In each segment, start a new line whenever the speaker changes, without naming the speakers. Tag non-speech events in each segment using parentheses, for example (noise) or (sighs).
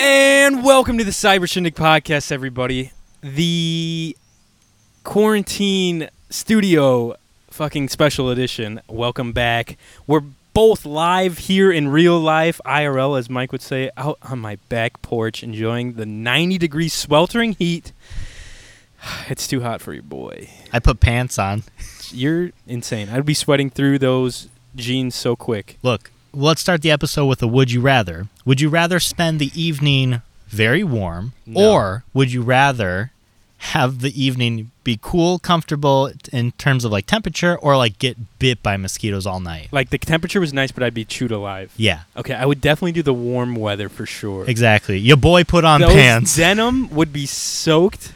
Welcome to the Cyber Shindig podcast, everybody. The quarantine studio fucking special edition. Welcome back. We're both live here in real life, IRL, as Mike would say, out on my back porch, enjoying the 90 degree sweltering heat. (sighs) It's too hot for you, boy.
I put pants on.
You're insane. I'd be sweating through those jeans so quick.
Look, let's start the episode with a would you rather. Would you rather spend the evening very warm
No.
or would you rather have the evening be cool, comfortable in terms of like temperature or like get bit by mosquitoes all night?
Like the temperature was nice, but I'd be chewed alive.
Yeah,
Okay, I would definitely do the warm weather for sure.
exactly. Your boy put on
Those
pants.
Denim would be soaked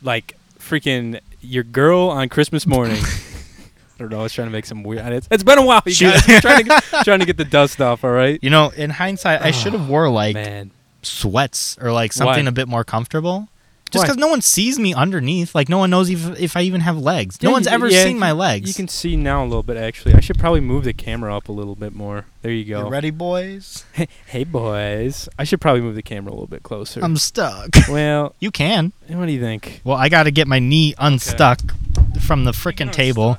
like freaking your girl on Christmas
(laughs)
morning. I don't know. I was trying to make some weird. It's, it's been a while, you
Shoot.
guys. I'm
(laughs)
trying, to get, trying to get the dust off. All right,
you know, in hindsight, I should have wore like
Ah, man.
sweats or like something
Why?
a bit more comfortable. Just
Why?
because no one sees me underneath, like no one knows if, if I even have legs. no
Yeah,
one's
you-
ever
yeah,
seen
you-
my legs.
You can see now a little bit. Actually, I should probably move the camera up a little bit more. There you
You
go.
ready, boys?
Hey boys, I should probably move the camera a little bit closer.
I'm stuck. (laughs)
well,
You can.
what do you think?
Well, I got to get my knee unstuck from the frickin' table.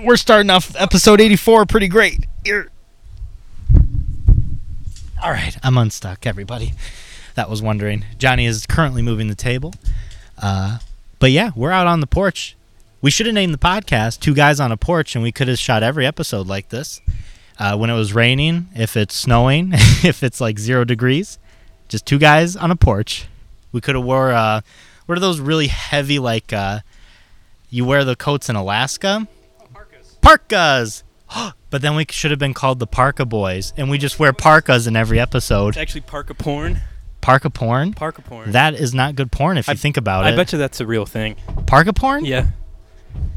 We're starting off episode 84 pretty great. Here. All right, I'm unstuck, everybody. That was wondering. Johnny is currently moving the table. Uh, but yeah, we're out on the porch. We should have named the podcast Two Guys on a Porch, and we could have shot every episode like this. Uh, when it was raining, if it's snowing, (laughs) if it's like zero degrees, just two guys on a porch. We could have wore uh, what are those really heavy like uh, you wear the coats in Alaska? Parkas. (gasps) but then we should have been called the Parka Boys, and we just wear parkas in every
It's
episode.
actually parka porn.
Parka porn.
Parka porn.
That is not good porn if you
I-
think about
I
it.
bet you that's a real thing.
Parka porn?
Yeah.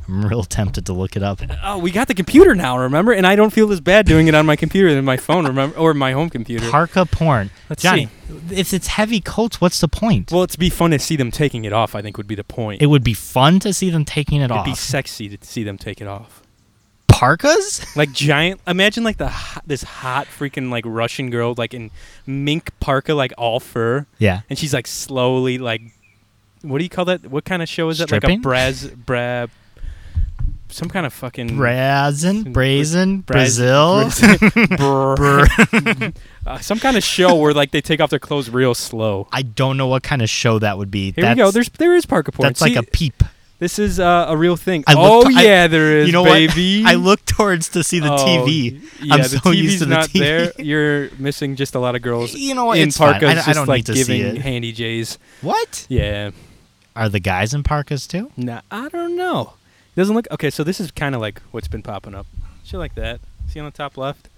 I'm real tempted to look it up.
Oh, we got the computer now, remember? And I don't feel as bad doing it on my computer than my phone, remember, or my home computer.
Parka porn.
Let's
Johnny, if it's heavy coats, what's the point?
Well, it'd be fun to see them taking it off. I think would be the point.
it would be fun to see them taking it
would
off.
be sexy to see them take it off.
parkas? (laughs)
Like giant. Imagine like the hot, this hot freaking like Russian girl like in mink parka, like all fur,
Yeah.
and she's like slowly like, what do you call that? What kind of show is that? Like
Stripping?
a braz bra, some kind of fucking (laughs)
Brazen, brazen,
Braz-
Brazil.
Bra- uh, some kind of show where like they take off their clothes real slow.
I don't know what kind of show that would be.
Here
that's,
we go. There's there is parka porn.
that's like
See,
a peep.
this is uh, a real thing.
I
oh
looked- I-
yeah, there is.
you know
baby.
what? I look towards to see the
Oh,
TV.
Yeah,
I'm
the
so
TV's
used to the
not
TV.
there. You're missing just a lot of girls
(laughs) You know what?
in
It's fine.
parkas
I- I
just
don't
like
need to see
giving
it.
handy J's.
What?
Yeah.
Are the guys in parkas too?
Nah, I don't know. Doesn't look okay. So this is kind of like what's been popping up. Shit like that. See on the top left.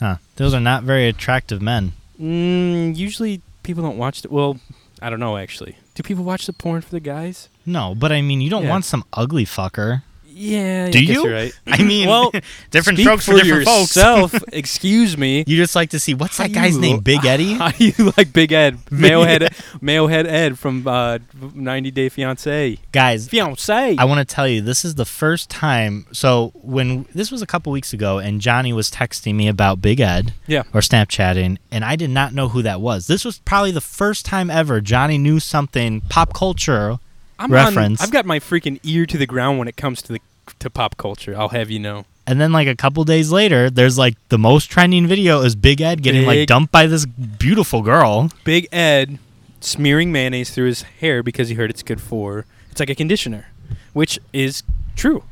Huh. Those are not very attractive men.
Mm, usually people don't watch the. Well, I don't know actually. Do people watch the porn for the guys?
No, but I mean, you don't
Yeah.
want some ugly fucker.
Yeah.
Do
I guess
you?
You're right.
(laughs) I mean,
Well,
different
Speak
strokes for,
for
different folks. (laughs)
yourself. Excuse me.
You just like to see what's
How
that guy's
you- (laughs)
name? Big Eddie.
How do you like Big
(laughs)
Ed, Mailhead, Mailhead Ed from uh, 90 Day Fiance?
Guys,
Fiance.
I want to tell you, this is the first time. So when this was a couple weeks ago, and Johnny was texting me about Big Ed,
Yeah.
or Snapchatting, and I did not know who that was. This was probably the first time ever Johnny knew something pop culture.
I'm
reference.
On, I've got my freaking ear to the ground when it comes to the to pop culture. I'll have you know.
And then like a couple days later, there's like the most trending video is Big Ed getting
Big-
like dumped by this beautiful girl.
Big Ed smearing mayonnaise through his hair because he heard it's good for it's like a conditioner, which is true.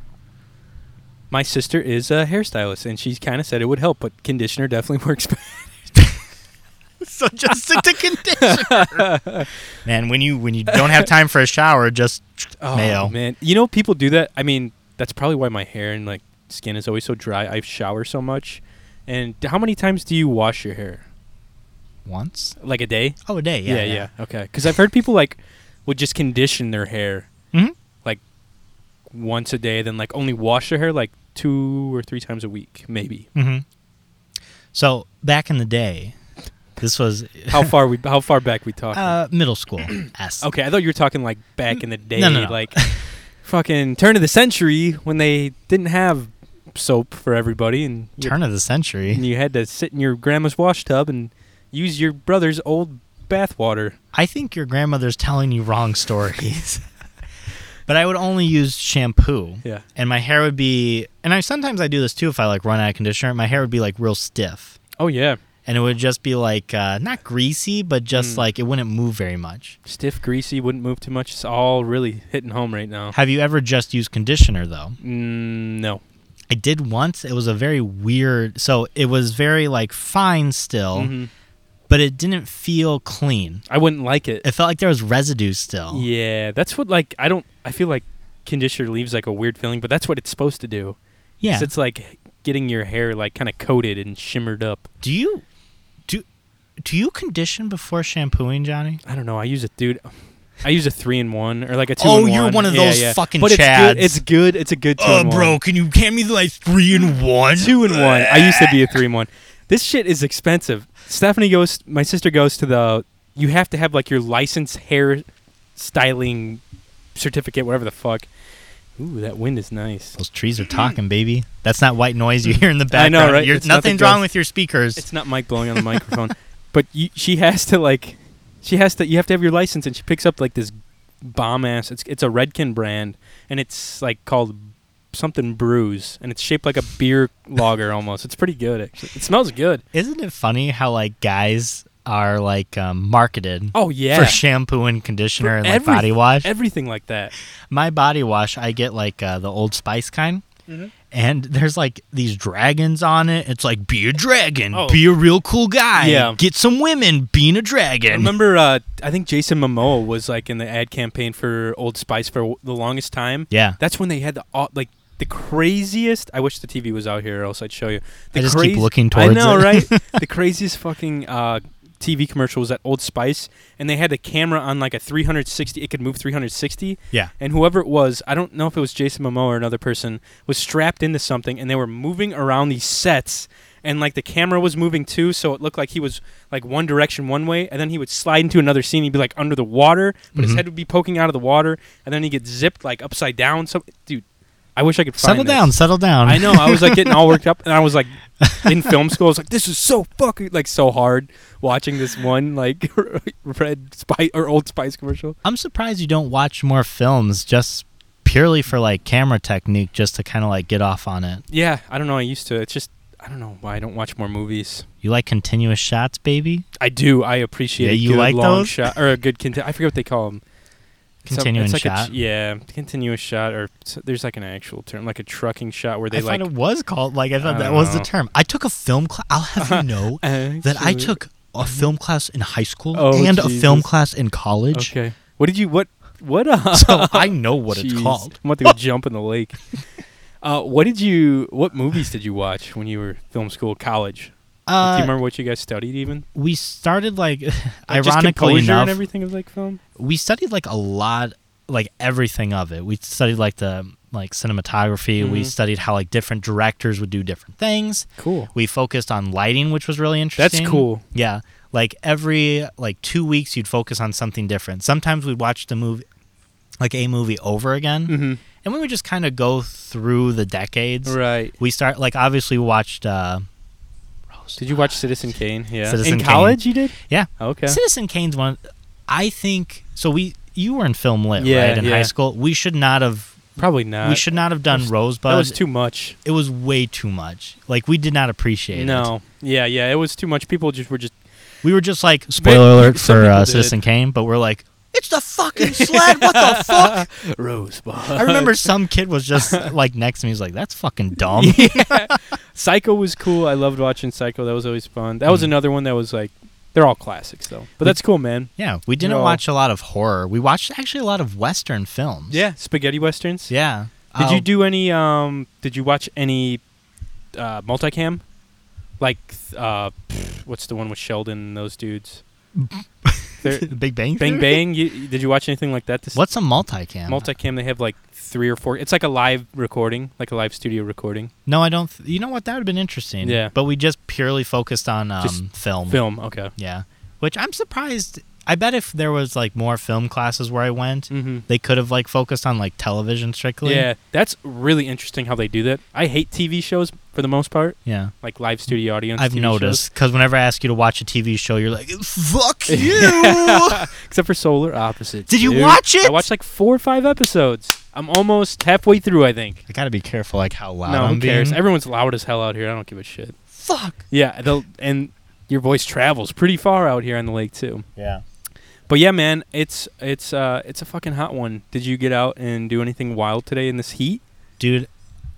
My sister is a hairstylist, and she kind of said it would help, but conditioner definitely (laughs) works. better.
(laughs) So (laughs) just stick to conditioner. Man, when you when you don't have time for a shower, (laughs) just
oh
mayo.
man, you know people do that. I mean, that's probably why my hair and like skin is always so dry. I shower so much, and how many times do you wash your hair?
once.
Like a day?
Oh, a day.
yeah,
Yeah,
yeah. Okay. Because I've heard people like would just condition their hair
Mhm.
like once a day, then like only wash their hair like two or three times a week, maybe.
hmm So back in the day,
(laughs)
this was
How far we? How far back we talking?
uh,
(clears throat)
middle school. S.
okay, I thought you were talking like back in the day,
(laughs) no, no.
like fucking turn of the century when they didn't have soap for everybody and you,
Turn of the century.
and you had to sit in your grandma's wash tub and Use your brother's old bathwater.
I think your grandmother's telling you wrong stories. (laughs) but I would only use shampoo.
Yeah.
And my hair would be, and I sometimes I do this too if I like run out of conditioner, my hair would be like real stiff.
Oh yeah,
And it would just be like, uh, not greasy, but just
Mm.
like it wouldn't move very much.
stiff, greasy, wouldn't move too much. It's all really hitting home right now.
Have you ever just used conditioner though?
Mm, no.
I did once. It was a very weird, so it was very like fine still,
Mhm.
but it didn't feel clean.
I wouldn't like it.
It felt like there was residue still.
Yeah, that's what like I don't. I feel like conditioner leaves like a weird feeling, but that's what it's supposed to do. 'Cause
Yeah.
it's like getting your hair like kind of coated and shimmered up.
Do you do do you condition before shampooing, Johnny?
I don't know. I use a dude. I use a three in one or like a two.
Oh,
in
you're one of
Yeah,
those
yeah.
fucking
but
chads. Oh,
It's good. It's good. It's a good two. in one.
can you hand me like three in one?
two in one. I used to be a three in one. This shit is expensive. Stephanie goes. My sister goes to the. You have to have like your license hair styling certificate, whatever the fuck. Ooh, that wind is nice.
(laughs) Those trees are talking, baby. That's not white noise you hear in the
I
background.
know, right?
You're,
It's nothing
nothing's wrong
else.
with your speakers.
It's not Mike blowing on the microphone, (laughs) but you, she has to like, she has to. You have to have your license, and she picks up like this bomb ass. It's it's a Redken brand, and it's like called something brews, and it's shaped like a beer (laughs) lager almost. It's pretty good actually. It smells good.
Isn't it funny how like guys are like um, marketed
Oh yeah,
for shampoo and conditioner
For
and like
every-
body wash?
everything like that.
My body wash, I get like uh, the Old Spice kind.
Mhm.
And there's like these dragons on it. It's like be a dragon,
Oh.
be a real cool guy,
Yeah.
get some women being a
I
dragon.
remember, uh, I think Jason Momoa was like in the ad campaign for Old Spice for w- the longest time.
Yeah,
That's when they had the au- like the craziest. I wish the TV was out here, or else I'd show you. The
I just
craz-
keep looking towards.
I know,
it.
right?
(laughs)
the craziest fucking uh, TV commercial was at Old Spice, and they had the camera on like a 360. It could move 360.
Yeah.
And whoever it was, I don't know if it was Jason Momoa or another person, was strapped into something, and they were moving around these sets, and like the camera was moving too, so it looked like he was like one direction one way, and then he would slide into another scene. He'd be like under the water, but his
Mhm.
head would be poking out of the water, and then he'd get zipped like upside down. So, dude, I wish I could find
Settle
this.
down, settle down.
I know. I was like getting all worked
(laughs)
up, and I was like in film school. I was like, "This is so fucking like so hard." Watching this one like (laughs) red spice or old spice commercial.
I'm surprised you don't watch more films just purely for like camera technique, just to kind of like get off on it.
Yeah, I don't know. I used to. It's just I don't know why I don't watch more movies.
You like continuous shots, baby.
I do. I appreciate
Yeah,
a
you
good
like
long
those?
shot or a good. Conti- I forget what they call them.
Continuing
like a
shot?
ch- yeah, continuous shot, or s there's like an actual term, like a trucking shot where they
I
like.
thought it was called like I thought
I
that
don't
was the
know.
term. I took a film class. I'll
(laughs)
have you know that I
Actually-
took a film class in high school
Mm-hmm. Oh,
and a film
Jesus.
class in college.
Okay. What did you? What? What? (laughs) Uh,
So I know (laughs) what it's
Jeez.
called.
I'm about to go jump in the
(laughs)
lake. Uh, what did you? What movies did you watch when you were film school, college? Like, do you
Uh,
remember what you guys studied? Even
we started like, (laughs)
Like, just
ironically
composure
enough,
and everything of like film.
we studied like a lot like everything of it we studied like the like cinematography we
Mhm.
studied how like different directors would do different things
Cool.
we focused on lighting which was really
That's
interesting
cool.
yeah like every like two weeks you'd focus on something different sometimes we'd watch the movie like a movie over again
Mm-hmm.
and we would just kind of go through the decades
Right.
we start like obviously we watched uh Rose
Did you watch Citizen Kane? Yeah.
Citizen
in
Kane.
college, you did.
Yeah.
Okay.
Citizen Kane's one. I think so. We you were in film lit
Yeah,
right in
yeah.
high school. We should not have.
Probably not.
we should not have done
that was-
Rosebud.
that was too much.
it was way too much. Like we did not appreciate it.
No. Yeah. Yeah. It was too much. People just were just.
We were just like spoiler alert
some
for
people
uh,
did.
Citizen Kane, but we're like it's the (laughs) fucking sled. What the fuck?
(laughs) Rosebud.
I (laughs) remember some kid was just like next to me. He's like, "That's fucking dumb."
Psycho was cool. I loved watching Psycho. That was always fun. That was
Mm.
another one that was like, they're all classics though. But
We-
that's cool, man.
Yeah, we didn't
No.
watch a lot of horror. We watched actually a lot of Western films.
Yeah, Oh. spaghetti westerns.
yeah.
Did
Uh,
you do any? Um, did you watch any uh, multicam? Like, th- uh, pff, what's the one with Sheldon and those (laughs) dudes? (laughs) They're-
Um, (laughs) Big
bang
Bang? Theory?
bang. You, you- did you watch anything like that? This
What's a multicam?
multicam? They have like three or four. It's like a live recording, like a live studio recording.
No, I don't. Th- you know what? That would have been interesting.
Yeah.
But we just purely focused on um,
Just
film.
Film. Okay.
Yeah. Which I'm surprised. I bet if there was like more film classes where I went,
Mm-hmm.
they could have like focused on like television strictly.
Yeah, that's really interesting how they do that. I hate TV shows for the most part,
Yeah.
like live studio audience.
I've
TV shows.
noticed because whenever I ask you to watch a TV show, you're like,
(laughs)
"Fuck you!"
Yeah. Except for Solar Opposites.
Did you
dude.
watch it?
I watched like four or five episodes. I'm almost halfway through, I think.
I gotta be careful, like how loud
no,
I'm
who cares?
being.
Everyone's loud as hell out here. I don't give a shit.
Fuck.
Yeah, the, and your voice travels pretty far out here on the lake too.
Yeah.
But yeah, man, it's it's uh it's a fucking hot one. Did you get out and do anything wild today in this heat?
Dude,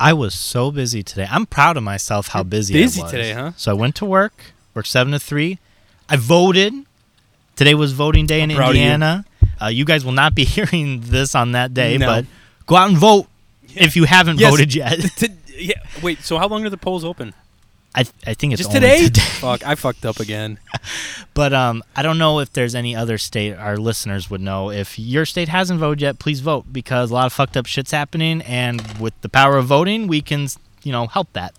I was so busy today. I'm proud of myself how busy
busy
I was.
today, huh?
So I went to work, worked seven to three. I voted. Today was voting day
I'm
in
proud of you.
Indiana. You. Uh, you guys will not be (laughs) hearing this on that day,
No.
but go out and vote if you haven't
Yes.
voted yet. (laughs)
(laughs) Did- yeah. Wait. So how long are the polls open?
I, I think it's
Just
only
today?
today.
(laughs)
(laughs)
Fuck. I fucked up again.
But um, I don't know if there's any other state our listeners would know. If your state hasn't voted yet, please vote because a lot of fucked up shit's happening, and with the power of voting, we can you know help that.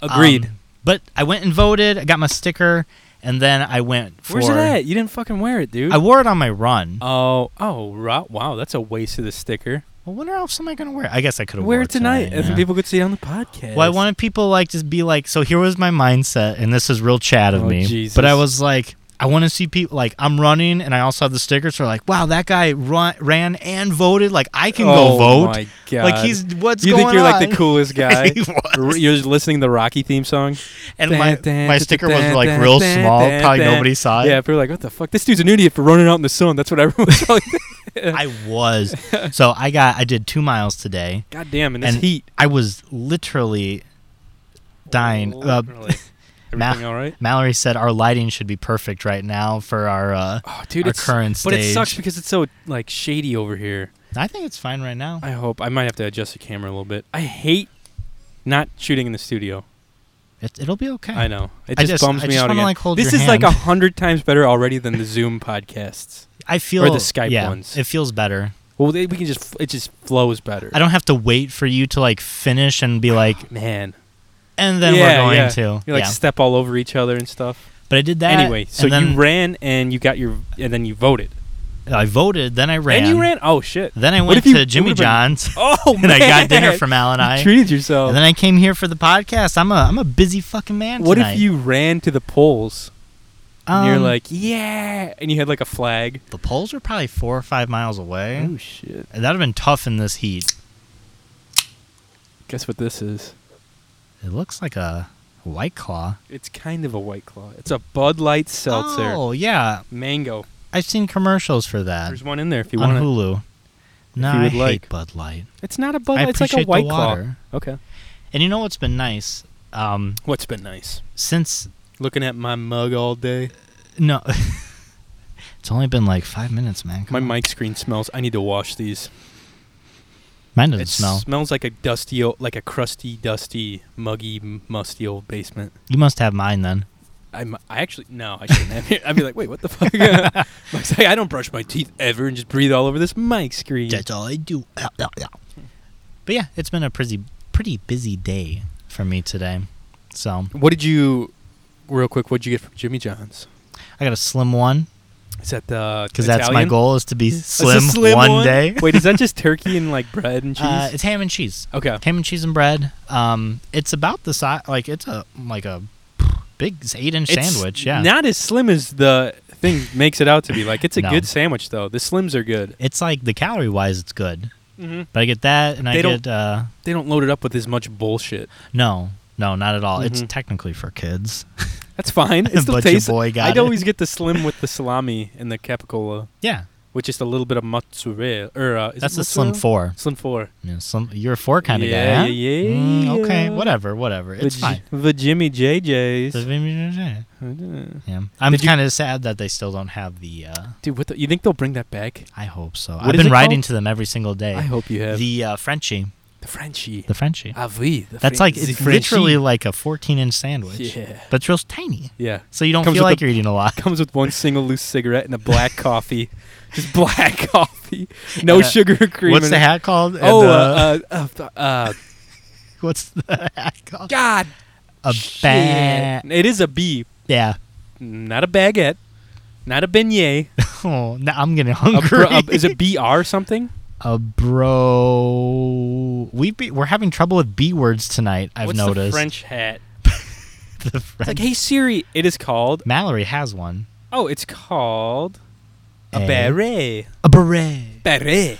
Agreed.
Um, but I went and voted. I got my sticker, and then I went for.
Where's it at? You didn't fucking wear it, dude.
I wore it on my run.
oh, oh, ro- wow. That's a waste of the sticker.
Well, when else am I gonna wear? it? I guess I could have
Wear it tonight, and
yeah.
then people could see it on the podcast.
Well, I wanted people like just be like, so here was my mindset, and this is real chat of
Oh,
me.
Jesus.
But I was like, I want to see people like I'm running, and I also have the stickers. So like, wow, that guy run, ran and voted. Like I can
oh,
go vote.
My God.
Like he's what's
You
going
think you're like the (laughs)
on?
coolest guy?
(laughs) He
R-
was.
You're just listening to the Rocky theme song.
and my
Dun, dun,
my
dun,
sticker
dun,
was like
dun,
real
dun,
small.
dun,
Probably
dun.
nobody saw it.
yeah, people are like, "What the fuck? This dude's an idiot for running out in the sun." That's what everyone's telling. (laughs) me.
(laughs) I was. so I got I did two miles today.
God damn, in this
And-
heat,
I was literally dying. Uh,
(laughs) Literally.
Ma-
Everything all right?
Mallory said our lighting should be perfect right now for our uh,
Oh, dude,
our
it's
current
but
stage.
it sucks because it's so like shady over here.
I think it's fine right now.
I hope I might have to adjust the camera a little bit. I hate not shooting in the studio.
It, it'll be okay.
I know it
I
just,
just-
bums
I
me
just
out
wanna,
again.
like, hold
this
your
is like
hand.
a hundred times better already than the Zoom podcasts.
I feel
Or the Skype
yeah,
ones.
It feels better.
Well, they, we can just it just flows better.
I don't have to wait for you to like finish and
(sighs)
be like,
Man,
and then
Yeah,
we're going
yeah.
to.
you like
yeah.
step all over each other and stuff.
But I did that
anyway, so
and then
you ran and you got your and then you voted
I voted. Then I ran.
and you ran. Oh shit!
Then I went
if you-
to
it
Jimmy
would've been-
John's
(laughs) Oh
(laughs) and I got dinner
man.
from Al and I.
You treated yourself.
And then I came here for the podcast. I'm a I'm a busy fucking man.
Oh. what
tonight.
if you ran to the polls and you're
Um,
like, yeah, and you had like a flag?
the polls are probably four or five miles away.
Oh shit!
That'd have been tough in this heat.
Guess what this is?
It looks like a white claw.
It's kind of a white claw. It's a Bud Light seltzer,
Oh yeah,
mango.
I've seen commercials for that
There's one in there if you
on
want it.
Hulu. No,
you would
I hate
like.
Bud Light.
It's not a Bud
I
Light. It's like
appreciate
a white
the
claw.
water.
Okay.
And you know what's been nice? Um,
What's been nice?
since
Looking at my mug all day.
no, (laughs) it's only been like five minutes, man. Come
My
on.
mic screen smells. I need to wash these.
Mine doesn't
it
smell.
smells like a dusty, o- like a crusty, dusty, muggy, m- musty old basement.
You must have mine then.
I'm, I actually no, I shouldn't have. it. I'd be like, wait, what the
(laughs)
fuck? (laughs) Mike's like, I don't brush my teeth ever and just breathe all over this mic screen.
That's all I do. Ow, ow, ow. But yeah, it's been a pretty pretty busy day for me today. So
What did you, real quick? What'd you get from Jimmy John's?
I got a slim one
Is that the
because that's my
Italian?
goal is to be
It's a
slim,
slim
one, day.
Wait, is that just turkey and like bread and cheese?
Uh, it's ham and cheese.
okay.
ham and cheese and bread. Um, it's about the size, like it's a like a big eight inch
It's
sandwich. Yeah,
Not as slim as the thing makes it out to be. Like it's a
No.
good sandwich though. The slims are good.
it's like the calorie wise, it's good.
Mm-hmm.
But I get that, and I
They don't-
get uh,
They don't load it up with as much bullshit.
no, no, not at all. It's
Mhm.
technically for kids.
That's fine.
(laughs)
It still
But your
tastes.
boy got
I'd
it.
always get the slim with the salami and the capicola.
Yeah,
with just a little bit of mozzarella. Or uh, is
that's
it
the slim
mozzarella?
four.
Slim four.
You know, slim, you're a four kind of guy.
Yeah,
huh?
yeah, yeah.
Mm, okay, whatever, whatever. It's
the,
fine.
J- the Jimmy JJ's.
Yeah,
Dude,
I'm
Did you-
kind of sad that they still don't have the. Uh,
what the, you think they'll bring that back?
I hope so.
What
I've
is
been
it
writing
called?
to them every single day.
I hope you have the,
the uh, Frenchie,
Frenchie.
the Frenchie.
Ah, oui, the
That's
Fren-
like
the
it's
Frenchie.
literally like a 14 inch sandwich,
Yeah,
but it's real tiny,
yeah.
so you don't
Comes
feel
with
like
the-
you're eating a lot.
Comes with one single loose cigarette and a
(laughs)
black coffee, just black (laughs) coffee, no
And, uh,
sugar or (laughs) cream.
What's
in
the
it.
hat called? And,
Oh, uh,
uh,
uh, uh, uh, uh,
(laughs) what's the hat called?
God,
A
shit.
bag.
It is a B,
Yeah,
not a baguette, Not a beignet.
Oh, now I'm getting
A
hungry.
bro- a- is it BR something?
A Uh, bro. We be, we're having trouble with B words tonight. I've
What's
noticed.
the French hat?
(laughs) The
It's
French-
like, hey Siri, it is called.
Mallory has one. Eh?
Oh, it's called a,
A-
beret.
A beret.
Beret.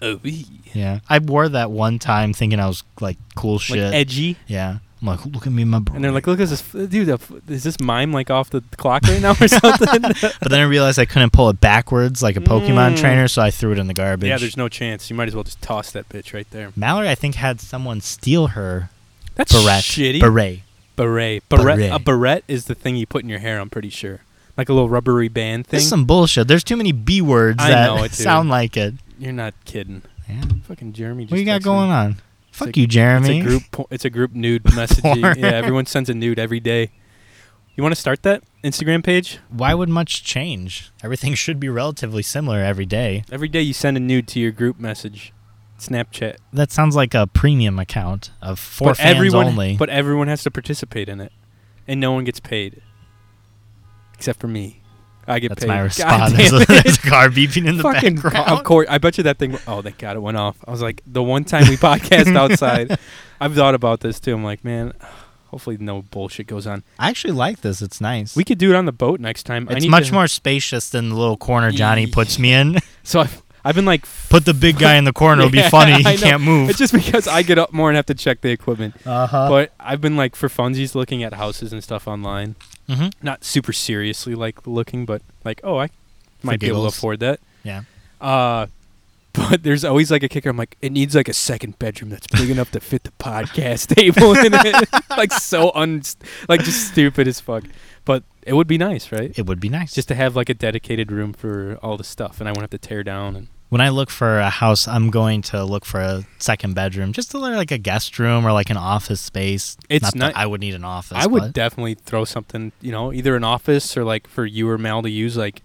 oh, wee.
Yeah, I wore that one time thinking I was like cool
like
shit.
edgy.
yeah, I'm like, look at me, in my beret.
And they're like, look, is this dude? uh, Is this mime like off the clock right now or (laughs) something?
but then I realized I couldn't pull it backwards like a Pokemon
Mm.
trainer, so I threw it in the garbage.
yeah, there's no chance. You might as well just toss that bitch right there.
Mallory, I think, had someone steal her
That's
beret.
shitty.
Beret.
beret. Beret.
Beret.
A beret is the thing you put in your hair. I'm pretty sure, like a little rubbery band thing.
This is some bullshit. There's too many B words
I
that
know it, dude.
sound like it.
You're not kidding.
Yeah.
Fucking Jeremy. Just
What you got
texted
going
me.
on? Fuck
like-
you,
It's
Jeremy.
a group. Po- it's a group nude
(laughs)
messaging.
Porn.
yeah, everyone sends a nude every day. You want to start that Instagram page?
Why would much change? Everything (laughs) should be relatively similar every day.
Every day you send a nude to your group message, Snapchat.
That sounds like a premium account of for
but
fans
everyone,
only.
(laughs) But everyone has to participate in it, and no one gets paid, except for me. I get
That's
paid.
my
God
response.
damn
(laughs)
it. (laughs)
There's a car beeping in the
Fucking
background.
of course. I bet you that thing. Oh, thank God it went off. I was like, the one time we
(laughs)
podcast outside, I've thought about this too. I'm like, man, hopefully no bullshit goes on.
I actually like this. It's nice.
We could do it on the boat next time. I
it's
need
much
to-
more spacious than the little corner Johnny puts me in. (laughs)
So I've, I've been like,
Put the big guy in the corner. It'll
Yeah,
be funny.
(laughs) I know.
He can't
(laughs)
move.
it's just because I get up more and have to check the equipment.
Uh huh.
But I've been like, for funsies, looking at houses and stuff online.
Mm-hmm.
not super seriously like looking, but like, oh, I might be able to
giggles.
afford that.
Yeah.
Uh, (laughs) but there's always like a kicker. I'm like, it needs like a second bedroom that's big enough to fit the podcast (laughs) table in it. like so un, like just stupid as fuck. But it would be nice, right?
It would be nice.
Just to have like a dedicated room for all the stuff, and I won't have to tear down. And
When I look for a house, I'm going to look for a second bedroom, just to look like a guest room or like an office space.
It's
not.
not-
that I would need an office.
I would
but-
definitely throw something, you know, either an office or like for you or Mal to use, like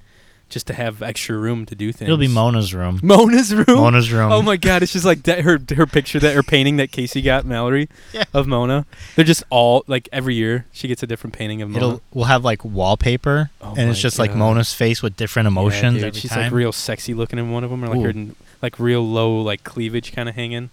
just to have extra room to do things.
it'll be Mona's room.
(laughs) Mona's room.
Mona's room.
Oh my god, it's just like that, her her picture that her painting that Casey got Mallory
Yeah.
of Mona. They're just all like every year she gets a different painting of Mona.
It'll we'll have like wallpaper,
Oh
and it's
my
just like
God.
Mona's face with different emotions
Yeah, dude,
every
she's like
(laughs) time.
real sexy looking in one of them, or like her
Ooh.
n- like real low like cleavage kind of hanging.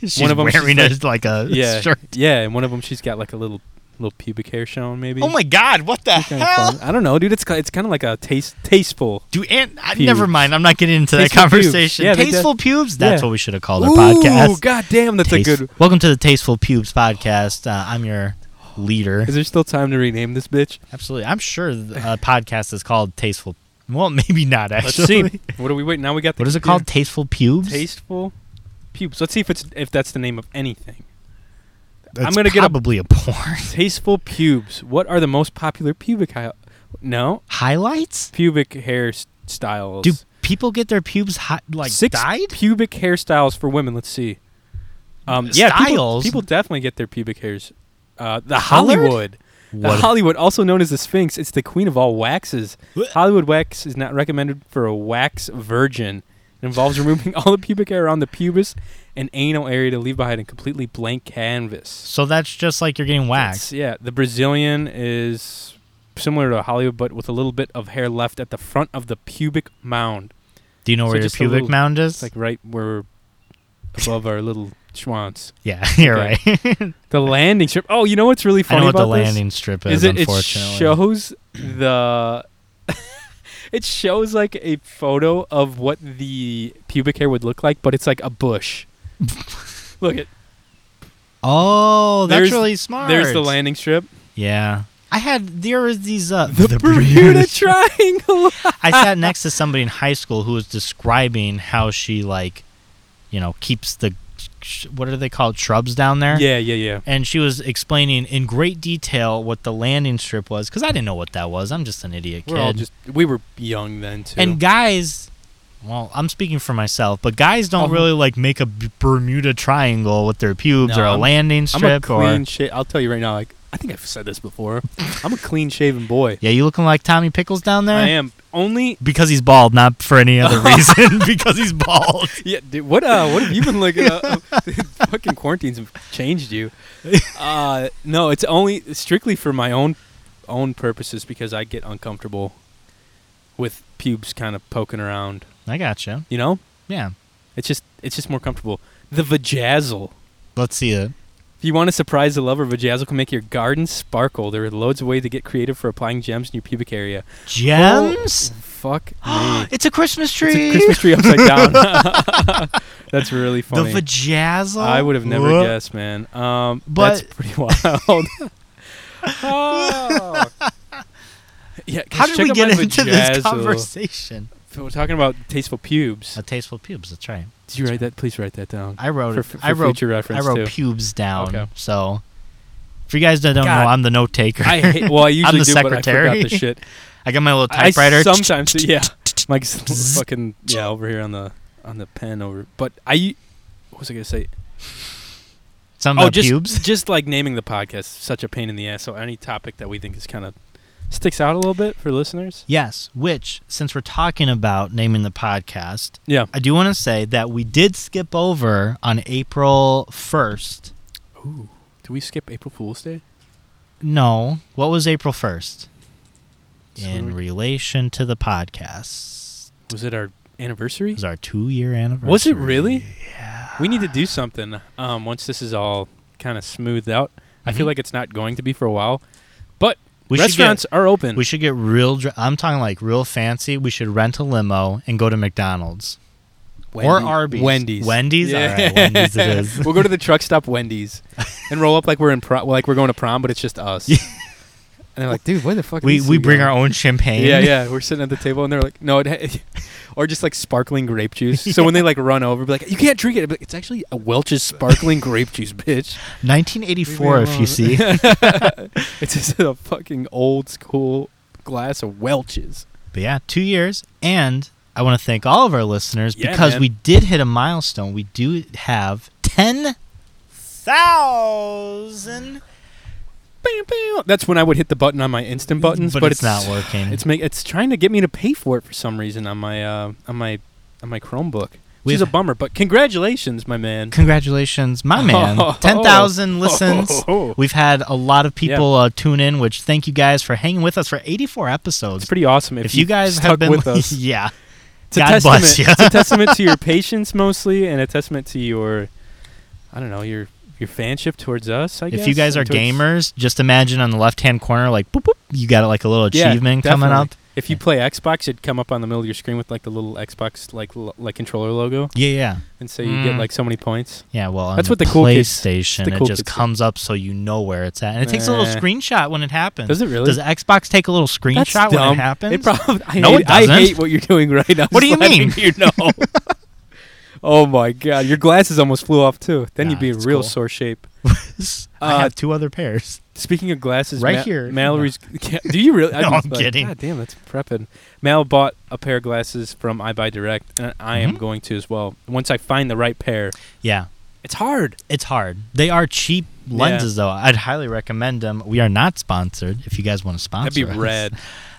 she's
one of 'em, she's
wearing
like-
it like a
(laughs) Yeah,
shirt.
yeah, and one of them she's got like a little little pubic hair showing maybe.
Oh my God! What the
Kinda fun.
hell?
I don't know, dude. It's ki- it's kind of like a taste tasteful.
Do and I,
Pubes.
never mind. I'm not getting into that
Tasteful pubes.
conversation.
Yeah, they def-
Tasteful pubes. That's
Yeah.
what we should have called our
Ooh,
podcast.
goddamn, that's a
Tasteful-
good.
Welcome to the Tasteful Pubes podcast. Uh, I'm your leader.
Is there still time to rename this bitch?
Absolutely. I'm sure th- a podcast is called Tasteful. Well, (laughs) maybe not
Let's
actually.
see. What are we waiting? Now we got. The
What is it
computer.
called? Tasteful pubes.
Tasteful pubes. Let's see if it's if that's the name of anything.
That's
I'm gonna get a-
probably a, porn.
Tasteful pubes. What are the most popular pubic hi- no
Highlights?
pubic hair s- styles?
Do people get their pubes hot, like
Six
dyed?
pubic hairstyles for women. Let's see. Um, yeah, people-
Styles?
People, definitely get their pubic hairs. Uh, the
Colored?
Hollywood. The
What?
Hollywood, also known as the Sphinx, it's the queen of all waxes.
What?
Hollywood wax is not recommended for a wax virgin. It involves removing (laughs) all the pubic hair around the pubis and anal area to leave behind a completely blank canvas.
So that's just like you're getting
It's-
waxed.
yeah, the Brazilian is similar to Hollywood, but with a little bit of hair left at the front of the pubic mound.
Do you know
So
where your
just a
pubic
little-
mound
It's
is?
like right where above our little schwanz.
yeah, (laughs) you're
okay.
right.
The landing strip. Oh, you know what's really
I
funny
know what
about
the
this?
landing strip is,
is it, it
unfortunately.
shows the (laughs) it shows like a photo of what the pubic hair would look like, but it's like a
(laughs)
bush. look at
oh, that's
There's-
really smart.
there's the landing strip.
Yeah. I had there was these uh
The, Bermuda
(laughs)
Triangle.
I sat next to somebody in high school who was describing how she like, you know, keeps the sh- what are they called shrubs down there.
yeah, yeah, yeah.
And she was explaining in great detail what the landing strip was because I didn't know what that was. I'm just an idiot
We're
kid.
all just we were young then too.
and guys, well, I'm speaking for myself, but guys don't
Uh-huh.
really like make a B- Bermuda Triangle with their pubes
No,
or a
I'm-
landing
I'm a
strip
clean
or
shave. I'll tell you right now, like I think I've said this
(laughs)
before. I'm a clean shaven boy.
yeah, you looking like Tommy Pickles down there
I am only.
because he's bald, not for
(laughs)
any other reason. (laughs) because he's bald.
Yeah, dude, what uh, what have you been looking up? (laughs) Dude, fucking
(laughs)
Uh, quarantines have changed you. Uh, no, it's only strictly for my own own purposes because I get uncomfortable with pubes kind of poking around.
I gotcha.
You know,
Yeah.
it's just it's just more comfortable. The vajazzle.
Let's see it.
If you want to surprise the lover, Vajazzle can make your garden sparkle. There are loads of ways to get creative for applying gems in your pubic area. Oh,
Gems? (gasps)
Fuck me.
it's a Christmas tree.
It's a Christmas tree upside
(laughs)
down. (laughs) That's really
the
funny.
vajazzle.
I would have never
Whoa.
guessed, man. Um, that's
But-
pretty (laughs) wild. oh. Yeah, 'cause
How did
check
we
out
get
my
into this
vajazzle.
conversation?
So We're talking about tasteful pubes.
A tasteful pubes. That's right.
Did you write that? Please write that down.
Uh, I wrote.
For,
it.
for
I wrote.
future
I
reference
wrote (laughs)
too.
pubes down.
Okay.
So, for you guys that don't
God.
know, I'm the note taker.
I hate.
(laughs)
Well, I usually
the
do, but I
secretary.
forgot the shit.
(laughs) I got my little
I
typewriter.
sometimes, yeah. Mike's
(laughs)
fucking yeah over here on the on the pen over. But I, what was I gonna say?
Some of the
Oh, just
pubes. (laughs)
just like naming the podcast, is such a pain in the ass. So any topic that we think is kind of sticks out a little bit for listeners.
Yes. Which, since we're talking about naming the podcast,
Yeah.
I do want to say that we did skip over on April 1st.
Ooh. Do we skip April Fool's Day?
No, what was April 1st?
So
In
we-
relation to the podcast.
Was it our
It
anniversary?
was our two year anniversary.
Was it really? We need to do something um, once this is all kind of smoothed out. I feel
Mhm.
like it's not going to be for a while.
We
Restaurants are
Should
open.
get, we should get real. Dr- I'm talking like real fancy. We should rent a limo and go to McDonald's or Arby's.
Wendy's.
Wendy's. All right, Wendy's it
(laughs)
is.
we'll go to the truck stop
(laughs)
Wendy's and roll up like we're in pro- like we're going to prom, but it's just us. and they're like, dude, where the fuck? are
We
these
we
two
bring
going?"
our own champagne.
Yeah, yeah. We're sitting at the table and they're like, no, it, (laughs) or just like sparkling grape juice. So when they like run over, be like, you can't drink it. But it's actually a Welch's sparkling grape juice,
(laughs)
bitch.
1984, if you see.
(laughs) it's just a fucking old school glass of Welch's.
But yeah, two years. And I want to thank all of our listeners
Yeah,
because
man.
we did hit a milestone. We do have 10,000
Bam, bam. That's when I would hit the button on my instant buttons, but,
but, it's, not working.
It's make it's trying to get me to pay for it for some reason on my uh, on my on my Chromebook. Which is
We've-
a bummer, but congratulations, my man.
Congratulations, my man.
(laughs) Oh. (laughs)
10,000 listens.
Oh.
We've had a lot of people uh, tune in, which thank you guys for hanging with us for 84 episodes.
It's pretty awesome. If,
if you guys
stuck
have been (laughs)
with us,
yeah,
it's a
God
testament.
bless ya.
it's a testament to
(laughs)
your patience mostly, and a testament to your, I don't know, your your fanship towards us. I guess.
if you guys
and
are
towards-
gamers, just imagine on the left hand corner, like boop boop, you got like a little
Yeah,
achievement coming
definitely.
up.
If you play Xbox, it'd come up on the middle of your screen with like the little Xbox like lo- like controller logo,
Yeah, yeah.
and so you get
Mm.
like so many points.
Yeah,
That's
well, that's
what
what
the
the
cool kids-
PlayStation
the cool
it just
kids do.
comes up so you know where it's at, and it takes a little
Eh.
screenshot when it happens.
Does it really?
Does Xbox take a little screenshot when it
dumb.
happens?
It probably, I,
No,
hate,
it
I
doesn't.
hate what you're doing right now.
What do
Just
you mean?
letting You
(laughs)
know. oh my god, your glasses almost flew off too. Then
Nah,
you'd be in
it's
real
cool.
sore shape. Uh,
I have two other
(laughs)
pairs.
Speaking of glasses,
Right
Ma-
here.
Mallory's. (laughs) Yeah, do you
(laughs)
really? I'd
No,
be
I'm
like,
kidding.
God damn, that's prepping. Mal bought a pair of glasses from I Buy Direct, and I am
Mhm.
going to as well. Once I find the right pair,
Yeah,
it's hard.
it's hard. They are cheap
Yeah.
lenses, though. I'd highly recommend them. We are not sponsored. If you guys want to sponsor,
That'd be
us.
rad.
(laughs)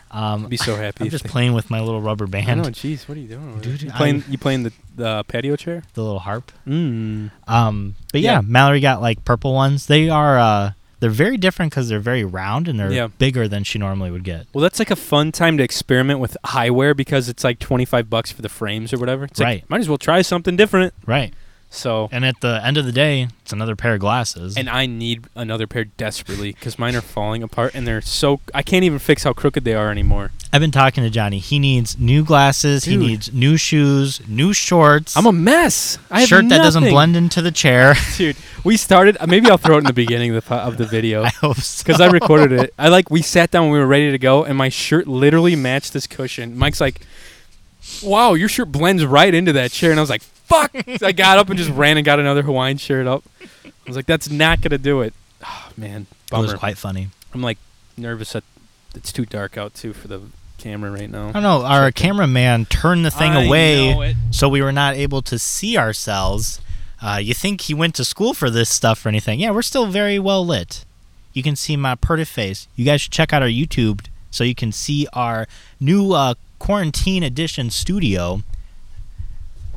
I'd
Um,
be so happy.
I'm
if
just
they-
playing with my little rubber
I know.
band,
Jeez, what are you doing? over there?
Dude,
you
I-
playing? You playing the the patio chair?
the little harp.
Mm.
Um, but yeah,
Yeah.
Mallory got like purple ones. They are uh, they're very different because they're very round and they're
Yeah.
bigger than she normally would get.
Well, that's like a fun time to experiment with eyewear because it's like 25 bucks for the frames or whatever. It's like,
Right.
might as well try something different.
Right.
So,
And at the end of the day, it's another pair of glasses.
and I need another pair desperately because mine are falling apart and they're so, I can't even fix how crooked they are anymore.
I've been talking to Johnny. He needs new glasses.
Dude.
He needs new shoes, new shorts.
I'm a mess. I have
shirt that doesn't
nothing.
blend into the chair.
(laughs)
(laughs)
Dude, we started, uh, maybe I'll throw it in the beginning of the, po- of the video.
(laughs) I hope so.
because I recorded it. I like we sat down when we were ready to go, and my shirt literally matched this cushion. Mike's like, "Wow, your shirt blends right into that chair," and I was like, "Fuck!" (laughs) So I got up and just ran and got another Hawaiian shirt up. I was like, "That's not gonna do it." Oh man,
It was
bummer.
quite funny.
I'm like nervous that it's too dark out too for the camera right
I
now.
don't know. Our cameraman turned the thing
I know
away,
it.
so we were not able to see ourselves. Uh, you think he went to school for this stuff or anything? Yeah, we're still very well lit. You can see my pretty face. You guys should check out our YouTube so you can see our new uh, quarantine edition studio.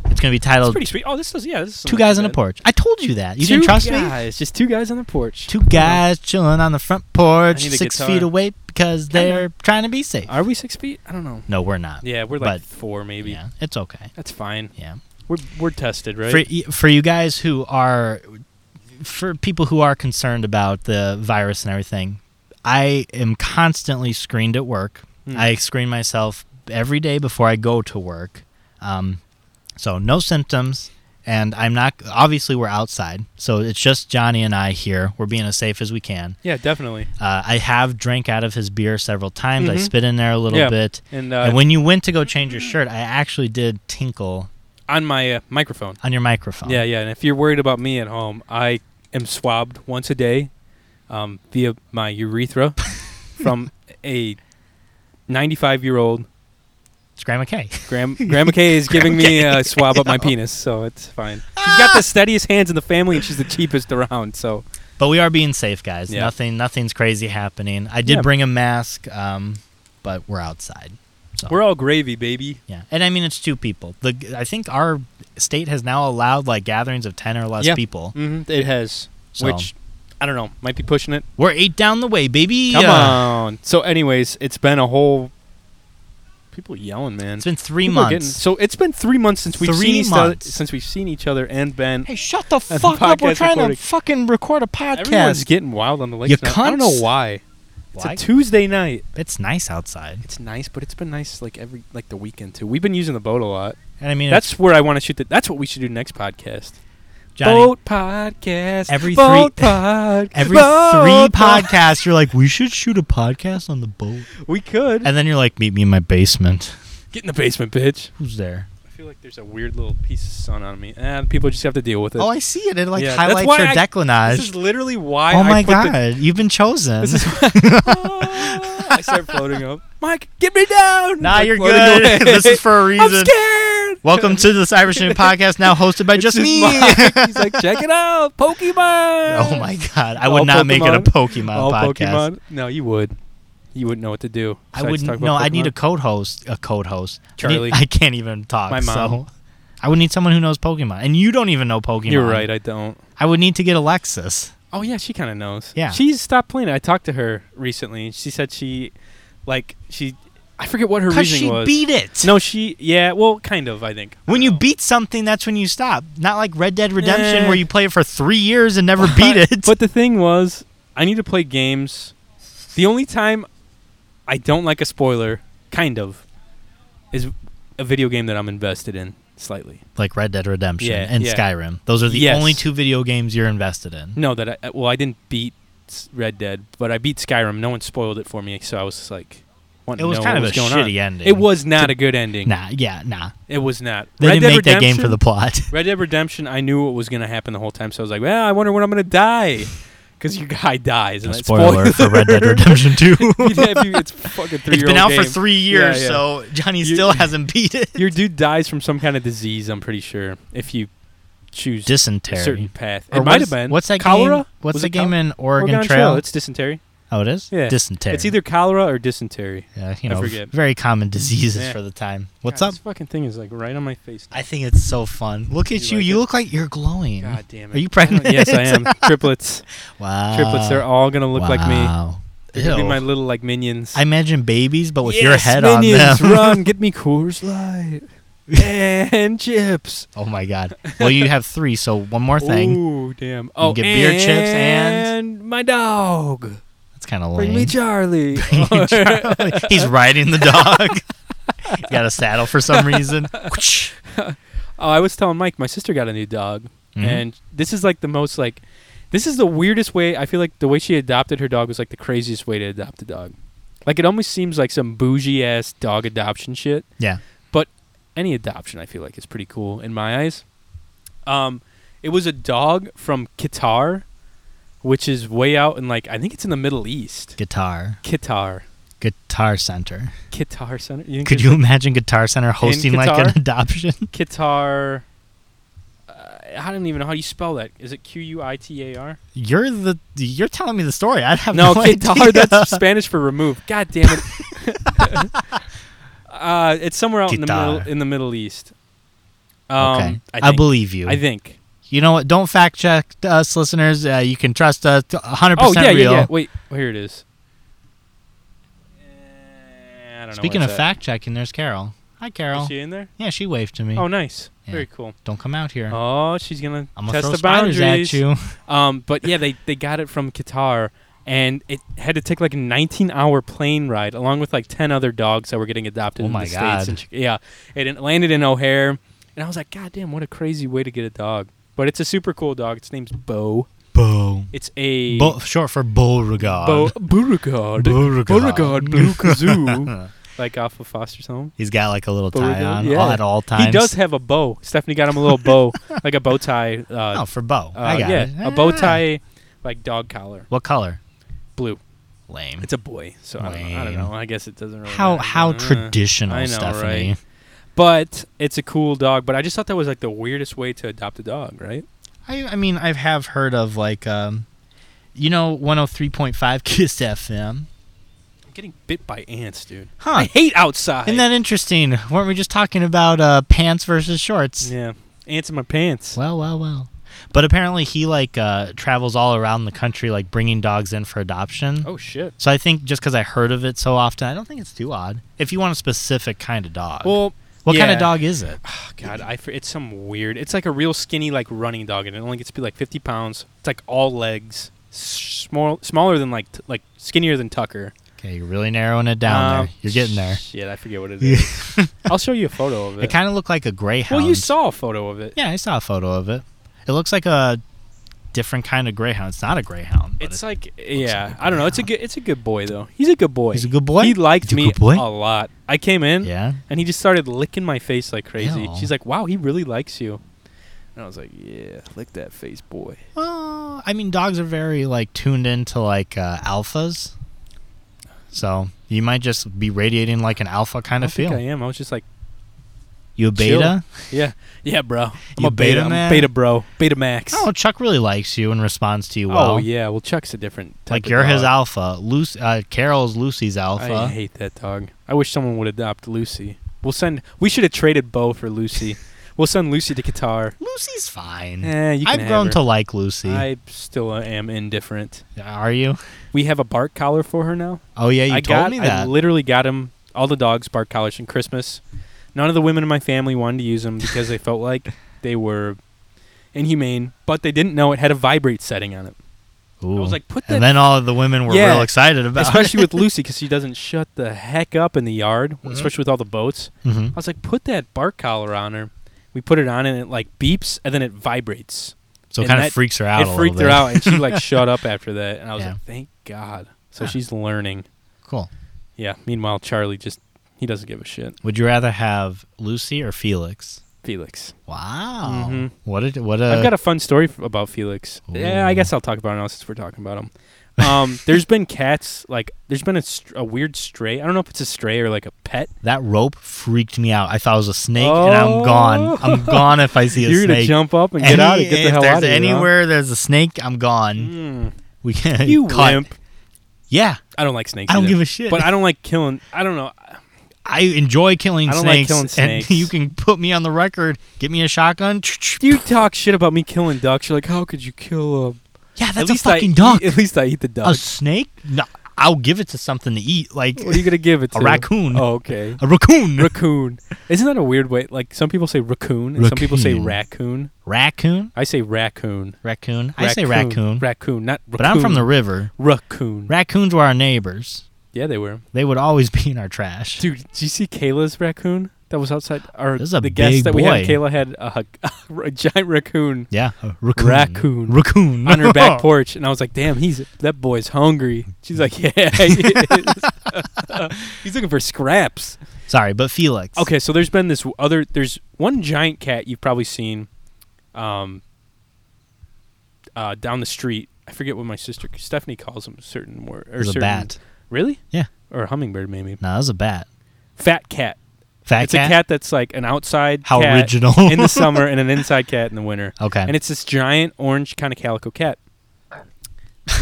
It's going to be
It's
titled
pretty sweet. Oh, this is yeah. This is
Two Guys on a Porch. I told you that. You
two
didn't trust me?
guys, Just two guys on the porch.
Two guys chilling on the front porch,
I need a
six
guitar.
feet away because they're trying to be safe.
Are we six feet? I don't know.
No, we're not.
Yeah, we're like
But-
four maybe.
Yeah, it's okay.
That's fine.
Yeah.
We're we're tested, right?
For y- for you guys who are for people who are concerned about the virus and everything, I am constantly screened at work.
Hmm.
I screen myself every day before I go to work. Um, so no symptoms, and I'm not. Obviously, we're outside, so it's just Johnny and I here. We're being as safe as we can.
yeah, definitely.
Uh, I have drank out of his beer several times. I
Mhm.
spit in there a little
Yeah.
bit.
And, uh,
and when you went to go change your shirt, I actually did tinkle
on my uh, microphone.
on your microphone.
Yeah, yeah. And if you're worried about me at home, I am swabbed once a day um, via my
(laughs)
urethra from a 95 year old.
It's Grandma Kay.
Gram- Grandma Kay is giving me a swab
(laughs)
up my penis, so it's fine. She's
Ah!
got the steadiest hands in the family, and she's the cheapest around. So
But we are being safe, guys.
Yeah.
Nothing, nothing's crazy happening. I did
Yeah.
bring a mask, um, but we're outside. So
we're all gravy, baby.
yeah, and I mean it's two people. The I think our state has now allowed like gatherings of ten or less
Yeah.
people.
hmm it has,
Mm-hmm. So
which I don't know, might be pushing it.
we're eight down the way, baby.
Come
Uh,
on. So, anyways, it's been a whole. People yelling, man.
it's been three
People are
months.
getting- so it's been three months since we've
Three
seen each other,
months.
since we've seen each other and been.
hey, shut the
the
fuck up! We're
podcast
trying
recording.
to fucking record a
Everyone's
podcast.
getting wild on the
You
lake. now. I don't
cunts.
know why. It's
Why?
a Tuesday night.
it's nice outside,
It's nice, but it's been nice like every like the weekend too. We've been using the boat a lot.
and I mean
That's where I want to shoot. The, that's what we should do next podcast.
it's, Johnny,
Boat podcast.
Every
boat
three-
pod.
every
(laughs)
three
boat pod-
podcasts, you're like, we should shoot a podcast on the boat,
We could
and then you're like, meet me in my basement.
get in the basement, bitch.
Who's there?
I feel like there's a weird little piece of sun on me, and people just have to deal with it.
Oh, I see it. It like
Yeah, that's
highlights
why
your
I-
declinage.
this is literally why.
oh
I
my
put the-
god, you've been chosen. (laughs)
This is (laughs) I start floating up. Mike, get me down.
nah,
Like,
you're
floating away.
good. (laughs) this is for a
I'm
reason.
scared.
Welcome to the Cyber
(laughs)
Shooting Podcast, now hosted by
It's
just,
(laughs)
me.
Mike. He's like, check it out, Pokemon.
(laughs) oh my god, I
All
would not make it a Pokemon
All
podcast.
Pokemon. No, you would. You wouldn't know what to do.
I
besides talk
wouldn't.
about
No, I need a
Pokemon.
code host. A code host. I need-
Charlie.
I, can't even talk.
My mom.
So I would need someone who knows Pokemon, and you don't even know Pokemon.
You're right. I don't.
I would need to get Alexis.
Oh yeah, she kind of knows.
Yeah.
she's stopped playing it. I talked to her recently, and she said she, like, she, I forget what her
Because
reasoning
she
was.
beat it.
no, she, yeah, well, kind of. I think Uh,
When
I
you
don't know.
beat something, that's when you stop. Not like Red Dead Redemption,
Eh.
where you play it for three years and never beat
(laughs)
it. (laughs)
But the thing was, I need to play games. The only time I don't like a spoiler, kind of, is a video game that I'm invested in slightly.
like Red Dead Redemption
Yeah,
and
yeah.
Skyrim. Those are the
Yes.
only two video games you're invested in.
No, that I well, I didn't beat S- Red Dead, but I beat Skyrim. No one spoiled it for me, so I was just like, wanting
It was
to know
kind
what
of
was
a
going
shitty
on.
ending.
It was not a good ending.
Nah, yeah, nah.
It was not.
They
Red
didn't
Dead
make that game for
Redemption- (laughs)
the plot.
Red Dead Redemption. I knew what was going to happen the whole time, so I was like, well, I wonder when I'm going to die, because your guy dies. And that's
spoiler for Red Dead Redemption 2.
Yeah, (laughs) if you- it's a fucking three
(laughs) it's been out for three years,
Yeah, yeah.
so Johnny
You-
still hasn't beat it.
Your dude dies from some kind of disease, I'm pretty sure, if you choose a
Dysentery.
certain path.
Or
it might
what's-
have been.
What's that
cholera?
game? What's
Was
the
it
game
col-
in Oregon, Trail?
It's dysentery.
oh, it is?
Yeah.
Dysentery.
It's either cholera or dysentery.
Yeah, you
I
know,
forget.
very common diseases
Yeah.
for the time. What's
God,
up?
This fucking thing is like right on my face.
I think it's so fun. Look at
You
you.
like
you
it?
look like you're glowing.
God damn it.
Are you pregnant?
yes, I
(laughs)
am. Triplets.
wow.
Triplets. They're all gonna look like me.
Wow.
They're gonna be
Uh, Ew.
my little like minions.
I imagine babies, but with
yes,
your head on
minions,
them.
run, get me Coors Light and chips.
(laughs) oh my god! Well, you have three, so one more thing.
Ooh, damn. Oh,
get beer chips and-
and my dog.
That's kind of
Bring me Oh.
lame. (laughs)
Charlie.
Charlie. He's riding the dog.
(laughs)
He's got a saddle for some reason. Mm-hmm. Whoosh.
Oh, I was telling Mike, my sister got a new dog,
Mhm.
and this is like the most like, this is the weirdest way. I feel like the way she adopted her dog was like the craziest way to adopt a dog. Like it almost seems like some bougie ass dog adoption shit.
Yeah.
But any adoption, I feel like, is pretty cool in my eyes. Um, it was a dog from Qatar, which is way out in like I think it's in the Middle East.
Guitar,
Qatar,
Guitar Center.
Qatar Center. You think
Could
there's
you imagine Guitar Center hosting like an
Qatar?
adoption? (laughs)
Qatar. Uh, I don't even know how you spell that. Is it Q U I T A R?
You're the you're telling me the story. I have
No,
no,
Qatar.
idea. (laughs)
That's Spanish for remove. God damn it. (laughs) uh, it's somewhere out in the
Qatar.
middle in the Middle East. Um,
okay.
I,
I,
think.
believe you.
I think.
you know what? Don't fact check us, listeners. Uh, you can trust us. t- 100%
Oh yeah,
real.
yeah, yeah. Wait, well, here it is. Eh, I don't know
Speaking
where
of
it's at.
fact checking, there's Carol. Hi, Carol.
is she in there?
yeah, she waved to me.
Oh, nice.
Yeah.
Very cool.
Don't come out here.
Oh, she's gonna
I'm gonna
test
throw
the
spiders
boundaries
at
(laughs)
you.
Um, but yeah, they they got it from Qatar, and it had to take like a 19-hour plane ride along with like 10 other dogs that were getting adopted
Oh
in
my
the
God.
states. And, Chi- yeah, it in- landed in O'Hare, and I was like, God damn, what a crazy way to get a dog! But it's a super cool dog. Its name's Bo.
Bo.
It's a
Bo. Short for Beauregard.
Bo Beauregard.
Beauregard.
Beauregard
(laughs)
Blue Kazoo, like off of Foster's Home.
He's got like a little tie
Beauregard,
on
yeah.
all- at all times.
He does have a bow. Stephanie got him a little
(laughs)
bow, like a bow tie. Uh,
Oh, for Bo.
uh,
I got
yeah,
it.
a bow
Ah.
tie, like dog collar,
What color?
blue.
Lame.
It's a boy, so I don't, know, I don't
Lame.
know. I guess it doesn't really
How
matter.
how
Uh,
traditional,
I know,
Stephanie.
right? But it's a cool dog. But I just thought that was like the weirdest way to adopt a dog, right?
I I mean I have heard of like um, you know 103.5 (laughs) Kiss FM.
I'm getting bit by ants, dude. I
Huh?
hate outside.
Isn't that interesting? Weren't we just talking about uh, pants versus shorts?
yeah, ants in my pants.
Well, well, well. But apparently he like uh, travels all around the country like bringing dogs in for adoption.
Oh shit.
So I think just because I heard of it so often, I don't think it's too odd. If you want a specific kind of dog,
Well,
what kind
yeah.
of dog is it? (sighs)
oh, God, I fr- it's some weird. It's like a real skinny like running dog, and it only gets to be like 50 pounds. It's like all legs, s- small, smaller than like t- like skinnier than Tucker.
Okay, you're really narrowing it down
Um,
there. You're getting there.
Shit, I forget what it
(laughs)
is. I'll show you a photo of it.
It kind of looked like a greyhound.
well, you saw a photo of it.
Yeah, I saw a photo of it. It looks like a different kind of greyhound. It's not a greyhound. But
It's
it's
like
like
yeah,
a
I don't know. It's a
greyhound.
good it's a good boy though. He's a good boy.
he's a good boy.
He liked
He's a
me
good boy?
a lot. I came in
yeah.
and he just started licking my face like crazy.
Ew.
She's like, "Wow, he really likes you." And I was like, "Yeah, lick that face, boy."
Well, I mean, dogs are very like tuned into like uh, alphas. So you might just be radiating like an alpha kind
I
of feel.
think I am. I was just like,
you a
Chill.
beta?
"Yeah, yeah, bro. I'm
You
a beta,
beta
I'm a
man?
beta bro, beta max."
Oh, Chuck really likes you and responds to you well.
Oh, yeah. Well, Chuck's a different. Type
Like
of
you're his
dog.
alpha. Lucy, uh, Carol's Lucy's alpha.
I hate that dog. I wish someone would adopt Lucy. We'll send. We should have traded Bo for
(laughs)
Lucy. we'll send Lucy to Qatar.
Lucy's fine.
Eh, you can
Mm. I've
have
grown
her.
to like Lucy.
I still uh, am indifferent.
Are you?
We have a bark collar for her now.
Oh yeah, you
I
told
got,
me
I
that.
literally got him all the dogs bark collars in Christmas. None of the women in my family wanted to use them because they felt
(laughs)
like they were inhumane, but they didn't know it had a vibrate setting on it.
Ooh.
I was like, put
and
that,
then all of the women were
Yeah.
real excited about
especially
(laughs)
with Lucy because she doesn't shut the heck up in the yard,
Mhm.
especially with all the boats.
it. hmm
I was like, put that bark collar on her. We put it on and it like beeps and then it vibrates.
So it
And
kind of
that-
freaks her out. a
it freaked
little
her
bit.
out and she
(laughs)
like shut up after that. And I was
Yeah.
like, thank God. So
Huh.
she's learning.
Cool.
Yeah. Meanwhile, Charlie just he doesn't give a shit.
Would you rather have Lucy or Felix?
Felix.
Wow.
Mhm.
What a what uh, a.
I've got a fun story f- about Felix. Yeah, I
Ooh.
guess I'll talk about it now since we're talking about him. Um,
(laughs)
there's been cats like there's been a, str- a weird stray. I don't know if it's a stray or like a pet.
that rope freaked me out. I thought it was a snake, and I'm gone. I'm gone if I see a
Oh. (laughs) You're gonna
snake.
jump up and get
Any-
out and get the
if
hell
there's
out of here. huh?
anywhere there's a snake, I'm gone.
Mm.
We can't. (laughs)
You
cut.
wimp.
Yeah,
I don't like snakes.
I don't
either.
give a shit.
but I don't like killing. I don't know.
I enjoy killing
I don't like
snakes.
killing snakes.
And (laughs) you can put me on the record. Get me a shotgun.
You talk shit about me killing ducks. You're like, how could you kill a?
Yeah,
at
that's a
least
fucking
I,
duck.
eat- at least I eat the duck.
A snake? No, I'll give it to something to eat, like
what are you gonna give it to?
(laughs) a raccoon.
Oh, (laughs) okay.
A raccoon.
raccoon. Isn't that a weird way? Like some people say raccoon, and some people say
Raccoon.
raccoon.
raccoon?
I say raccoon.
Raccoon? I say raccoon.
Raccoon, not raccoon.
but I'm from the river.
raccoon.
Raccoons were our neighbors.
yeah, they were.
They would always be in our trash.
Dude, did you see Kayla's raccoon that was outside? Or
This is a
the guest
big
that we had.
boy.
Kayla had a, (laughs) a giant raccoon
Yeah, a raccoon.
Raccoon.
Raccoon.
on her
(laughs)
back porch, and I was like, "Damn, he's that boy's hungry." She's like, "Yeah, (laughs) he is." he's looking for scraps."
Sorry, but Felix.
Okay, so there's been this other. There's one giant cat you've probably seen, um, uh, down the street. I forget what my sister Stephanie calls him. Certain word or
It was a
certain,
bat.
Really?
Yeah.
Or a hummingbird, maybe.
No, it was a bat.
Fat cat.
Fat
it's a cat that's like an outside
How
cat
original.
(laughs) in
(laughs)
the summer and an inside cat in the winter.
okay.
And it's this giant orange kind of calico cat.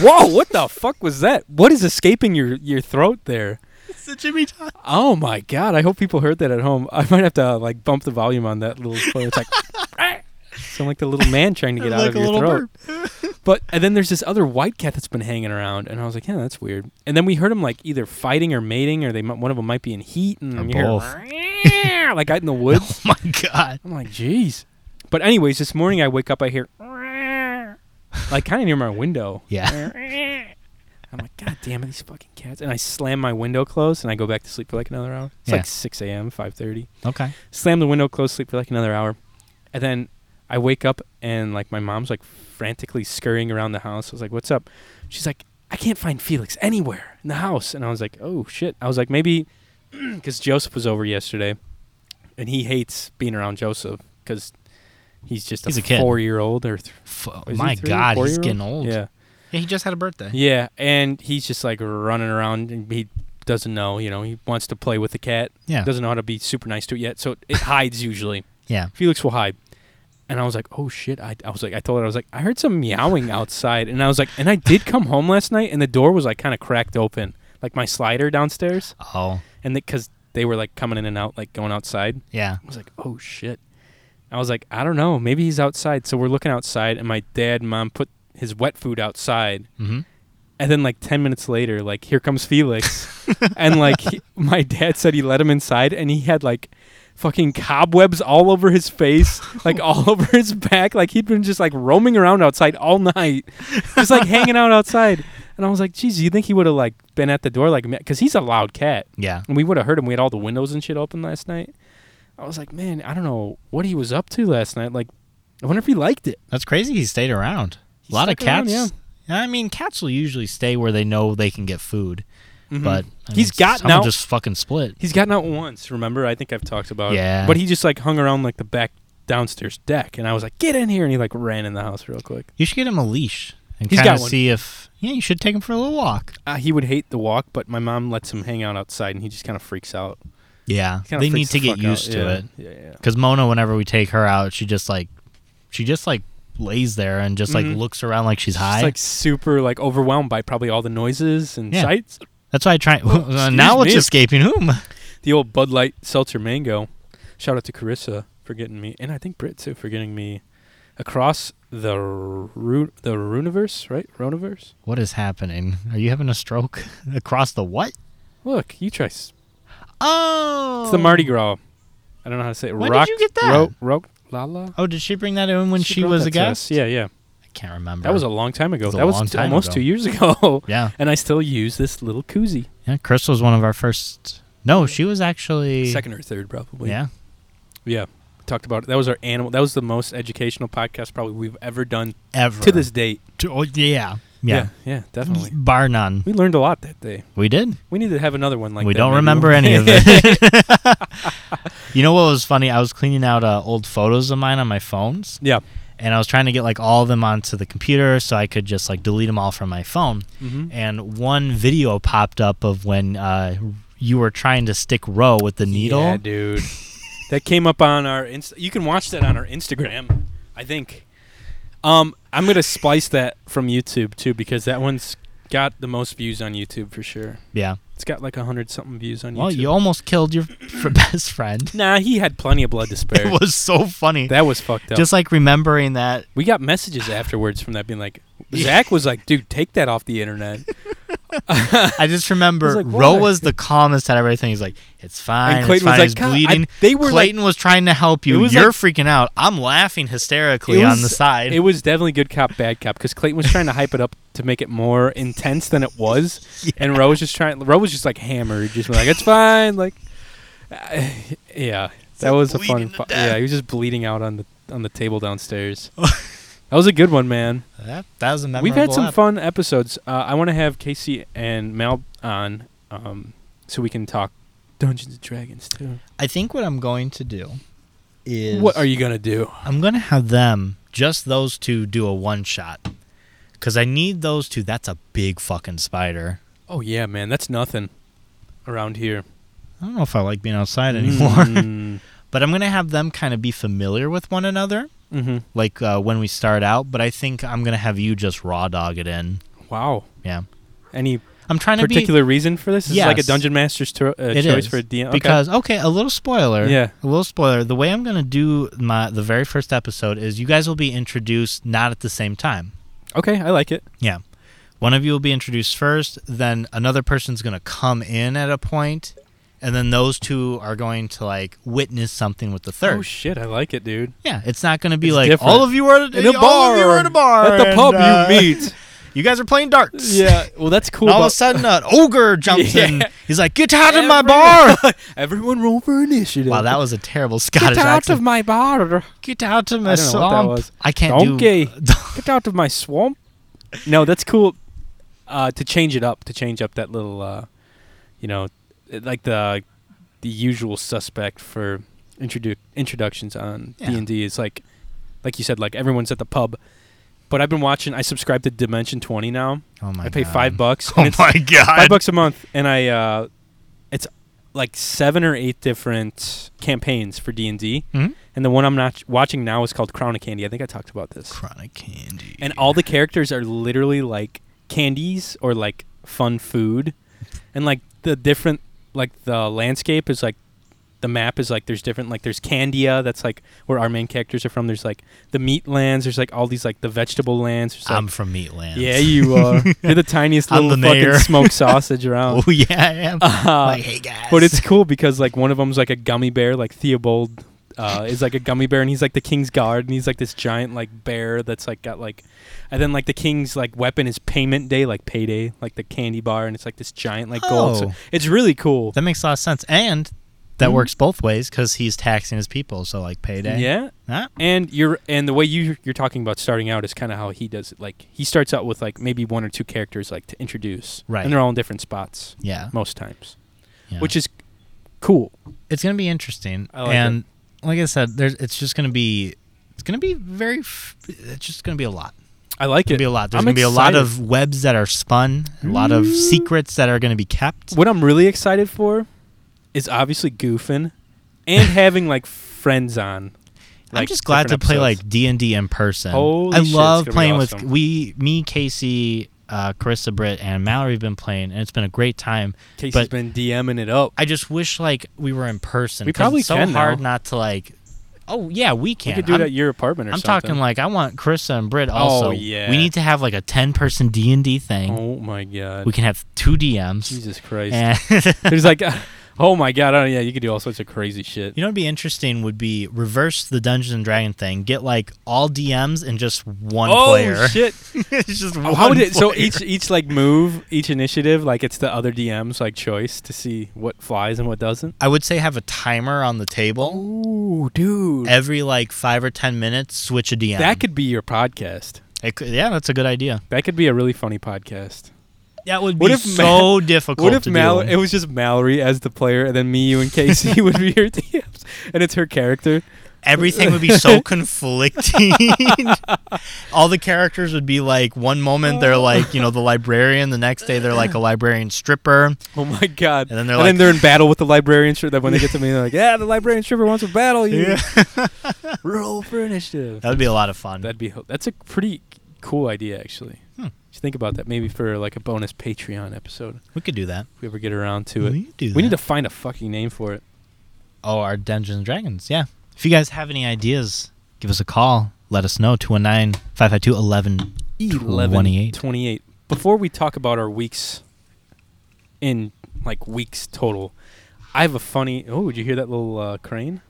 Whoa, what the fuck was that? What is escaping your, your throat there?
It's the Jimmy John.
Oh my god! I hope people heard that at home. I might have to uh, like bump the volume on that little. Spoiler. It's like (laughs) "Ah!" sound like the little man trying to get out
like
of
a
your
little
throat.
burp.
But and then there's this other white cat that's been hanging around, and I was like, yeah, that's weird. And then we heard him like either fighting or mating, or they might, one of them might be in heat, and
Or
you hear, (laughs) like out in the woods.
(laughs) Oh my god.
I'm like, jeez. But anyways, this morning I wake up, I (laughs) hear like kind of near my (laughs) window.
Yeah.
I'm like, God damn it, these fucking cats! And I slam my window closed, and I go back to sleep for like another hour. It's
Yeah.
like 6 a.m., 5:30.
Okay.
Slam the window closed, sleep for like another hour, and then I wake up and like my mom's like frantically scurrying around the house. I was like, "What's up?" She's like, "I can't find Felix anywhere in the house," and I was like, "Oh shit!" I was like, maybe (clears throat) because Joseph was over yesterday, and he hates being around Joseph because he's just
He's
a,
a kid.
four-year-old or th-
F- oh
is he
my
three,
god, he's
four-year-old?
getting old.
yeah.
Yeah, he just had a birthday.
Yeah, and he's just like running around and he doesn't know, you know, he wants to play with the cat.
Yeah.
Doesn't know how to be super nice to it yet, so it (laughs) hides usually.
Yeah.
Felix will hide. And I was like, "Oh shit." I, I was like I told her I was like, "I heard some meowing outside." And I was like, "And I did come home last night and the door was like kind of cracked open, like my slider downstairs."
Oh,
And the, cuz they were like coming in and out like going outside.
yeah.
I was like, "Oh shit." I was like, "I don't know, maybe he's outside." So we're looking outside and my dad and mom put his wet food outside
Mm-hmm.
and then like 10 minutes later, like here comes Felix. and like he- my dad said he let him inside and he had like fucking cobwebs all over his face, like all (laughs) over his back. Like he'd been just like roaming around outside all night. Just like hanging out outside. And I was like, "Geez, you think he would have like been at the door like cuz he's a loud cat."
Yeah.
And we would have heard him. We had all the windows and shit open last night. I was like, "Man, I don't know what he was up to last night. Like I wonder if he liked it."
That's crazy. He stayed around.
He
a lot of
stuck around,
cats. I mean, cats will usually stay where they know they can get food, but I
Mm-hmm. He's
mean,
gotten
some will
out-
Just fucking split.
He's gotten out once, remember? I think I've talked about it.
Yeah.
But he just like hung around like the back downstairs deck and I was like, Get in here and he like ran in the house real quick.
You should get him a leash and
He's
kind of
got one.
see if. Yeah, you should take him for a little walk.
Uh, he would hate the walk, but my mom lets him hang out outside and he just kinda freaks out.
Yeah,
Kinda
they
freaks the
need to get
fuck out.
used to
Yeah.
it.
Yeah, yeah.
Because Mona, whenever we take her out, she just like, she just like lays there and just like
Mhm.
looks around like she's high.
She's like super like overwhelmed by probably all the noises and
Yeah.
sights.
That's why I try.
"Oh,
(laughs)
excuse
now it's
me.
escaping whom?
The old Bud Light Seltzer Mango. Shout out to Carissa for getting me and I think Britt too for getting me across the ru- the Runiverse, right? Runiverse?
What is happening? Are you having a stroke (laughs) across the what?
Look, you try s-
Oh,
It's the Mardi Gras. I don't know how to say it.
When did
Rock,
you get that?
Ro- ro- la la.
Oh, did she bring that in when she, was a guest?
Yeah, yeah.
I can't remember.
That was a long time ago.
was a
that was
long
t-
time
almost
ago.
two years ago. (laughs)
yeah.
and I still use this little koozie.
Yeah, Chris was one of our first. No, she was actually
Second or third, probably.
Yeah,
Yeah. We talked about it. That was our animal. That was the most educational podcast probably we've ever done
ever
to this date.
To- oh, yeah. yeah,
Yeah, yeah, definitely.
bar none.
We learned a lot that day.
We did.
We need to have another one like
we
that.
don't
maybe.
remember any of it. (laughs) you know what was funny? I was cleaning out uh, old photos of mine on my phones,
(laughs) yeah.
and I was trying to get like all of them onto the computer so I could just like delete them all from my phone.
Mm-hmm.
And one video popped up of when uh, you were trying to stick row with the needle.
Yeah,
(laughs)
dude. that came up on our Inst- you can watch that on our Instagram, I think. Um I'm going to splice that from YouTube too because that one's got the most views on YouTube for sure.
Yeah.
It's got like a 100 something views on
Well,
YouTube.
you almost killed your (laughs) f- best friend. (laughs)
nah, he had plenty of blood to spare.
It was so funny.
that was fucked up.
Just like remembering that.
we got
(sighs)
messages afterwards from that being like Zach was like, "Dude, take that off the internet."
I
(laughs)
just remember
like,
Roe
why?
was the calmest at everything. He's like, it's fine.
and Clayton
it's fine.
was
he's
like, "God, I-
bleeding.
they were like,
Clayton was trying to help
It
you.
was
You're
like-
freaking out. I'm laughing hysterically
It
on
was-
the side.
It was definitely good cop, bad cop because Clayton was trying to hype it up to make it more intense than it
(laughs)
was, and Roe was just trying. Roe was just like hammered, just like it's fine. Like, (sighs) uh, yeah, that
like
was a fun.
bleeding to
Fu-
death.
yeah, he was just bleeding out on the on the table
(laughs)
downstairs. that was a good one, man.
that, that was a memorable.
We've had some
ep-
fun episodes. Uh, I want to have Casey and Mel on um, so we can talk Dungeons and Dragons too.
I think what I'm going to do is
What are you gonna do?
I'm going to have them, just those two, do a one shot. Because I need those two. That's a big fucking spider.
Oh yeah, man, that's nothing around here Mm-hmm.
I don't know if I like being outside
Mm.
anymore. but I'm going to have them kind of be familiar with one another,
mm-hmm.
like uh, when we start out. But I think I'm going to have you just raw dog it in.
Wow.
Yeah.
Any
I'm trying to
particular reason for this? Is this like a
Yes.
dungeon master's to- uh,
be. It
choice
is.
for a DM. Okay.
because okay, a little spoiler.
Yeah.
a little spoiler. The way I'm gonna do my the very first episode is you guys will be introduced not at the same time.
okay, I like it.
Yeah. One of you will be introduced first, then another person's going to come in at a point, and then those two are going to like witness something with the third.
Oh shit, I like it, dude.
yeah, it's not going to be
It's
like
different.
all of you are at
In a
All of you are
bar,
at a bar
At the
and,
pub,
uh,
you
(laughs)
meet.
You guys are playing darts.
yeah. Well, that's cool.
And all of a
but-
sudden, an ogre jumps
(laughs)
in.
Yeah.
He's like, "Get out of my
Everyone- (laughs)
bar!"
Everyone roll for initiative.
wow, that was a terrible
Get
Scottish
out
accent.
of my bar.
Get out of my
I don't know what that
swamp.
was.
I can't do.
Donkey. Get out of my swamp. No, that's cool. Uh, to change it up, to change up that little, uh, you know, it- like the the usual suspect for introdu- introductions on
Yeah.
D and D is like, like you said, like everyone's at the pub. But I've been watching. I subscribe to Dimension Twenty now.
(laughs) oh my
I pay
God.
five bucks. and
(laughs) Oh
it's
my god!
five bucks a month, and I, uh, it's like seven or eight different campaigns for D and D.
Mhm.
And the one I'm not watching now is called Crown of Candy. I think I talked about this.
Chronic candy.
And all the characters are literally like candies or like fun food, and like the different like the landscape is like the map is like there's different like there's Candia that's like where our main characters are from. There's like the meat lands. There's like all these like the vegetable lands. There's, like,
I'm from Meatland.
yeah, you
(laughs)
are. You're the tiniest
I'm
little
the
fucking
mayor. (laughs)
smoked sausage around.
Oh yeah, I am.
Uh,
like, hey guys. (laughs)
but it's cool because like one of them's like a gummy bear, like Theobald uh, is like a gummy bear, and he's like the king's guard, and he's like this giant like bear that's like got like, and then like the king's like weapon is payment day, like payday, like the candy bar, and it's like this giant like gold. So
Oh.
it's really cool.
that makes a lot of sense, and that
Mhm.
works both ways because he's taxing his people. So like payday.
Yeah,
Huh?
and you're and the way you you're talking about starting out is kind of how he does it. Like he starts out with like maybe one or two characters like to introduce,
Right.
And they're all in different spots
Yeah.
most times,
yeah.
which is cool.
it's gonna be interesting.
I like
and like I said, there's it's just gonna be it's gonna be very f- it's just gonna be a lot.
I like
It's gonna
it.
be a lot. There's
I'm
gonna be a lot
excited. Mm.
of webs that are spun, a lot of secrets that are gonna be kept.
What I'm really excited for is obviously goofing
(laughs)
and having like friends on.
I'm
like,
just glad to
different
play
episodes.
like D and D in person.
Holy
I
shit, it's
love
gonna be
playing with
awesome.
we, me, Casey, uh, Carissa, Britt, and Mallory have been playing, and it's been a great time.
Casey's
but-
been DMing it up.
I just wish like we were in person.
We
'cause
probably
it's so
can now.
hard not to like. Oh yeah, we can.
You could do
I'm,
it at your apartment or
I'm
something. Oh,
talking like I want Carissa and Britt also.
yeah.
We need to have like a ten person D and D thing.
oh my god,
We can have two DMs.
Jesus Christ!
And
There's like, (laughs) oh my god, oh yeah, you could do all sorts of crazy shit.
(laughs) you know, what'd be interesting would be reverse the Dungeons and Dragon thing. Get like all DMs and just one
oh
player.
shit!
(laughs) it's just
Oh,
one
How would it? So
player.
each each like move, each initiative, like it's the other DM's like choice to see what flies and what doesn't.
I would say have a timer on the table. Oh,
Ooh, dude,
Every like five or ten minutes, switch a DM.
Oh. that could be your podcast.
It could- yeah, that's a good idea.
That could be a really funny podcast.
That would
(laughs)
be
What if Ma-
so difficult.
What if
to
Mal-
do.
it was just Mallory as the player, and then me, you, and Casey (laughs) would be your DMs, and it's her character.
everything would be
(laughs)
so conflicting. All the characters would be like one moment
Oh.
they're like, you know, the librarian, the next day they're like a librarian stripper.
Oh my god!
And then they're
and
like-
then they're in battle with the librarian stripper. Then when they get to me, (laughs) they're like, "Yeah, the librarian stripper wants to battle you. (laughs) Roll for initiative."
That would be a lot of fun.
That'd be that's a pretty cool idea, actually.
Hmm.
Just think about that, maybe for like a bonus Patreon episode,
we could do that.
if we ever get around to it.
We could do
We need
that.
to find a fucking name for it.
Oh, our Dungeons and Dragons. Yeah. If you guys have any ideas, give us a call. Let us know 219 552 11. 28.
28. Before we talk about our weeks in like weeks total, I have a funny. Oh, did you hear that little uh, crane?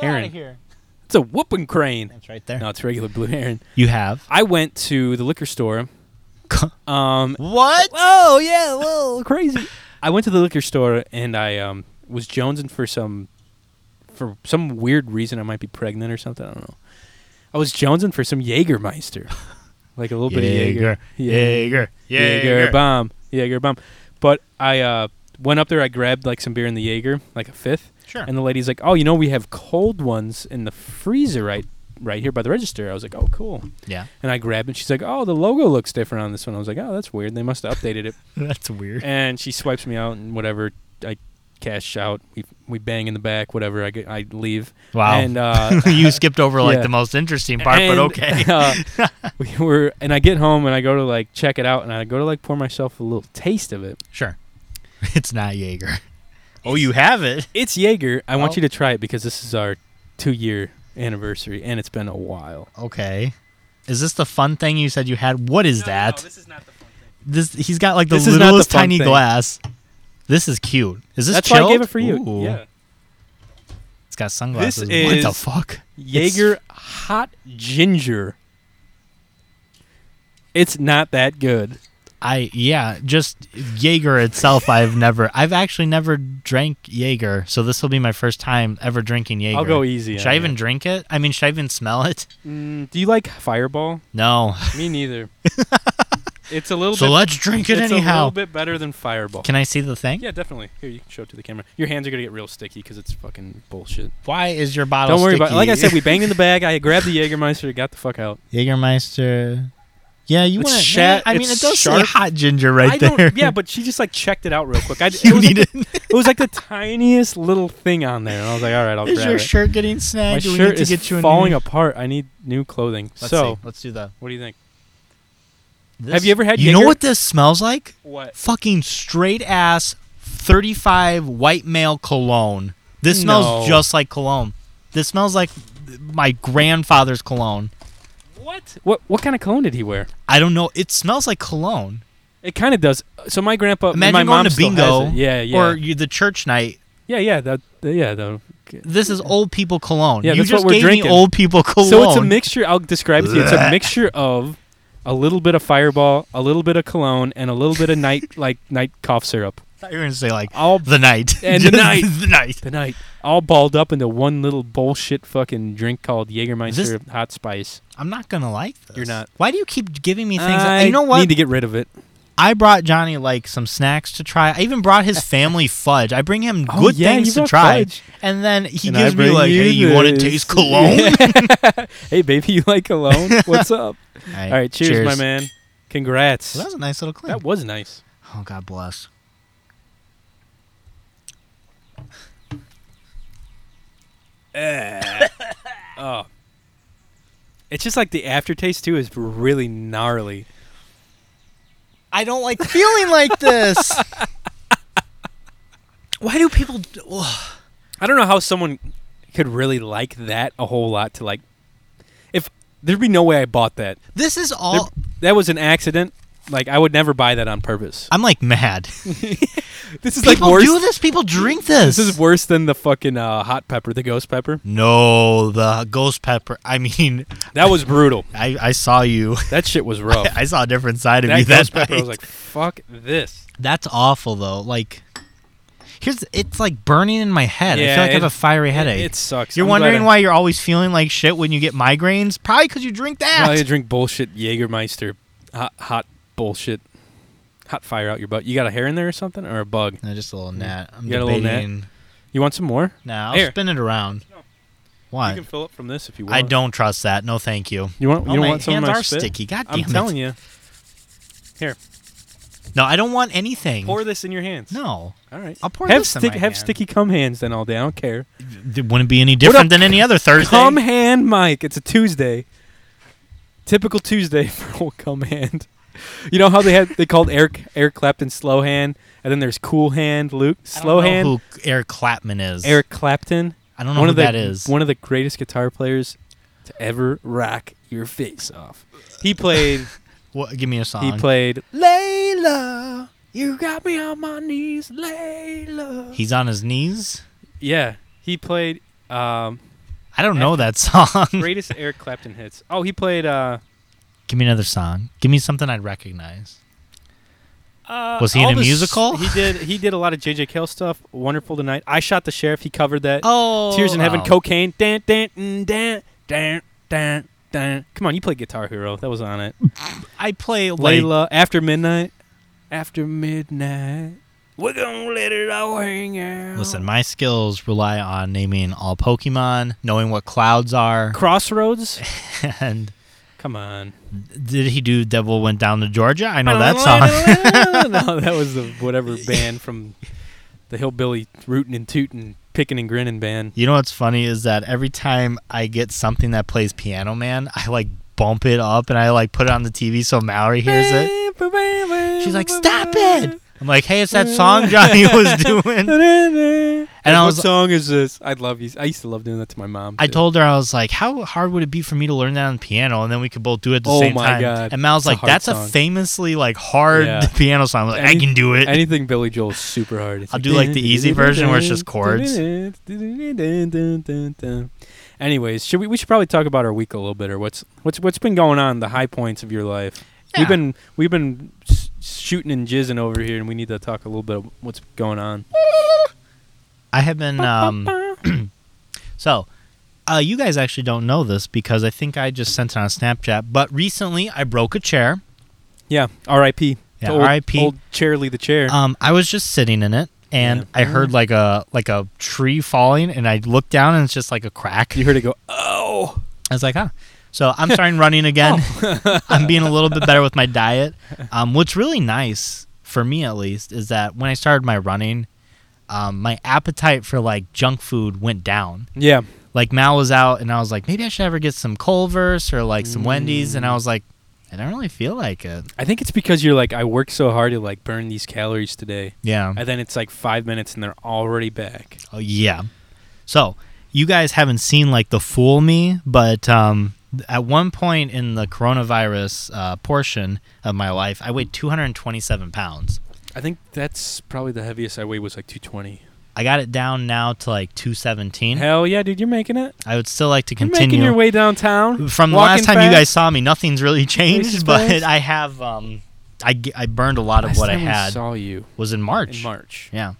Aaron.
here.
It's a whooping crane.
That's right there.
No, it's regular blue heron.
You have. (laughs)
I went to the liquor store. Um, (laughs)
what?
oh yeah, well crazy. I went to the liquor store and I um, was jonesing for some for some weird reason. I might be pregnant or something. I don't know. I was jonesing for some Jägermeister, (laughs) like a little bit of Jaeger.
Jaeger. Jaeger.
Jaeger bomb. Jaeger bomb. But I uh, went up there. I grabbed like some beer in the Jaeger, like a fifth.
Sure.
And the lady's like, "Oh, you know, we have cold ones in the freezer right, right here by the register." I was like, "Oh, cool."
yeah.
And I grabbed it. She's like, "Oh, the logo looks different on
(laughs)
this one." I was like, "Oh, that's weird. They must have updated it."
That's weird.
and she swipes me out and whatever. I cash out. We we bang in the back, whatever. I get, I leave.
Wow.
And uh,
(laughs) you skipped over like
Yeah.
the most interesting part,
and,
but okay.
(laughs)
(laughs)
uh, we were and I get home and I go to like check it out and I go to like pour myself a little taste of it.
Sure. It's not Jaeger. Oh, you have it?
It's Jaeger. I want
Oh.
you to try it because this is our two year anniversary and it's been a while.
Okay. Is this the fun thing you said you had? What is that?
this is not the fun thing.
this, he's got like the
This is not the
littlest
fun
tiny
thing.
glass. This is cute. Is this
That's
chilled?
why I gave it for you.
Ooh.
Yeah.
It's got sunglasses.
This
what the
is-
fuck?
Jaeger hot ginger. It's not that good.
I yeah, just Jaeger itself. I've never, I've actually never drank Jaeger, so this will be my first time ever drinking Jaeger.
I'll go easy.
Should I even drink it? I mean, should I even smell it? Mm.
do you like
(laughs)
Fireball?
No.
Me
(laughs)
neither. it's a little
So
bit.
let's drink it
it's a
anyhow.
little bit better than Fireball.
Can I see the thing?
yeah, definitely. Here, you can show it to the camera. Your hands are gonna get real sticky because it's fucking bullshit.
Why is your bottle?
Don't worry about. it.
sticky?
Like I
(laughs)
said, we banged in the bag. I grabbed the Jägermeister, got the fuck out.
Jägermeister. Yeah, you
It's
want?
shat-
I mean,
it's
it does say
sharp.
hot ginger right
I
(laughs) there.
don't. Yeah, but she just like checked it out real
(laughs)
quick. I, it,
you
was
need
like,
it.
it was like the tiniest little thing on there, and I was like, all right, I'll
Is
grab
your
it.
shirt getting
My
snagged? Do we
shirt
need to
is
get you a
falling
new-
apart. I need new clothing.
Let's
so,
see. let's do the.
what do you think?
this.
Have you ever had
You know
Jaeger?
what this smells like?
What?
Fucking straight ass, thirty-five white male cologne. This smells
No.
just like cologne. This smells like my grandfather's cologne.
What? What? What kind of cologne did he wear?
I don't know. It smells like cologne.
It kind of does. So my grandpa,
Imagine
my
going
mom
to
still
bingo
has it. Yeah, yeah,
Or you, the church night.
yeah, yeah. That, yeah, though.
This is old people cologne.
Yeah,
you
that's what
just
we're
gave
drinking.
me old people cologne.
So it's a mixture. I'll describe it to you. It's a mixture of a little bit of Fireball, a little bit of cologne, and a little bit of night like night cough syrup.
I thought you were gonna say like
All
the night
And the
(laughs) Just
night.
the night.
the night, all balled up into one little bullshit fucking drink called Jägermeister Hot Spice.
I'm not gonna like this.
You're not.
Why do you keep giving me things?
I
you know what?
Need to get rid of it.
I brought Johnny like some snacks to try. I even brought his family fudge. I bring him
Oh,
good
yeah, you
things to
brought
try,
fudge.
and then he
And I
gives me
bring
like,
you
"Hey, you want to
this." (laughs)
taste cologne?" (laughs)
hey, baby, you like cologne? What's up?
All
All right, cheers, my man. Congrats.
Well, that was a nice little clip.
that was nice.
oh, God bless.
Oh. It's just like the aftertaste too is really gnarly.
I don't like feeling
(laughs)
like this. Why do people? Ugh.
I don't know how someone could really like that a whole lot to like if there'd be no way I bought that.
This is
There-
all.
that was an accident. Like I would never buy that on purpose.
I'm like mad.
(laughs) This is like
people
worse.
do this. People drink this.
This is worse than the fucking uh, hot pepper, the ghost pepper.
no, the ghost pepper. I mean,
That was brutal.
I, I saw you. (laughs)
That shit was rough.
I saw a different side of
that
you.
ghost
that
pepper I
night.
was like, fuck this.
That's awful though. Like here's it's like burning in my head. I
Yeah,
feel like I have
it-
a fiery headache.
It sucks.
you're
I'm glad
wondering
I-
why you're always feeling like shit when you get migraines? Probably cuz you drink that.
Well, you drink bullshit Jägermeister, hot, hot bullshit, hot fire out your butt. You got a hair in there or something, or a bug?
(laughs) No, just a little gnat. I'm
You got a little gnat? You want some more?
Now I'll
Here.
spin it around.
No. You
Why?
can fill up from this if you want.
I don't trust that. No, thank you.
You want? You
oh,
don't
my
want some
hands
of my
are
spit?
sticky. God
I'm
damn
telling
it.
you. Here,
No, I don't want anything.
pour this in your hands.
no.
All right.
I'll pour
have
this in
stick-
my
have
hand.
sticky cum hands then all day. I don't care.
It wouldn't be any different than any other Thursday.
Cum hand, Mike. It's a Tuesday. Typical Tuesday (laughs) for old cum hand. You know how they had they called Eric Eric Clapton slow hand, and then there's cool hand Luke
I don't
slow
know
hand
who Eric Clapman is.
Eric Clapton.
I don't know who
of the,
that is.
One of the greatest guitar players to ever rock your face off. He played.
What, give me a song.
he played. Layla, you got me on my knees, Layla.
He's on his knees.
yeah, he played.
(laughs)
Um,
I don't know that (laughs) song.
greatest Eric Clapton hits. Oh, he played. Uh,
Give me another song. Give me something I'd recognize.
uh,
Was he in
all
a
the s-
musical?
He did. He did a lot of JJ Cale stuff. Wonderful tonight. I shot the sheriff. He covered that.
Oh,
Tears in Heaven, Cocaine. Dan, dan, mm, dan, dan, dan, dan. Come on, you played Guitar Hero. That was on it.
I play like,
Layla, After Midnight. After Midnight. We're going to let it all hang out.
Listen, my skills rely on naming all Pokemon, knowing what clouds are, (laughs)
Crossroads?
and
Come on.
did he do
(laughs)
"Devil Went Down to Georgia"? I know that song. (laughs)
no, that was the whatever band from the hillbilly rootin' and tootin', pickin' and grinnin' band.
You know what's funny is that every time I get something that plays Piano Man, I like bump it up and I like put it on the TV so Mallory hears it. She's like, "Stop it!" I'm like, "Hey, it's that song
(laughs)
Johnny was doing."
And
I
I
was-
what song is this? I love you. I used to love doing that to my mom.
I
too.
told her I was like, "How hard would it be for me to learn that on piano, and then we could both do it at the
Oh
same
my
time?"
God.
And Mal's
It's a
like,
hard
"That's a
song.
famously like hard
Yeah.
(laughs) piano song." I'm like, "I
Any-
can do it."
Anything Billy Joel is super hard. It's
I'll do, like, the easy version where it's just chords.
(laughs) Anyways, should we? We should probably talk about our week a little bit, or what's what's what's been going on, the high points of your life.
Yeah.
We've been we've been s- shooting and jizzing over here, and we need to talk a little bit of what's going on.
I have been. Um, so, uh, you guys actually don't know this because I think I just sent it on Snapchat. But recently, I broke a chair.
Yeah, R.I.P.
Yeah,
To old-
R.I.P..
Old Charlie the chair.
Um, I was just sitting in it, and
Yeah.
I heard like a like a tree falling, and I looked down, and it's just like a crack.
you heard it go. Oh,
I was like, huh. So I'm
(laughs)
starting running again. (laughs) I'm being a little bit better with my diet. Um, what's really nice for me, at least, is that when I started my running, um, my appetite for like junk food went down.
yeah.
Like Mal was out, and I was like, maybe I should ever get some Culver's or like some Wendy's,
Mm.
and I was like, I don't really feel like it.
I think it's because you're like I worked so hard to like burn these calories today,
Yeah.
and then it's like five minutes and they're already back.
Oh yeah. So you guys haven't seen like the fool me, but um, at one point in the coronavirus uh, portion of my life, I weighed 227 pounds.
I think that's probably the heaviest I weighed was like 220.
I got it down now to like 217.
Mm-hmm. Hell yeah, dude, you're making it.
I would still like to
You're making your
continue.
way downtown.
From the
walking
last time you
fast.
guys saw me, nothing's really
Faces
changed, but
fast.
I have um, I, g- I burned a lot of
Last
what I
time we
had
saw you
was in March.
in March.
Yeah.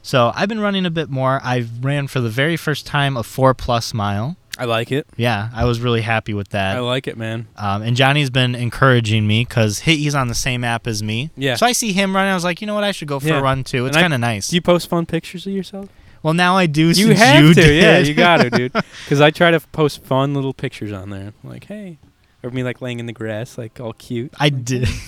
So I've been running a bit more. I ran for the very first time a four plus mile.
I like it.
Yeah, I was really happy with that.
I like it, man.
Um, and Johnny's been encouraging me because he's on the same app as me.
Yeah.
So I see him running. I was like, you know what? I should go for
Yeah.
a run too. It's
And I-
kind of nice.
Do you post fun pictures of yourself?
well, now I do.
You
since
have
you
to,
Did.
yeah, you got to, dude. (laughs) Because I try to f- post fun little pictures on there, like hey, or me like laying in the grass, like all cute.
(laughs) I did.
(laughs)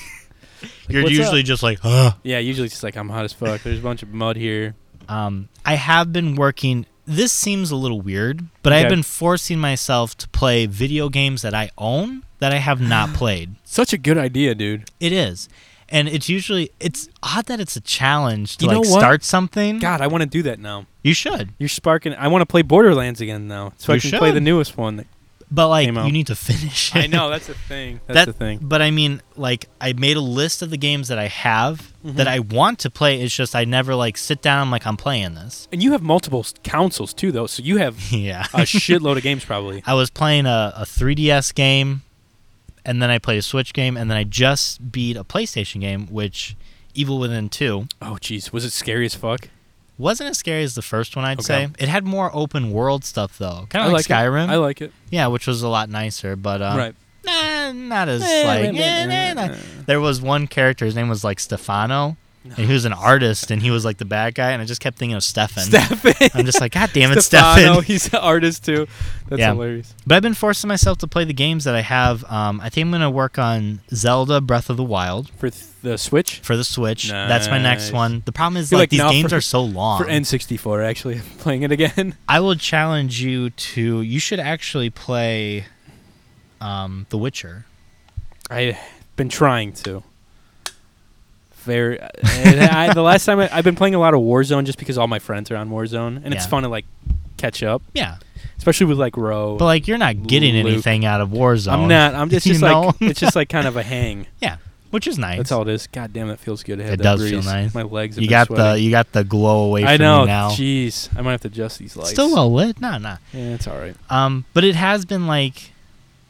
You're
what's
usually just like, huh.
Yeah, usually it's just like I'm hot as fuck. There's a bunch of mud here.
Um, I have been working. This seems a little weird, but I've
Okay.
been forcing myself to play video games that I own that I
(gasps)
have not played.
Such a good idea, dude.
It is, and it's usually it's odd that it's a challenge to
You know
like
what?
start something.
God, I want to do that now.
You should,
You're sparking. I want to play Borderlands again now, so I
You
can play
should.
the newest one.
but like
Came out.
you need to finish.
I
it.
know that's a thing. That's
That-
the thing.
But I mean, like, I made a list of the games that I have
Mm-hmm.
that I want to play. It's just I never like sit down like I'm playing this. (laughs)
And you have multiple s- consoles too, though, so you have
Yeah, (laughs)
a shitload of games probably.
I was playing a, a 3DS game, and then I played a Switch game, and then I just beat a PlayStation game, which Evil Within Two
Oh, jeez, was it scary as fuck?
wasn't as scary as the first one. I'd
Okay.
say it had more open world stuff though, kind
I
of
like
like,
it.
Skyrim.
I like it.
yeah, which was a lot nicer, but uh,
right.
nah, not
(laughs)
as like. eh, nah, nah. There was one character. His name was like Stefano, and he was an artist, and he was like the bad guy. And I just kept thinking of Stefan.
Stefan. (laughs)
I'm just like, God damn it,
Stefano, (laughs)
Stefan.
he's an artist too. That's
Yeah.
hilarious.
But I've been forcing myself to play the games that I have. Um, I think I'm gonna work on Zelda Breath of the Wild
For th- the Switch,
for the Switch. That's my next
Nice.
one. The problem is
You're
like,
like,
these
"Nah,
games
for-
are so long.
for N64, actually, I'm playing it again.
I will challenge you to. You should actually play, um, The Witcher.
I've been trying to. Very. and I, the last time I, I've been playing a lot of Warzone just because all my friends are on Warzone, and it's
Yeah.
fun to like catch up,
Yeah,
especially with like Row.
but like you're not getting
Luke.
anything out of Warzone.
I'm not. I'm just,
(laughs) You
just
know?
like it's just like kind
(laughs)
of a hang.
which is nice.
That's all it is. God damn, that feels good. I had
It
that
does feel
breeze.
nice.
My legs. Have
You
been
got the E
sweating.
you got the glow away from
I know.
you now.
Jeez, I might have to adjust these lights.
Still well lit. Nah, nah.
Yeah, it's all right.
Um, but it has been like,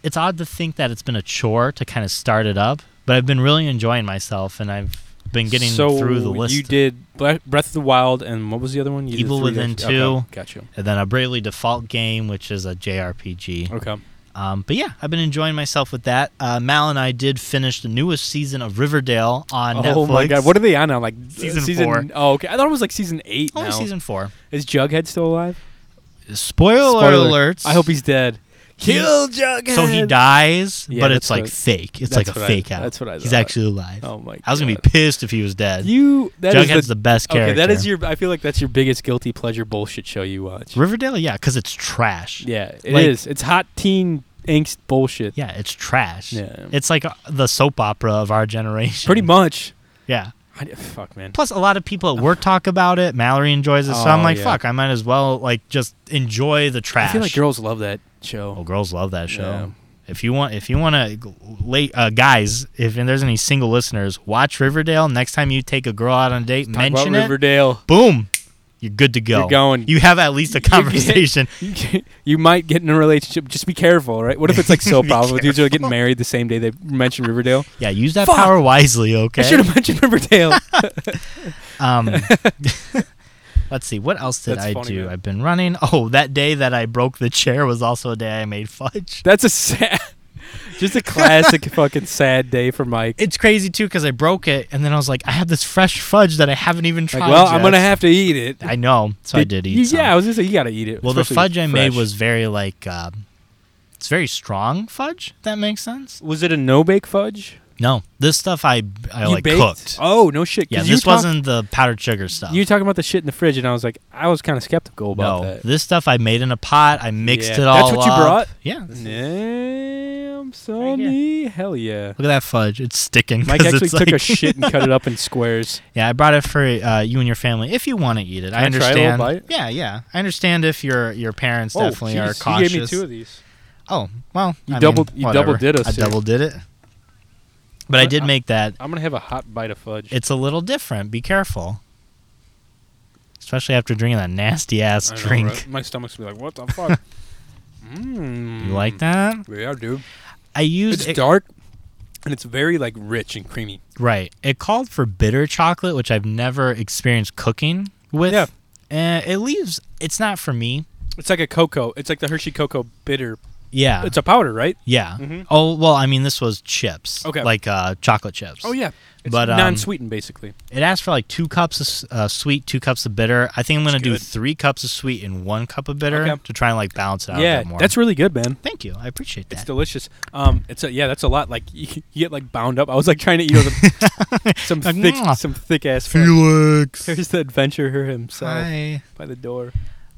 it's odd to think that it's been a chore to kind of start it up. But I've been really enjoying myself, and I've been getting
so
through the list.
You did Bre- Breath of the Wild, and what was the other one? You did
Evil
three
Within
different- okay,
two.
Got you.
and then a Bravely Default game, which is a JRPG.
Okay.
Um, but yeah, I've been enjoying myself with that. Uh, Mal and I did finish the newest season of Riverdale on Netflix.
Oh my god, what are they on now? Like uh,
Season four.
Oh, okay. I thought it was like season eight.
Only
now.
season four.
Is Jughead still alive?
Spoiler, alerts.
I hope he's dead. Kill Jughead.
So he dies,
Yeah,
but
that's
it's like
what-
fake. It's
that's
like a
what I-
fake out.
that's what I
He's
thought.
actually alive.
Oh my!
I was gonna
God.
be pissed if he was dead.
You. That is
Jughead's the, best character.
Okay, that is your. I feel like that's your biggest guilty pleasure bullshit show you watch.
Riverdale. Yeah, because it's trash. Yeah.
Yeah, it is.
Like-
It's hot teen angst bullshit.
it's trash.
Yeah.
It's like uh, the soap opera of our generation.
Pretty much.
Yeah.
I, fuck, man.
Plus, a lot of people at work talk about it. Mallory enjoys it, so I'm
Oh,
like,
yeah.
fuck, I might as well like just enjoy the trash.
I feel like girls love that show.
Oh, girls love that show.
Yeah.
If you want, if you want to, late uh, guys, if there's any single listeners, watch Riverdale. Next time you take a girl out on a date,
Talk
mention
about
it.
Riverdale.
Boom, you're good to go.
You're going.
You have at least
(laughs)
a
You get-
conversation.
you might get in a relationship. Just be careful, right? What if it's like so
(laughs) Be
probable? Dudes are getting married the same day they mentioned Riverdale.
yeah, use that
Fuck.
power wisely. Okay.
I should have mentioned
(laughs)
Riverdale. (laughs)
Um, (laughs) let's see. What else did
That's
I
funny,
do?
man.
I've been running. (laughs) Oh, that day that I broke the chair was also a day I made fudge.
That's a sad, just a classic fucking sad day for Mike.
It's crazy too because I broke it and then I was like, I have this fresh fudge that I haven't even tried.
Like, well, I'm
yet.
gonna have to eat it.
I know, so I did eat.
You,
some.
Yeah, I was gonna say you gotta eat it.
Well, the
especially
fudge I made
fresh.
was very like, um it's very strong fudge. if That makes sense.
was it a no bake fudge?
No, this stuff I I
you
like
baked?
cooked.
Oh no shit! 'cause
yeah,
you
this
talk-
wasn't the powdered sugar stuff.
You were talking about the shit in the fridge, and I was like, I was kind of skeptical about
no,
that.
this stuff I made in a pot. I mixed
Yeah.
it all.
That's what you
up.
brought?
Yeah. this is-
Damn,
Right
Sonny, hell
(laughs)
yeah!
Look at that fudge. It's sticking.
Mike
(laughs) 'cause
actually
it's
took
like,
a shit and cut it up in squares.
Yeah, I brought it for uh, you and your family if you want to eat it. I
I try a little
understand.
bite?
Yeah, yeah. I understand if your your parents definitely
oh,
are
jeez,
cautious.
You gave me two of these.
Oh, well,
You
I mean,
doubled- you
whatever.
double did us
I
here.
double did it. But I
What?
did
I-
make that
I'm gonna have a hot bite of fudge.
it's a little different. Be careful. Especially after drinking that nasty ass
I know,
drink.
right? My stomach's gonna be like, what
(laughs)
the fuck? mm.
You like that?
Yeah, dude.
I used
It's
it,
dark, and it's very like rich and creamy.
right. It called for bitter chocolate, which I've never experienced cooking with.
Yeah.
Uh, it leaves. It's not for me.
It's like a cocoa. It's like the Hershey cocoa bitter.
Yeah.
It's a powder, right?
yeah.
Mhm.
Oh well, I mean, this was chips.
Okay.
Like uh, chocolate chips.
Oh yeah, it's
But, um,
non-sweetened basically.
It asked for like two cups of s- uh, sweet, two cups of bitter. I think I'm gonna
That's
do
good.
three cups of sweet and one cup of bitter
Okay.
to try and like balance it out a
Yeah,
bit more.
that's really good, man.
Thank you. I appreciate
It's
that.
delicious. Um, it's a, yeah, that's a lot. Like (laughs) you, you get like bound up. I was like trying to
(laughs)
eat all the- some
Like,
thick,
mwah.
some thick ass. food.
Felix.
There's the adventurer himself
Hi.
by the door.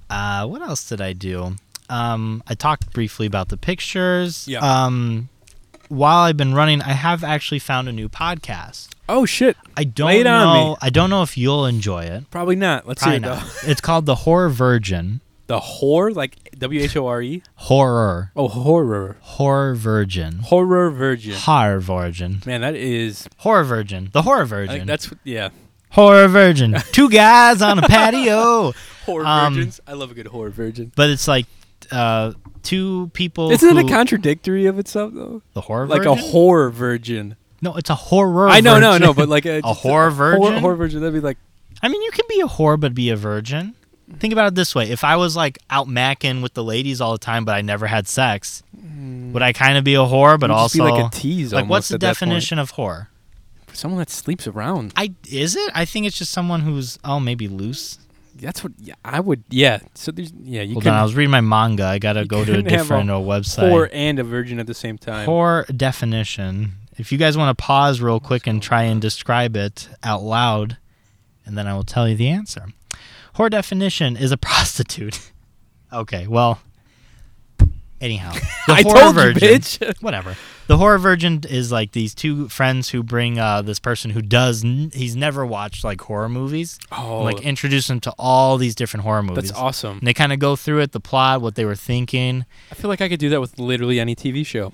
Uh, what else did I do? Um, I talked briefly about the pictures.
Yeah.
Um, while I've been running, I have actually found a new podcast.
Oh shit!
I
Lay
don't
it on
know.
me.
I don't know if you'll enjoy it.
Probably not. Let's
Probably
see it
not.
though.
it's called the Horror Virgin.
The whore, like W H O R E.
Horror.
Oh, horror,
Horror Virgin.
horror virgin.
Horror Virgin.
Man, that is.
Horror Virgin. The Horror
I think
Virgin.
that's what- yeah. (laughs)
horror Virgin. Two guys on a patio.
Horror
Um,
virgins. I love a good horror virgin.
But it's like uh, two people.
Isn't it
who-
a contradictory of itself though?
the horror
Like a
virgin?
horror virgin.
No, it's a horror.
I know, no,
virgin.
no, but like a,
a horror
Horror,
virgin.
horror virgin. That'd be like.
(laughs) I mean, you can be a whore but be a virgin. Think about it this way: if I was like out macking with the ladies all the time, but I never had sex, would I kind of be a whore? But
It'd Mm. just
also,
be like a tease.
like, what's
almost
the
at that point.
definition of whore?
Someone that sleeps around.
I is it? I think it's just someone who's oh maybe loose.
That's what yeah, I would. Yeah. So there's yeah. You
Hold
can
on, I was reading my manga. I gotta
you
go to a
couldn't have a
different uh,
whore
website.
and a virgin at the same time.
Whore definition. If you guys want to pause real quick and try and describe it out loud, and then I will tell you the answer. Whore definition is a (laughs) prostitute. okay, well,
(laughs)
anyhow, the
I
whore
told
virgin.
you, bitch. (laughs)
Whatever. The horror virgin is like these two friends who bring uh, this person who does n- he's never watched like horror movies,
Oh,
and, like introduce him to all these different horror movies.
that's awesome.
And they kind of go through it, the plot, what they were thinking.
I feel like I could do that with literally any TV show.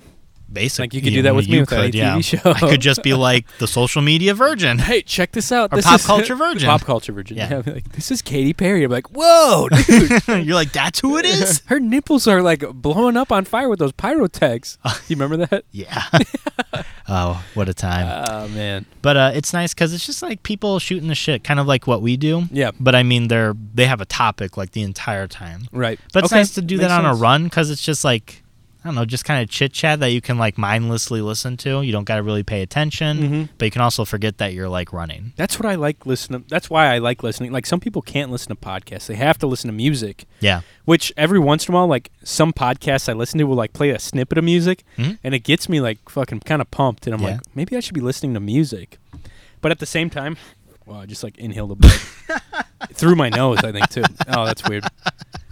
Basically,
Like you could do that with me with any TV show.
I could just be like the social
(laughs)
media virgin. (laughs)
hey, check this out.
Or
This
pop
is-
culture virgin.
Pop culture virgin.
Yeah.
Yeah. I'd be like, this is Katy Perry. I'm like, whoa, (laughs) dude.
You're like, that's who
(laughs)
it (laughs) is?
Her nipples are like blowing up on fire with those
(laughs)
pyrotechs. Do you remember that?
yeah. (laughs) oh, what a time.
Oh man.
But uh, it's nice because it's just like people shooting the shit, kind of like what we do.
Yeah.
But I mean, they're they have a topic like the entire time.
Right.
But it's
Okay,
nice to do that
makes
on
sense.
a run because it's just like I don't know, just kind of chit chat that you can like mindlessly listen to. You don't got to really pay attention,
Mhm.
but you can also forget that you're like running.
That's what I like listening. That's why I like listening. Like some people can't listen to podcasts; they have to listen to music.
Yeah.
Which every once in a while, like some podcasts I listen to will like play a snippet of music,
Mhm.
and it gets me like fucking kind of pumped, and I'm
Yeah.
like, maybe I should be listening to music. But at the same time, well, I just like inhaled a
(laughs)
bit through my nose. I think too. Oh, that's weird.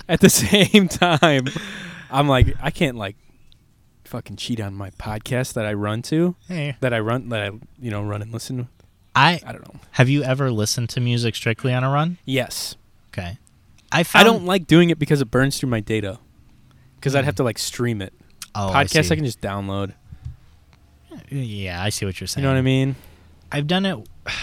At the (laughs) same time, I'm like, I can't like fucking cheat on my podcast that I run to,
Hey.
that I run, that I you know run and listen to.
I
I don't know.
have you ever listened to music strictly on a run?
Yes.
Okay. I found
I don't like doing it because it burns through my data. Because I'd have to like stream it.
Mm. oh,
Podcasts
see.
I, can just download.
Yeah, I see what you're
You
saying.
know what I mean?
I've done it. (sighs)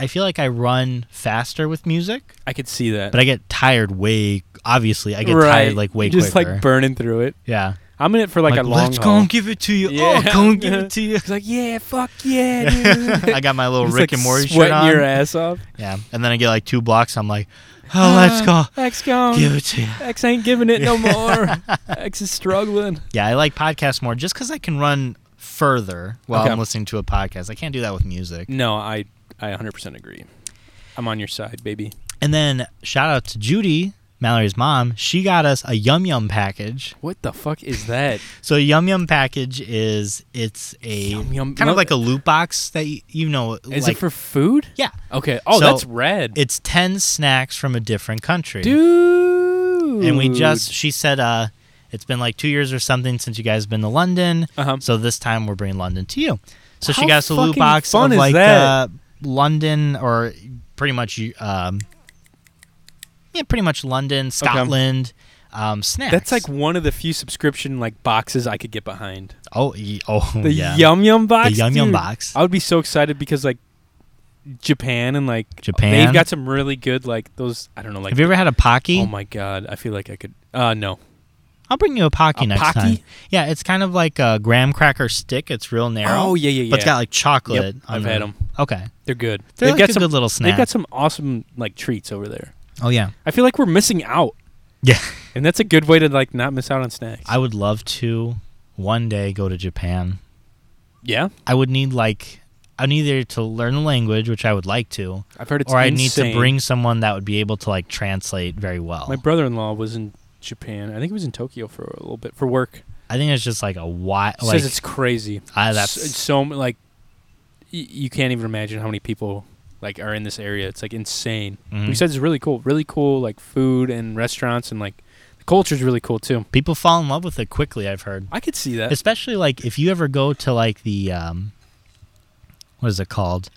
I feel like I run faster with music,
I could see that.
but I get tired way. Obviously, I get tired like way
just
quicker.
like burning through it.
yeah,
I'm in it for like, a long
let's go
haul.
and give it to you.
Yeah.
Oh,
(laughs)
go and give it to you.
It's like yeah, fuck yeah, (laughs) dude.
I got my little
Just, like,
Rick and Morty shirt
sweating
on.
your ass off.
Yeah, and then I get like two blocks. I'm like, oh, let's go.
Ah, X gone.
Give it to you.
X ain't giving it no more. (laughs) X is struggling.
Yeah, I like podcasts more just because I can run further while
Okay.
I'm listening to a podcast. I can't do that with music.
No, I I 100% agree. I'm on your side, baby.
And then shout out to Judy, Mallory's mom. She got us a Yum Yum package.
What the fuck is that?
So a Yum Yum package is it's a
Yum Yum-
kind
no-
of like a loot box that you, you know.
(laughs) Is
like,
it for food?
Yeah,
Okay. Oh,
So,
that's red.
it's ten snacks from a different country.
dude.
And we just she said uh, it's been like two years or something since you guys been to London.
uh-huh.
So this time we're bringing London to you. So she
How
got us a loot
fucking
box
fun
of
is
like
that?
uh, London or pretty much um, yeah, pretty much London, Scotland. Um, snacks.
that's like one of the few subscription like boxes I could get behind.
oh ye- oh
The
yeah
yum yum box.
the yum yum
dude.
box
I would be so excited because like Japan and like
Japan
they've got some really good like those I don't know like
Have you ever had a pocky?
oh my god I feel like I could uh no
I'll bring you a pocky
A
next
Pocky?
time. Yeah, it's kind of like a graham cracker stick. It's real narrow,
oh yeah yeah yeah
but it's got like chocolate.
Yep,
on
I've
the-
had them
Okay,
they're good
they're
have
like
got
a
some
good little
they've
snack.
got some awesome like treats over there
oh yeah,
I feel like we're missing out
yeah.
and that's a good way to like not miss out on snacks
I would love to one day go to Japan.
yeah
I would need like I need either to learn the language, which I would like to,
I've heard it's
or I need
insane.
to bring someone that would be able to like translate very well.
My brother-in-law was in Japan. I think he was in Tokyo for a little bit for work.
I think it's just like a why. Like
Says it's crazy.
I,
S- it's
that's
so m- like y- you can't even imagine how many people like are in this area. It's like insane.
mhm.
He said it's really cool, really cool like food and restaurants and like the culture's really cool too.
people fall in love with it quickly. I've heard.
I could see that.
especially like if you ever go to like the um what is it called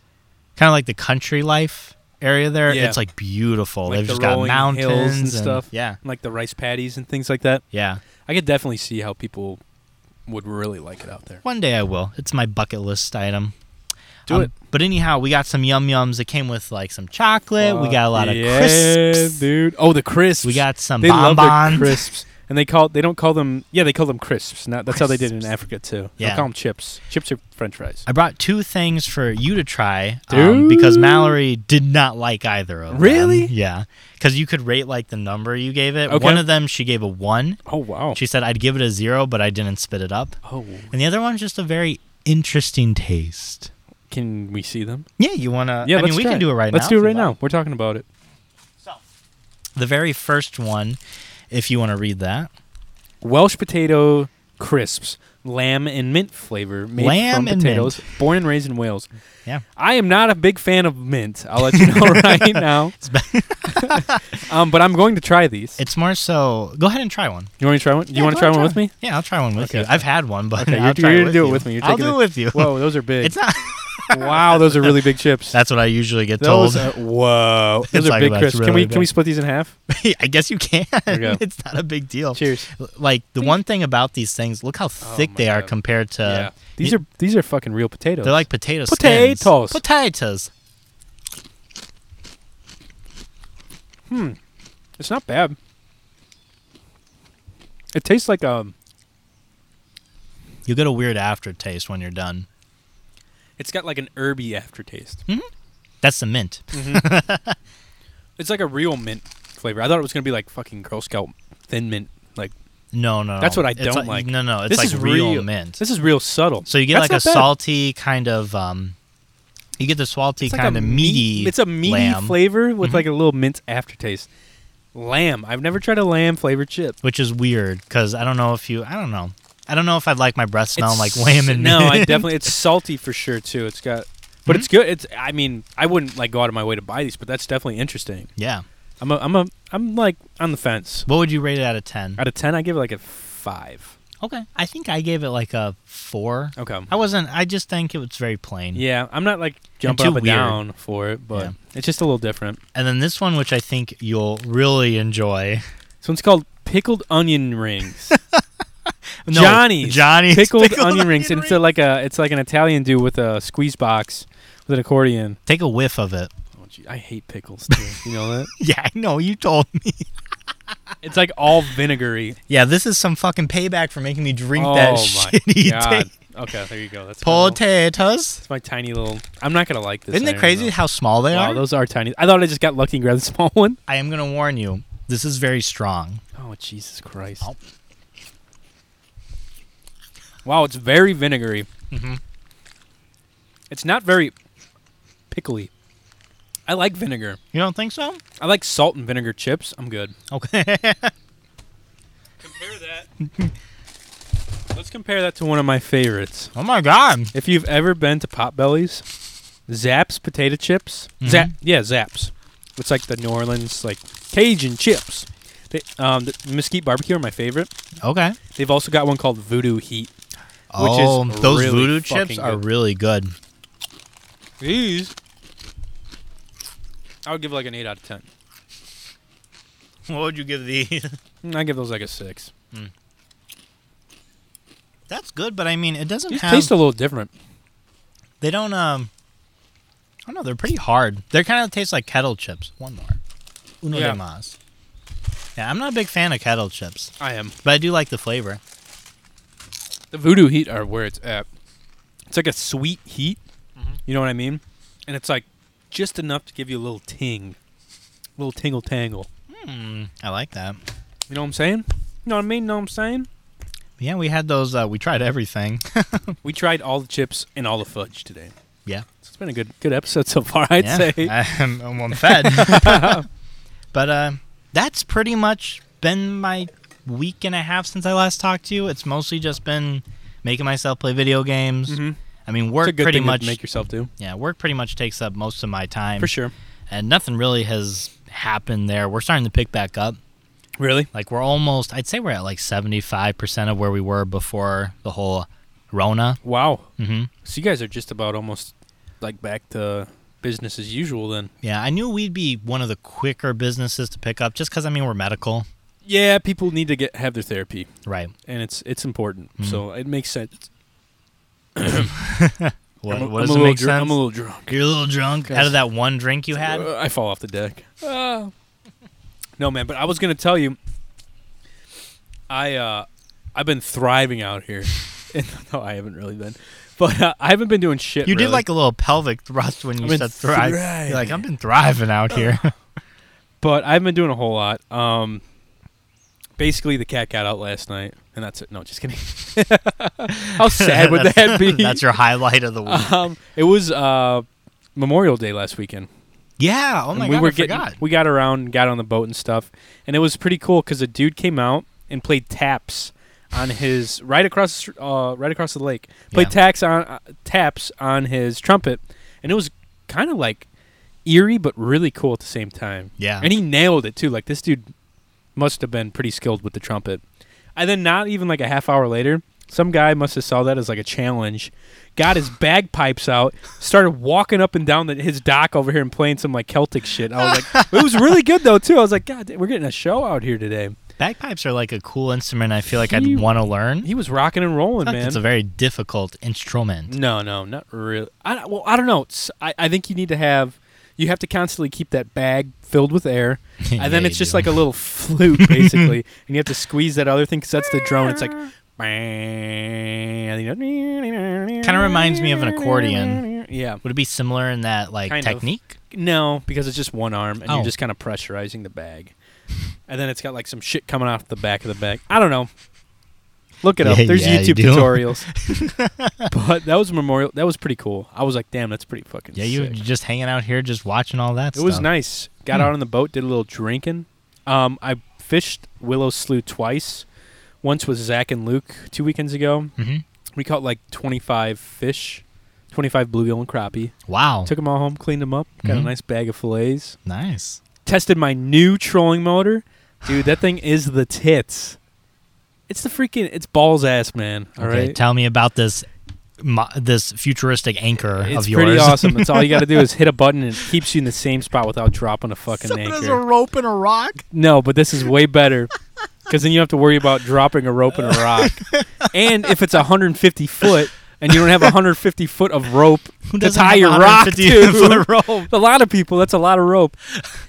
kind of like the country life area there
Yeah.
it's like beautiful
Like
they've
the
just got
rolling hills
mountains
and stuff.
yeah
like the rice paddies and things like that.
yeah
I could definitely see how people would really like it out there.
one day i will it's my bucket list item Um,
Do it.
but anyhow we got some yum yums it came with like some chocolate we got a lot of
yeah,
crisps
dude. Oh, the crisps.
we got some
they love their
bonbons
crisps, and they call they don't call them yeah they call them crisps. Not, that's how they did it in Africa too. They
Yeah.
call them chips. Chips are French fries.
I brought two things for you to try um, because
Dude.
Mallory did not like either of them.
Really?
Yeah. Because you could rate like the number you gave it.
Okay.
One of them she gave a one.
Oh wow.
She said I'd give it a zero, but I didn't spit it up.
Oh,
And the other one's just a very interesting taste.
can we see them?
Yeah, you wanna?
Yeah,
Uh, I
let's
mean, we
try
can do it right
Let's
now.
do
if
it
you
right
want.
now. We're talking about it.
The very first one, if you want to read that,
Welsh potato crisps, lamb and mint flavor made
Lamb
from
and
potatoes. Born and raised in Wales.
Yeah.
I am not a big fan of mint. I'll let you
(laughs)
know right now. (laughs) um, but I'm going to try these.
it's more so. Go ahead and try one.
You want me to try one? You
Yeah,
want
go
to try
ahead,
one with me?
Yeah, I'll try one with
Okay.
you. I've had one, but (laughs)
Okay,
I'll
you're-
try
you're
it
gonna do it with me. You're
I'll
taking it-
do it with
(laughs)
you.
Whoa, those are big.
It's not.
wow, those are really big chips.
That's what I usually get told.
Those are,
(laughs)
whoa, those
It's
are
like
big
that's
crisps. can
really
we can we
big.
split these in half?
(laughs) I guess you can.
There you go.
(laughs) It's not a big deal.
Cheers. Oh
Like the one thing about these things, look how thick
my
they are
God.
compared to.
yeah, these are these are fucking real potatoes.
Uh, They're like potato skins.
Potatoes.
Potatoes.
it's not bad. It tastes like um,
You get a weird aftertaste when you're done.
it's got like an herby aftertaste.
That's the mint.
Mm. It's like a real mint flavor. I thought it was gonna be like fucking Girl Scout thin mint, like
No, no, no.
That's what I
It's
don't like.
No, no, Oh, it's
This
like
is
real,
real.
mint.
This is real subtle.
So you get
That's
like a
not bad.
salty kind of um you get the salty
It's like
kind
a
of
meat-
meaty
It's a meaty
lamb,
flavor with
Mhm.
like a little mint aftertaste. Lamb. I've never tried a lamb flavored chip.
which is weird cuz I don't know if you I don't know. I don't know if I'd like my breath smelling like lamb and
(laughs) no, I
(laughs) mint. Mm-hmm.
definitely. It's salty for sure too. It's got, but it's good. It's. I mean, I wouldn't like go out of my way to buy these, but that's definitely interesting.
yeah.
I'm a. I'm a. I'm like on the fence.
What would you rate it out of 10?
Out of ten, I give it like a five.
Okay. I think I gave it like a 4.
Okay.
I wasn't I just think it was very plain.
Yeah, I'm not like jumping
too
up and
weird.
down for it, but
Yeah.
it's just a little different.
And then this one which I think you'll really
(laughs)
enjoy.
This one's called pickled onion rings.
No,
Johnny's.
Johnny's (laughs)
pickled, onion rings, and it's a, like a it's like an Italian dude with a squeeze box with an accordion.
Take a whiff of it.
Oh, gee, I hate pickles too. You know that?
(laughs) Yeah, I know. You told me.
(laughs) It's like all vinegary.
Yeah, this is some fucking payback for making me drink
oh
that
my
shitty
god.
(laughs) taste.
Okay, there you go. That's my little-
potatoes.
That's my tiny little. I'm not gonna like this.
Isn't
I
it
don't
crazy
know.
how small they
Wow,
are?
those are tiny. I thought I just got lucky and grabbed the small (laughs) one.
I am gonna warn you. This is very strong.
Oh Jesus Christ!
Oh.
Wow, it's very vinegary.
Mm-hmm.
It's not very pickly. I like vinegar.
You don't think so?
I like salt and vinegar chips. I'm good.
Okay.
Compare that. (laughs) Let's compare that to one of my favorites.
(laughs) oh my god.
If you've ever been to Potbelly's, Zaps potato chips. Zap,
Mhm.
yeah, Zaps. It's like the New Orleans like Cajun chips. They, um, the Mesquite barbecue are my favorite.
Okay. Which
They've also got one called Voodoo Heat.
oh,
is
those
really
voodoo
fucking
chips are
good.
really good.
These, I would give like an eight out of ten.
(laughs) What would you give these?
Mm, I give those like a six.
(laughs) That's good, but I mean, it doesn't
These
have.
taste a little different.
they don't. Um. I don't know. They're pretty hard. They kind of taste like kettle chips. One more. Uno
Yeah.
de mas. Yeah, I'm not a big fan of kettle chips,
I am.
but I do like the flavor.
The voodoo heat are where it's at. It's like a sweet heat. You know what I mean? And it's like just enough to give you a little ting, little tingle tangle.
Hmm. I like that.
You know what I'm saying? You know what I mean? Know what I'm saying?
Yeah, we had those. Uh, we tried everything. (laughs)
We tried all the chips and all the fudge today.
Yeah.
So it's been a good good episode so far. I'd
Yeah,
say.
(laughs) I'm,
(laughs)
I'm- I'm fed. but uh, that's pretty much been my week and a half since I last talked to you. It's mostly just been making myself play video games.
Mhm.
I mean,
It's a
work
good
pretty
thing
much.
to make yourself do
yeah, work pretty much takes up most of my time,
for sure.
and nothing really has happened there. We're starting to pick back up.
Really?
Like we're almost. I'd say we're at like seventy five percent of where we were before the whole Rona.
Wow.
hmm
So you guys are just about almost like back to business as usual then.
Yeah, I knew we'd be one of the quicker businesses to pick up, just because I mean we're medical,
Yeah, people need to get have their therapy.
right?
and it's it's important.
Mhm.
So it makes sense.
What,
I'm a-
what
I'm
does
a
it
little
make
dr-
sense?
I'm a little drunk.
You're a little drunk out of that one drink you had.
Uh, I fall off the deck. No man, but I was gonna tell you, I uh, I've been thriving out here. (laughs) And- no, I haven't really been, but uh, I haven't been doing shit.
You did
really.
like a little pelvic thrust when you
I've been
said thrive. You're like
thriving.
I've been thriving out (laughs) here.
but I've been doing a whole lot. Um, basically, the cat got out last night, and that's it. No, just kidding. (laughs) How sad would
That's-
that be?
That's your
(laughs)
highlight of the week.
um, it was uh, Memorial Day last weekend.
yeah. Oh my
and we
god.
were
I
getting,
forgot.
we got around, got on the boat and stuff, and it was pretty cool because a dude came out and played taps on his right across, the str- uh, right across the lake. Played
Yeah.
taps on uh, taps on his trumpet, and it was kind of like eerie but really cool at the same time.
Yeah.
And he nailed it too. Like this dude must have been pretty skilled with the trumpet. And then not even like a half hour later, some guy must have saw that as like a challenge, got
(laughs)
his bagpipes out, started walking up and down the, his dock over here and playing some like Celtic shit. I was like, it was really good though too. I was like, God, we're getting a show out here today.
Bagpipes are like a cool instrument. I feel like I'd
He-
want to learn.
He was rocking and rolling,
Fuck,
man. Mm.
It's a very difficult instrument.
No, no, not really. I don't- well, I don't know. It's- I, I think you need to have you have to constantly keep that bag filled with
(laughs)
air,
Yeah,
and then
you
it's just
do.
like a
(laughs)
little flute basically, and you have to squeeze that other thing because that's the drone. It's
(laughs)
like. Kind
Kinda reminds me of an accordion.
Yeah.
Would it be similar in that like
Kind of.
technique?
No, because it's just one arm, and
Oh.
you're just kind of pressurizing the bag. and then it's got like some shit coming off the back of the bag. I don't know. Look it up.
Yeah,
There's
yeah, you
YouTube
do. (laughs)
tutorials. but that was memorial. That was pretty cool. I was like, damn, that's pretty fucking.
Yeah, you
sick.
you just hanging out here, just watching all that.
It was
stuff.
nice. Got
Hmm.
out on the boat, did a little drinking. Um, I fished Willow Slough twice. Once with Zach and Luke two weekends ago.
Mhm.
We caught like 25 fish, 25 bluegill and crappie.
Wow,
Took them all home, cleaned them up, got a
Mhm.
nice bag of fillets.
nice.
Tested my new trolling motor. Dude, that thing is the tits. It's the freaking, it's balls ass, man. All right.
okay, tell me about this mo- this futuristic anchor
it's
of yours.
pretty awesome. That's all you got to do is hit a button and it keeps you in the same spot without dropping a fucking anchor.
rope and a rock.
No, but this is way better because then you don't have to worry about dropping a rope and a rock. and if it's 150 foot and you don't have 150 foot of rope,
Who
That's
doesn't
how
have
you rock,
150 (laughs)
dude. (laughs)
foot rope?
a lot of people, that's a lot of rope.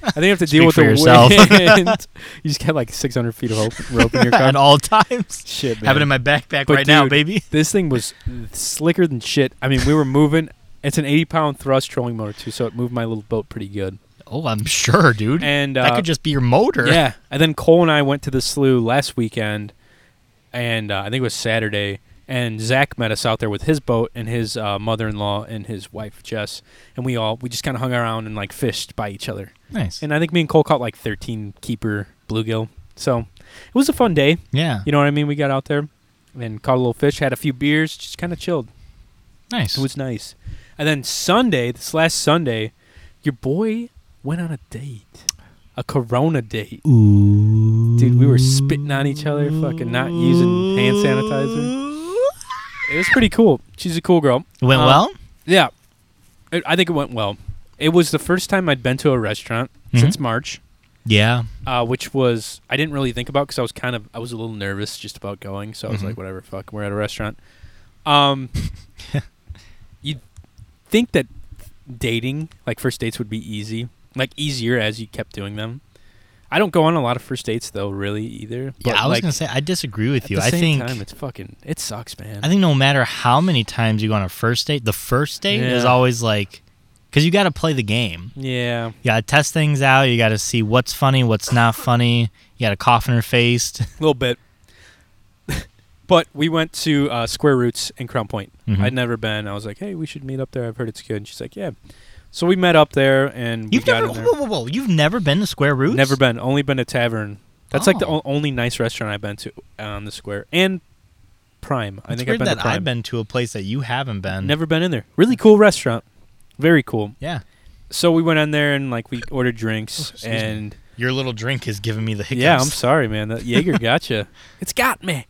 I think you have to deal
(laughs) Speak
with
for
the
yourself. (laughs)
wind. (laughs) you just got like 600 feet of rope, rope in your car.
At all times.
Shit, man.
(laughs) Have it in my backpack
But
right now,
dude-
baby.
this thing was slicker than shit. I mean, we were moving. It's an 80 pound thrust trolling motor, too, so it moved my little boat pretty good.
Oh, I'm sure, dude.
And uh,
that could just be your motor.
Yeah, and then Cole and I went to the slough last weekend, and uh, I think it was Saturday. And Zach met us out there with his boat and his uh, mother-in-law and his wife Jess, and we all we just kind of hung around and like fished by each other.
Nice.
And I think me and Cole caught like 13 keeper bluegill, so it was a fun day.
yeah.
You know what I mean? We got out there and caught a little fish, had a few beers, just kind of chilled.
Nice.
It was nice. And then Sunday, this last Sunday, your boy went on a date, a Corona date.
Ooh.
Dude, we were spitting on each other, fucking not using hand sanitizer. It was pretty cool. She's a cool girl.
It went
Uh,
well?
Yeah. It, I think it went well. It was the first time I'd been to a restaurant
Mhm.
since March,
Yeah.
uh, which was, I didn't really think about because I was kind of, I was a little nervous just about going. So I was
Mhm.
like, whatever, fuck, we're at a restaurant.
(laughs)
Um, you'd think that dating, like first dates would be easy, like easier as you kept doing them. I don't go on a lot of first dates though, really either.
Yeah,
but,
I was
like,
gonna say I disagree with you.
At the
I
same
think
time, it's fucking. It sucks, man.
I think no matter how many times you go on a first date, the first date is
Yeah.
always like, because you got to play the game.
yeah,
You got to test things out. You got to see what's funny, what's not funny. You got to cough in her face. (laughs)
a little bit. (laughs) but we went to uh, Square Roots in Crown Point.
Mhm.
I'd never been. I was like, hey, we should meet up there. I've heard it's good. And she's like, yeah. So we met up there, and we
You've
got
never,
in there.
whoa, whoa, whoa! You've never been to Square Roots?
Never been. Only been to tavern. That's like the
Oh.
o- only nice restaurant I've been to on the square and Prime. I
It's
think
weird
I've been
that
to Prime.
I've been to a place that you haven't been.
Never been in there. Really cool restaurant. Very cool.
Yeah.
So we went in there and like we ordered drinks
Oh, excuse me.
and
Your little drink is giving me the hiccups.
Yeah, I'm sorry, man. That Jaeger gotcha. (laughs) It's got me.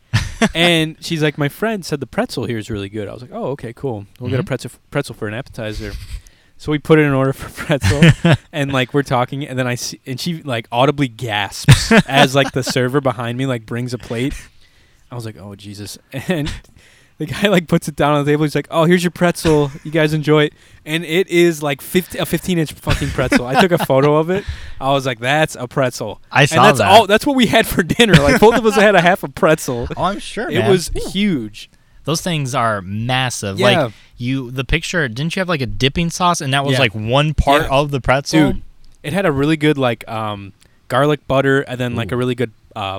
and she's like, my friend said the pretzel here is really good. I was like, oh, okay, cool. We'll get a
Mhm.
pretzel pretzel for an appetizer. So we put in an order for (laughs) pretzel, and like we're talking, and then I see, and she like audibly (laughs) gasps as like the server behind me like brings a plate. I was like, oh Jesus! (laughs) And the guy like puts it down on the table. He's like, oh, here's your pretzel. You guys enjoy it. And it is like 50, a 15 inch fucking pretzel. I took a photo of it. I was like, that's a pretzel
I saw
and that's
that.
all that's what we had for dinner like both of us had a half a (laughs) pretzel
oh, I'm sure.
it
man.
was huge
those things are massive.
Yeah.
Like you, the picture. Didn't you have like a dipping sauce, and that was
Yeah.
like one part
Yeah.
of the pretzel?
dude it had a really good like um garlic butter and then like a
Ooh.
really good uh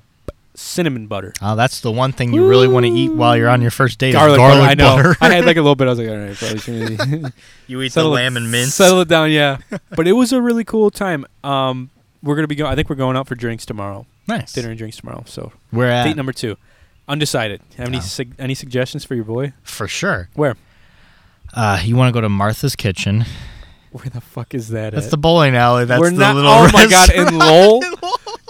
cinnamon butter
Oh, that's the one thing you really want to eat while you're on your first date. is
garlic, butter, i
garlic
know (laughs)
butter.
i
(laughs)
had like a little bit i was like all right probably shouldn't
you eat
settle
the
it-
lamb and mince.
settle it down
(laughs)
yeah but it was a really cool time um we're gonna be going i think we're going out for drinks tomorrow
nice
dinner and drinks tomorrow so
We're at
date number two undecided have any
Oh.
sug- any suggestions for your boy
for sure.
where
Uh, you want to go to Martha's Kitchen?
where the fuck is that
That's
at?
the bowling alley. That's
We're
the
not- (laughs)
little.
oh my God,
restaurant.
in (laughs) Lowell?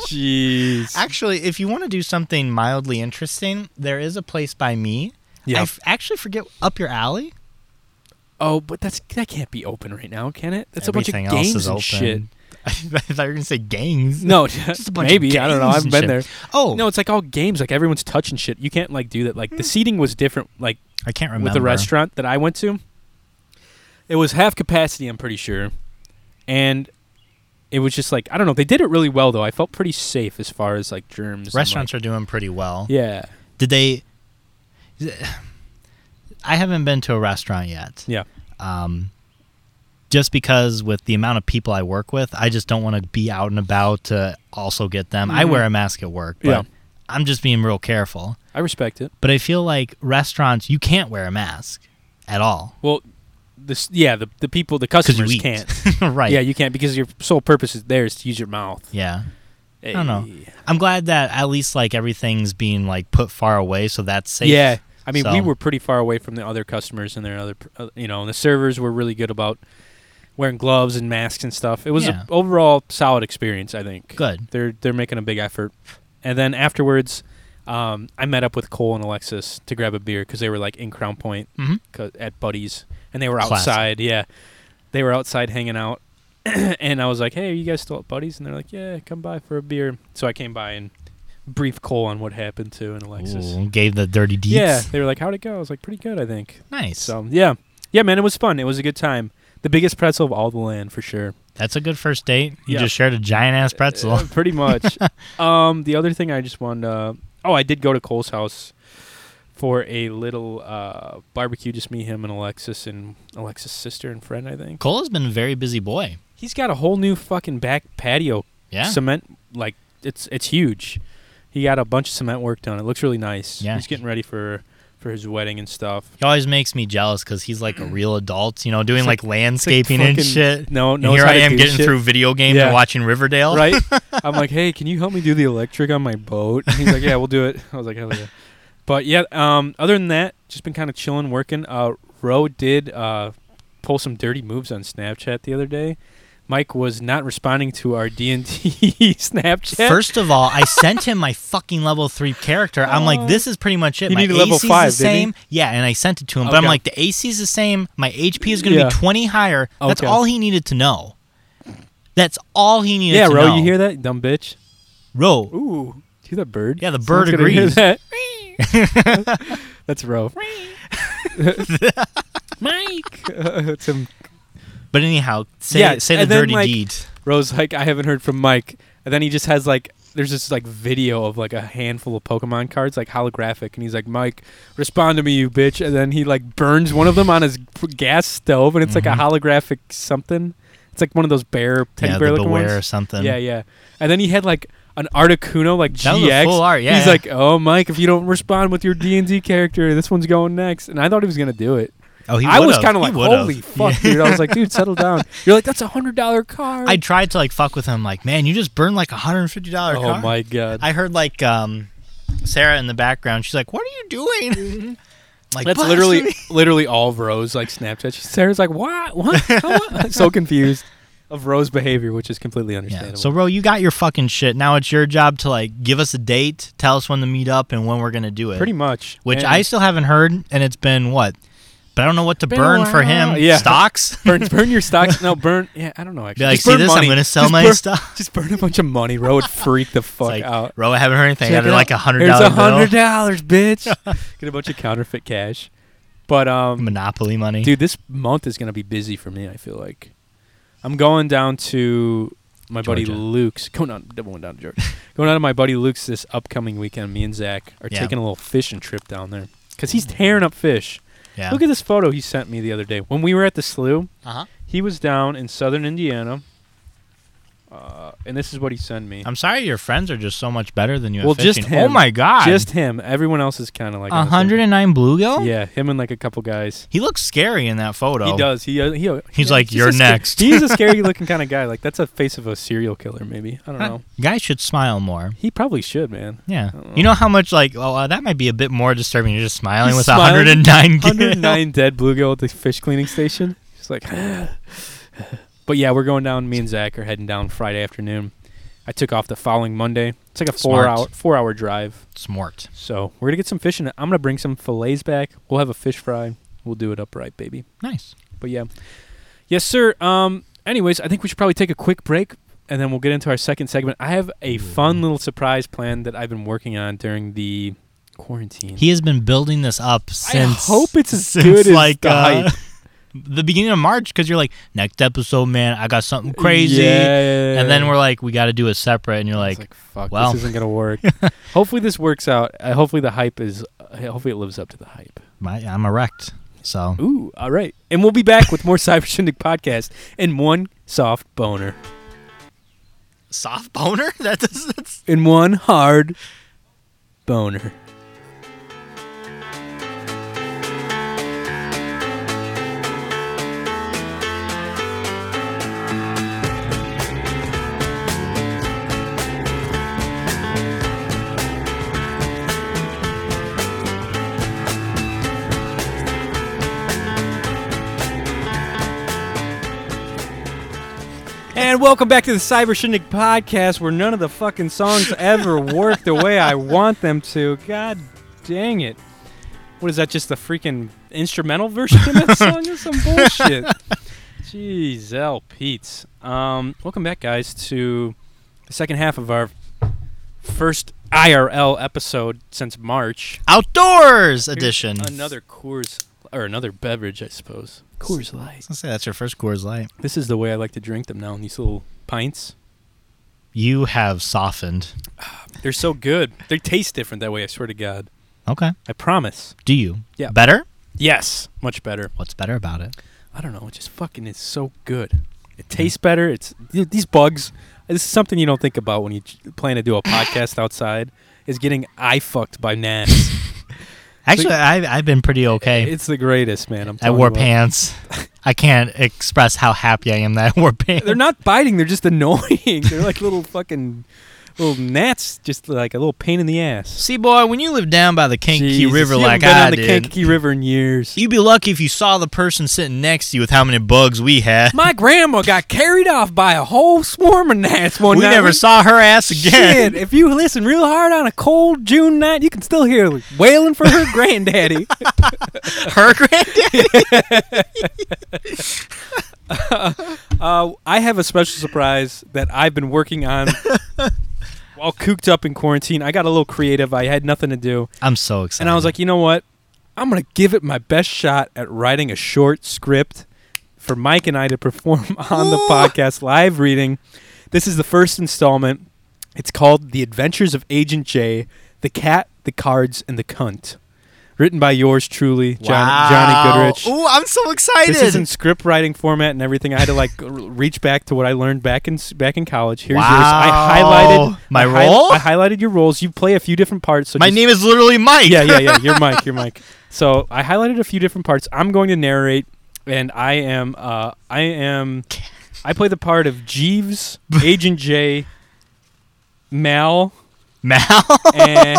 Jeez.
Actually, if you want to do something mildly interesting, there is a place by me.
Yeah.
I f- actually forget up your alley.
oh, but that's that can't be open right now, can it? That's
Everything
a bunch of games
else is
and shit.
open. (laughs) I thought you were gonna say gangs. (laughs)
No,
a bunch of
maybe I don't know. I
games
haven't
and
been
shit.
there.
Oh
No, it's like all games. Like everyone's touching shit. You can't like do that. Like the seating was different. Like
I can't remember.
with the restaurant that I went to, it was half capacity. I'm pretty sure, and it was just like I don't know. They did it really well though. I felt pretty safe as far as like germs. and,
Restaurants are doing pretty well.
like- yeah.
Did they? (sighs) I haven't been to a restaurant yet.
Yeah.
Um, just because with the amount of people I work with, I just don't want to be out and about to also get them. I
Mhm.
wear a mask at work, but
Yeah.
I'm just being real careful.
I respect it.
But I feel like restaurants, you can't wear a mask at all
Well, this yeah, the the people, the
you
customers
eat.
can't.
(laughs) right.
Yeah, you can't because your sole purpose is there is to use your mouth. Eh,
yeah. don't know. I'm glad that at least like everything's being like put far away, so that's safe.
Yeah, I mean, we
So-
were pretty far away from the other customers and their other, pr- uh, you know, and the servers were really good about wearing gloves and masks and stuff. It was
Yeah.
an overall solid experience, I think.
Good.
They're they're making a big effort. And then afterwards, um, I met up with Cole and Alexis to grab a beer because they were like in Crown Point
Mm-hmm.
'cause- at Buddy's, and they were
Classic.
outside. Yeah, they were outside hanging out, (clears throat) and I was like, "Hey, are you guys still at Buddy's?" And they're like, "Yeah, come by for a beer." So I came by and briefed Cole on what happened to and Alexis.
Ooh, gave the dirty deeds.
Yeah, they were like, "How'd it go?" I was like, "Pretty good, I think."
Nice.
So yeah, yeah, man, it was fun. It was a good time. The biggest pretzel of all the land for sure.
That's a good first date. You
Yeah.
just shared a giant ass pretzel.
Uh, (laughs) pretty
(laughs)
much. um, the other thing I just wanted. To, oh, I did go to Cole's house for a little uh, barbecue. Just me, him, and Alexis, and Alexis' sister and friend. I think
Cole has been a very busy boy.
he's got a whole new fucking back patio
Yeah.
cement. Like it's it's huge. He got a bunch of cement work done. It looks really nice.
Yeah.
He's getting ready for for his wedding and stuff.
He always makes me jealous because he's like a real adult, you know, doing
It's
like, landscaping and
fucking-
shit.
No,
And
no.
here I am getting through video games
Yeah.
and watching Riverdale. (laughs)
right? I'm like, hey, can you help me do the electric on my boat? And he's like, yeah, we'll do it. I was like, hell yeah. But yeah, um, other than that, just been kind of chilling, working. Uh, Ro did uh, pull some dirty moves on Snapchat the other day. Mike was not responding to our D and D (laughs) Snapchat.
First of all, I sent him my fucking level three character. I'm
Oh.
like, this is pretty much it.
He
my
needed level
AC
five,
is the
didn't he?
same. Yeah, and I sent it to him. But I'm
Okay.
like, the AC is the same. My HP is going to
Yeah.
be 20 higher. That's
Okay.
all he needed to know. That's all he needed
yeah,
to
Ro,
know.
you hear that, dumb bitch?
Ro.
Ooh, you hear that bird?
Yeah, the bird
gonna hear
agrees.
that.
(laughs)
(laughs) That's Ro. Mike, (laughs) it's him
But anyhow, say,
Yeah,
say the
and then,
dirty
like-
deed.
Rose like I haven't heard from Mike, and then he just has like there's this like video of like a handful of Pokemon cards like holographic, and he's like Mike, respond to me, you bitch, and then he like burns one of them on his p- gas stove, and it's like
Mhm.
a holographic something. It's like one of those bear teddy
Yeah,
bear
the
looking
beware or
ones.
something.
Yeah, yeah, and then he had like an Articuno like
That was a
GX.
full art. Yeah.
He's
yeah.
like, oh Mike, if you don't respond with your D and D character, this one's going next. And I thought he was gonna do it.
oh, he
I was
would've.
kind
He
of like,
would've.
holy
(laughs)
fuck, dude! I was like, dude, settle down. You're like, that's a hundred dollar card.
I tried to like fuck with him, like, man, you just burned like a hundred and fifty dollar
Oh
car.
my god.
I heard like um, Sarah in the background. She's like, "What are you doing?" I'm
Mm-hmm. That's
like "Blasphemy." (laughs)
literally literally all of Rose like Snapchat. She- Sarah's like, "What?
(laughs)
What? Huh? what?" so confused of Rose behavior, which is completely
Yeah.
understandable.
So, Ro, you got your fucking shit. Now it's your job to like give us a date, tell us when to meet up, and when we're gonna do it.
pretty much,
Which
And
I still haven't heard, and it's been what? But I don't know what to
Been a
burn for him.
while. Yeah.
Stocks.
(laughs)
(laughs)
burn burn your stocks. No, burn. Yeah, I don't know. Actually,
Be like,
Just burn
see this?
money.
I'm gonna sell
Just
my
burn- (laughs)
stuff.
Just burn a bunch of money. Ro would freak the fuck
like,
out.
Ro, I haven't heard anything. I
Check
did
it
like
out.
a hundred
Here's
dollar
a hundred
bill.
dollars,
(laughs)
bitch. Get a bunch of counterfeit cash. But um,
Monopoly money.
dude, this month is gonna be busy for me. I feel like I'm going down to my buddy
Georgia.
Luke's. Going on, going down to
(laughs)
Georgia. going down to my buddy Luke's this upcoming weekend. Me and Zach are
Yeah.
taking a little fishing trip down there because he's tearing up fish.
yeah.
Look at this photo he sent me the other day when we were at the slough.
uh-huh.
He was down in southern Indiana, uh, and this is what he sent me.
I'm sorry, your friends are just so much better than you. at
Well, just
fishing.
him.
oh my god,
Just him. Everyone else is kind of like on the same-
109 bluegill.
Yeah, him and like a couple guys.
He looks scary in that photo.
He does. He, uh, he uh,
He's
yeah,
like,
a
"You're
scar-
next."
he's a
(laughs)
scary looking kind of guy. Like that's a face of a serial killer. Maybe I don't
Huh.
know.
Guys should smile more.
He probably should, man.
(laughs) Yeah.
I don't
You know how much like oh uh, that might be a bit more disturbing. You're just smiling
He's
with a
smiling.
109 gill.
109 dead bluegill at the fish cleaning station. He's like, (sighs) but yeah, we're going down. Me and Zach are heading down Friday afternoon. I took off the following Monday. It's like a four
Smart.
hour four hour drive.
(laughs) Smart.
So we're gonna get some fishing. I'm gonna bring some fillets back. We'll have a fish fry. We'll do it upright, baby.
Nice.
But yeah. Yes, sir. Um anyways, I think we should probably take a quick break and then we'll get into our second segment. I have a
Mm-hmm.
fun little surprise plan that I've been working on during the quarantine.
He has been building this up since.
hope it's as
since,
good as
like,
the
uh,
hype.
(laughs) The beginning of March because you're like next episode, man. I got something crazy,
Yeah.
and then we're like we got to do it separate, and you're
It's
like,
like, fuck,
well.
this isn't gonna
(laughs)
work. hopefully this works out. Uh, hopefully the hype is. Uh, hopefully it lives up to the hype.
My, I'm erect. So
Ooh, all right. And we'll be back with more (laughs) Cyber Shindig podcast and one soft boner.
soft boner. (laughs) That does, that's
And one hard boner. And welcome back to the Cyber Shindig podcast, where none of the fucking songs ever work the way I want them to. God dang it! What is that? Just the freaking instrumental version of that song? That's some bullshit. Jeez, L. Pete's. Um, welcome back, guys, to the second half of our first IRL episode since March.
outdoors edition.
Here's Another Coors, or another beverage, I suppose. Coors Light.
I was gonna say that's your first Coors Light.
This is the way I like to drink them now in these little pints.
You have softened.
They're so good. They taste different that way, I swear to God.
Okay.
I promise.
Do you?
Yeah.
Better?
Yes. Much better.
What's better about it?
I don't know. It just fucking is so good. It tastes better. It's th- these bugs. This is something you don't think about when you j- plan to do a podcast outside. Is getting eye fucked by gnats.
Actually, I, I've been pretty okay.
It's the greatest, man. I'm
I
telling
wore
you what.
pants. I can't express how happy I am that I wore pants.
They're not biting. They're just annoying. (laughs) they're like little fucking little gnats. Just like a little pain in the ass.
See, boy, when you live down by the Kankakee
Jesus,
River
you haven't
like
been
I
on the
did,
Kankakee River in years.
you'd be lucky if you saw the person sitting next to you with how many bugs we had.
My grandma got carried off by a whole swarm of gnats one
we
night.
never saw her ass
(laughs)
again.
Shit, if you listen real hard on a cold June night, you can still hear her wailing for her (laughs) granddaddy.
Her granddad.
Uh, I have a special surprise that I've been working (laughs) on while cooped up in quarantine. I got a little creative. I had nothing to do.
I'm so excited.
And I was like, you know what? I'm going to give it my best shot at writing a short script for Mike and I to perform (laughs) on the
Ooh.
podcast live reading. This is the first installment. It's called The Adventures of Agent J, The Cat, The Cards, and The Cunt. Written by yours truly, John, Johnny Goodrich.
Ooh, I'm so excited.
This is in script writing format and everything. I had to like (laughs) r- reach back to what I learned back in s- back in college. Here's yours. I
Wow.
highlighted
My
I hi-
role?
I highlighted your roles. You play a few different parts. So
My
just-
name is literally Mike.
yeah, yeah, yeah. You're Mike. You're Mike. So I highlighted a few different parts. I'm going to narrate, and I am, uh, I am, I play the part of
(laughs)
Jeeves, Agent J, Mal, (laughs)
Mal. (laughs)
and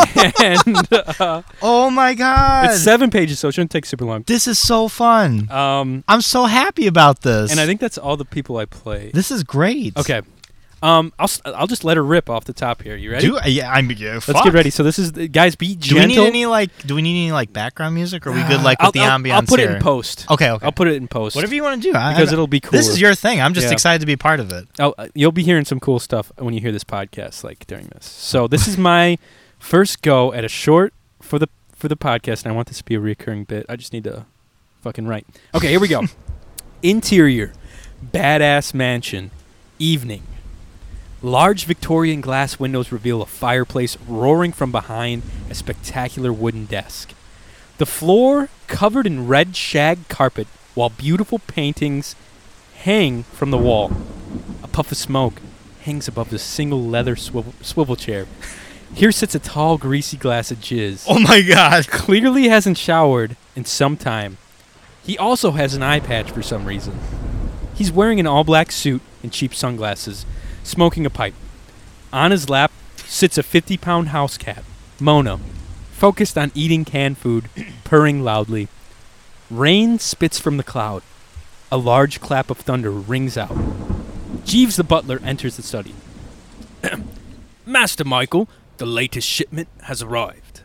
uh,
oh my god.
it's seven pages, so it shouldn't take super long.
this is so fun.
Um,
I'm so happy about this.
and I think that's all the people I play.
this is great.
Okay, um, I'll s- I'll just let her rip off the top here. You ready?
Do uh, yeah, I'm yeah,
Let's
fuck.
get ready. So this is guys. Be
Do
gentle. Uh,
we need any like? Do we need any like background music? Or are we good like with
I'll-
the
I'll-
ambiance
I'll put
here?
it in post.
Okay, okay.
I'll put it in post.
Whatever you want to do, I,
because
I-
it'll be cool.
This is your thing. I'm just
Yeah.
excited to be part of it.
Oh, uh, you'll be hearing some cool stuff when you hear this podcast, like during this. So this is my first go at a short for the for the podcast, and I want this to be a recurring bit. I just need to fucking write. Okay, here we go. Interior, badass mansion, evening. Large Victorian glass windows reveal a fireplace roaring from behind a spectacular wooden desk. The floor covered in red shag carpet, while beautiful paintings hang from the wall. A puff of smoke hangs above the single leather swivel, swivel chair. Here sits a tall, greasy glass of jizz.
Oh my god.
Clearly hasn't showered in some time. He also has an eye patch for some reason. He's wearing an all black suit and cheap sunglasses, smoking a pipe. On his lap sits a 50 pound house cat, Mona, focused on eating canned food, (clears throat) purring loudly. Rain spits from the cloud. A large clap of thunder rings out. Jeeves the butler enters the study. (clears throat) Master Michael, the latest shipment has arrived.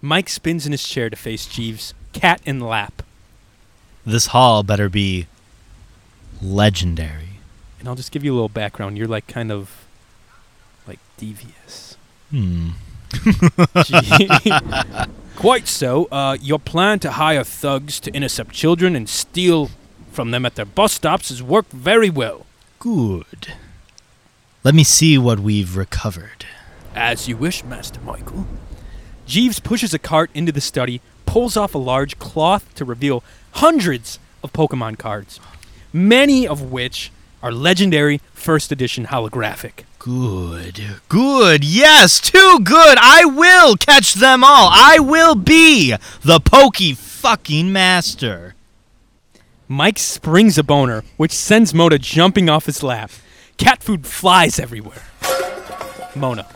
Mike spins in his chair to face Jeeves, cat in lap.
(laughs) This hall better be legendary.
And I'll just give you a little background. You're like kind of like devious.
Hmm.
Gee. (laughs) Quite so. Uh, your plan to hire thugs to intercept children and steal from them at their bus stops has worked very well,
Good. Let me see what we've recovered.
as you wish, Master Michael. Jeeves pushes a cart into the study, pulls off a large cloth to reveal hundreds of Pokemon cards, many of which are legendary first edition holographic.
Good. Good. Yes, too good. I will catch them all. I will be the pokey fucking master.
Mike springs a boner, which sends Mona jumping off his lap. Cat food flies everywhere. Mona.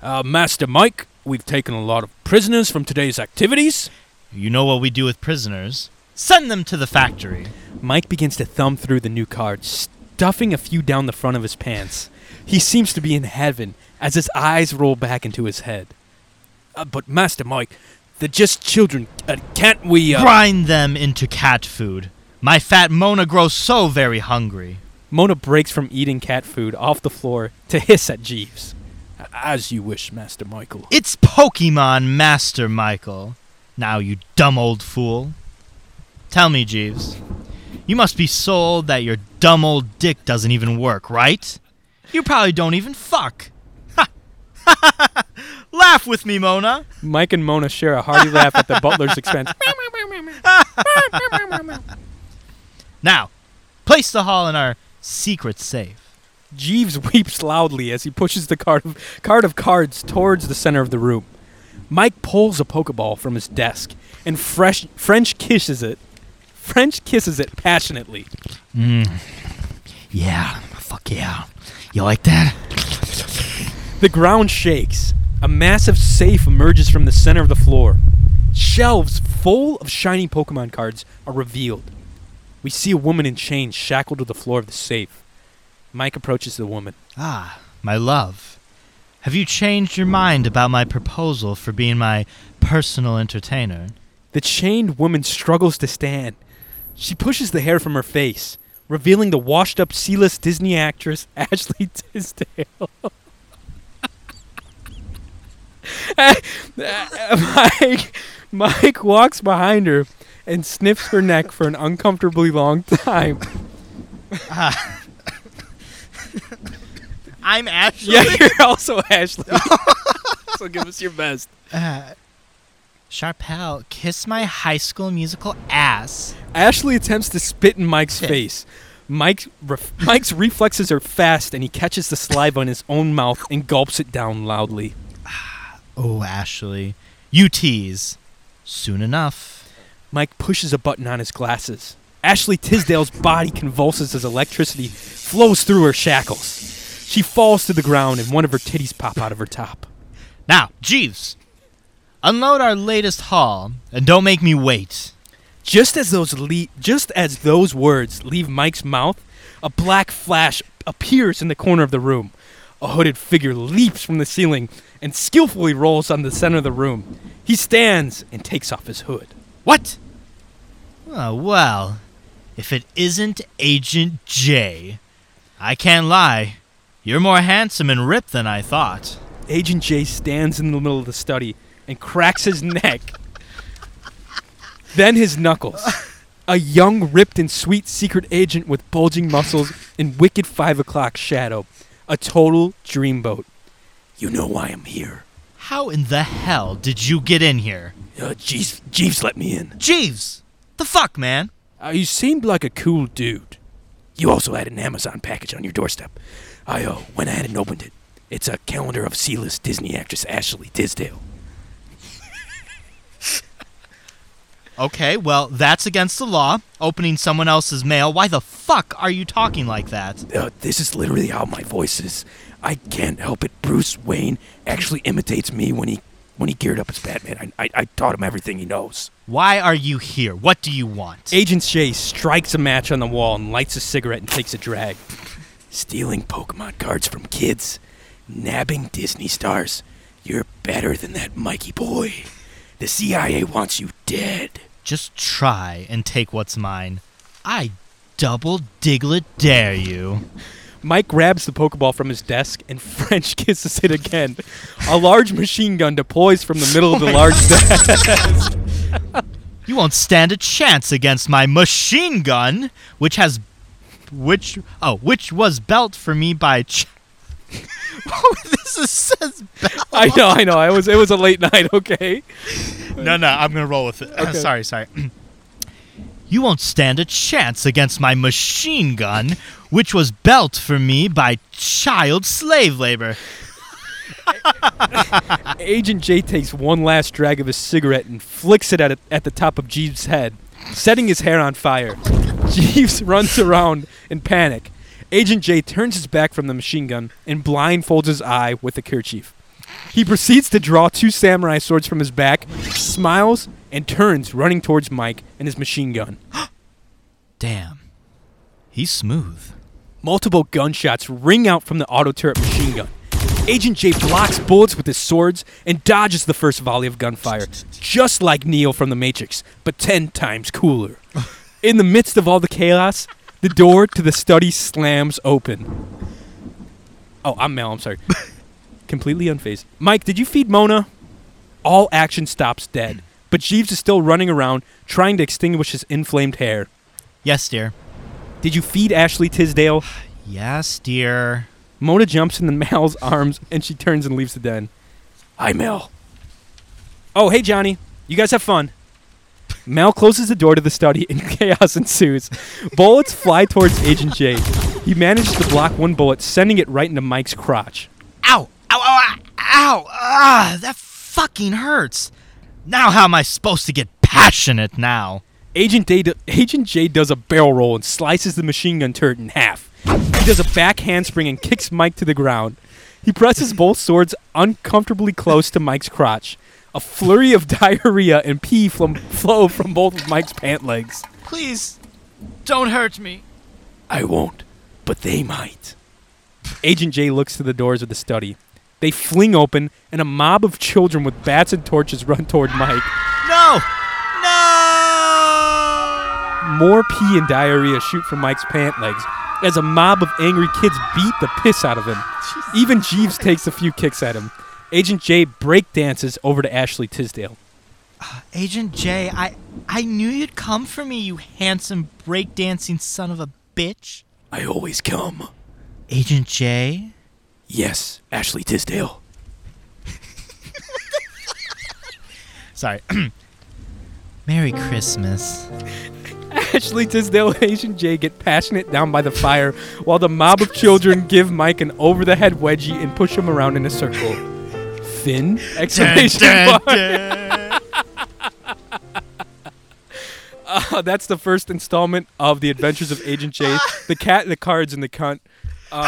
Uh, Master Mike, we've taken a lot of prisoners from today's activities.
You know what we do with prisoners? Send them to the factory.
Mike begins to thumb through the new cards, stuffing a few down the front of his pants. He seems to be in heaven as his eyes roll back into his head. Uh, but Master Mike, they're just children. Uh, can't we? Uh...
Grind them into cat food. My fat Mona grows so very hungry.
Mona breaks from eating cat food off the floor to hiss at Jeeves. As you wish, Master Michael.
It's Pokemon Master Michael. Now, you dumb old fool. Tell me, Jeeves. You must be sold that your dumb old dick doesn't even work, right? You probably don't even fuck. Ha! Laugh with me, Mona.
(laughs) Mike and Mona share a hearty laugh at the butler's expense.
Now, place the hall in our secret safe.
Jeeves (laughs) weeps loudly as he pushes the card of, card of cards towards the center of the room. Mike pulls a Pokeball from his desk and fresh, French kisses it. French kisses it passionately.
Yeah, fuck yeah. You like that?
The ground shakes. A massive safe emerges from the center of the floor. Shelves full of shiny Pokemon cards are revealed. We see a woman in chains shackled to the floor of the safe. Mike approaches the woman.
Ah, my love. Have you changed your mind about my proposal for being my personal entertainer?
The chained woman struggles to stand. She pushes the hair from her face, revealing the washed up C list Disney actress (laughs) Ashley Tisdale. (laughs) Mike, Mike walks behind her and sniffs her neck for an uncomfortably long time.
I'm Ashley. (laughs)
Yeah, (laughs) you're also Ashley. (laughs) so give us your best.
Uh, Sharpel, kiss my high school musical ass.
Ashley attempts to spit in Mike's face. Mike ref- Mike's reflexes are fast, and he catches the saliva in his own mouth and gulps it down loudly.
Oh, Ashley. You tease. Soon enough.
Mike pushes a button on his glasses. Ashley Tisdale's body convulses as electricity flows through her shackles. She falls to the ground, and one of her titties pop out of her top.
Now, Jeeves, unload our latest haul and don't make me wait.
Just as those le- just as those words leave Mike's mouth, a black flash appears in the corner of the room. A hooded figure leaps from the ceiling and skillfully rolls on the center of the room. He stands and takes off his hood.
What? Oh, well, if it isn't Agent J. I can't lie. You're more handsome and ripped than I thought.
Agent J stands in the middle of the study and cracks his neck, then his knuckles. A young, ripped, and sweet secret agent with bulging muscles and wicked five o'clock shadow. A total dreamboat. You know why I'm here.
How in the hell did you get in here?
Uh, Jeeves, Jeeves let me in.
Jeeves! The fuck, man?
Uh, you seemed like a cool dude. You also had an Amazon package on your doorstep. I uh, went ahead and opened it. It's a calendar of C-list Disney actress Ashley Tisdale.
Okay, well, that's against the law. Opening someone else's mail. Why the fuck are you talking like that?
Uh, this is literally how my voice is. I can't help it. Bruce Wayne actually imitates me when he when he geared up as Batman. I, I, I taught him everything he knows.
Why are you here? What do you want?
Agent Shea strikes a match on the wall and lights a cigarette and takes a drag. Stealing Pokemon cards from kids, nabbing Disney stars. You're better than that, Mikey boy. The CIA wants you dead.
Just try and take what's mine. I double diglet dare you.
Mike grabs the Pokeball from his desk and (laughs) French kisses it again. A large machine gun deploys from the middle of the large desk.
You won't stand a chance against my machine gun, which has which oh, which was belt for me by Ch- (laughs) this is says
I know, I know. I was it was a late (laughs) night, okay?
No, no, I'm gonna roll with it.
Okay.
(clears throat) sorry, sorry. you won't stand a chance against my machine gun, which was built for me by child slave labor.
Agent J takes one last drag of his cigarette and flicks it at, at the top of Jeeves' head, setting his hair on fire. (laughs) Jeeves runs around in panic. Agent J turns his back from the machine gun and blindfolds his eye with a kerchief. He proceeds to draw two samurai swords from his back, smiles, and turns, running towards Mike and his machine gun.
Damn, he's smooth.
Multiple gunshots ring out from the auto turret machine gun. Agent J blocks bullets with his swords and dodges the first volley of gunfire, just like Neo from The Matrix, but 10 times cooler. In the midst of all the chaos, the door to the study slams open. Oh, I'm Mel, I'm sorry. Completely unfazed. Mike, did you feed Mona? All action stops dead, but Jeeves is still running around trying to extinguish his inflamed hair.
Yes, dear.
Did you feed Ashley Tisdale?
Yes, dear.
Mona jumps into Mal's (laughs) arms and she turns and leaves the den. Hi, Mal. Oh, hey, Johnny. You guys have fun. Mal closes the door to the study and (laughs) chaos ensues. Bullets fly towards Agent J. He manages to block one bullet, sending it right into Mike's crotch.
Ow! Ow! Ow! Ow! ow. Ah, that fucking hurts. Now, how am I supposed to get passionate now?
Agent, Day do- Agent J does a barrel roll and slices the machine gun turret in half. He does a back handspring and kicks Mike to the ground. He presses both swords uncomfortably close to Mike's crotch. A flurry of (laughs) diarrhea and pee flum- flow from both of Mike's pant legs.
Please, don't hurt me.
I won't, but they might. Agent J looks to the doors of the study. They fling open, and a mob of children with bats and torches run toward Mike.
No! No!
More pee and diarrhea shoot from Mike's pant legs as a mob of angry kids beat the piss out of him. Even Jeeves takes a few kicks at him. Agent J break dances over to Ashley Tisdale.
Agent J, I I knew you'd come for me, you handsome breakdancing son of a bitch.
I always come.
Agent J?
Yes, Ashley Tisdale.
Sorry. (clears throat) Merry Christmas.
(laughs) Ashley Tisdale and Agent J get passionate down by the fire while the mob of children give Mike an over the head wedgie and push him around in a circle. Finn? Exclamation mark. Uh, (laughs) that's the first installment of the Adventures of Agent J, the cat, the cards, and the cunt. Um,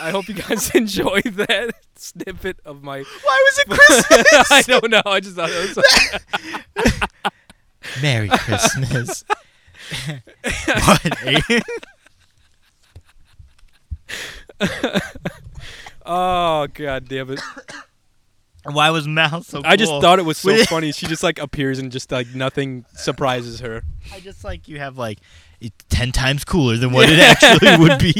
I hope you guys (laughs) enjoyed that (laughs) snippet of my. (laughs)
Why was it Christmas? (laughs)
I don't know. I just thought it was.
Merry Christmas. what?
(laughs)
a-
Oh god damn it!
Why was Mal so?
I just
cool?
thought it was so
Wait.
funny. She just like appears and just like nothing surprises her.
I just like you have like it, ten times cooler than what it actually
(laughs)
would be.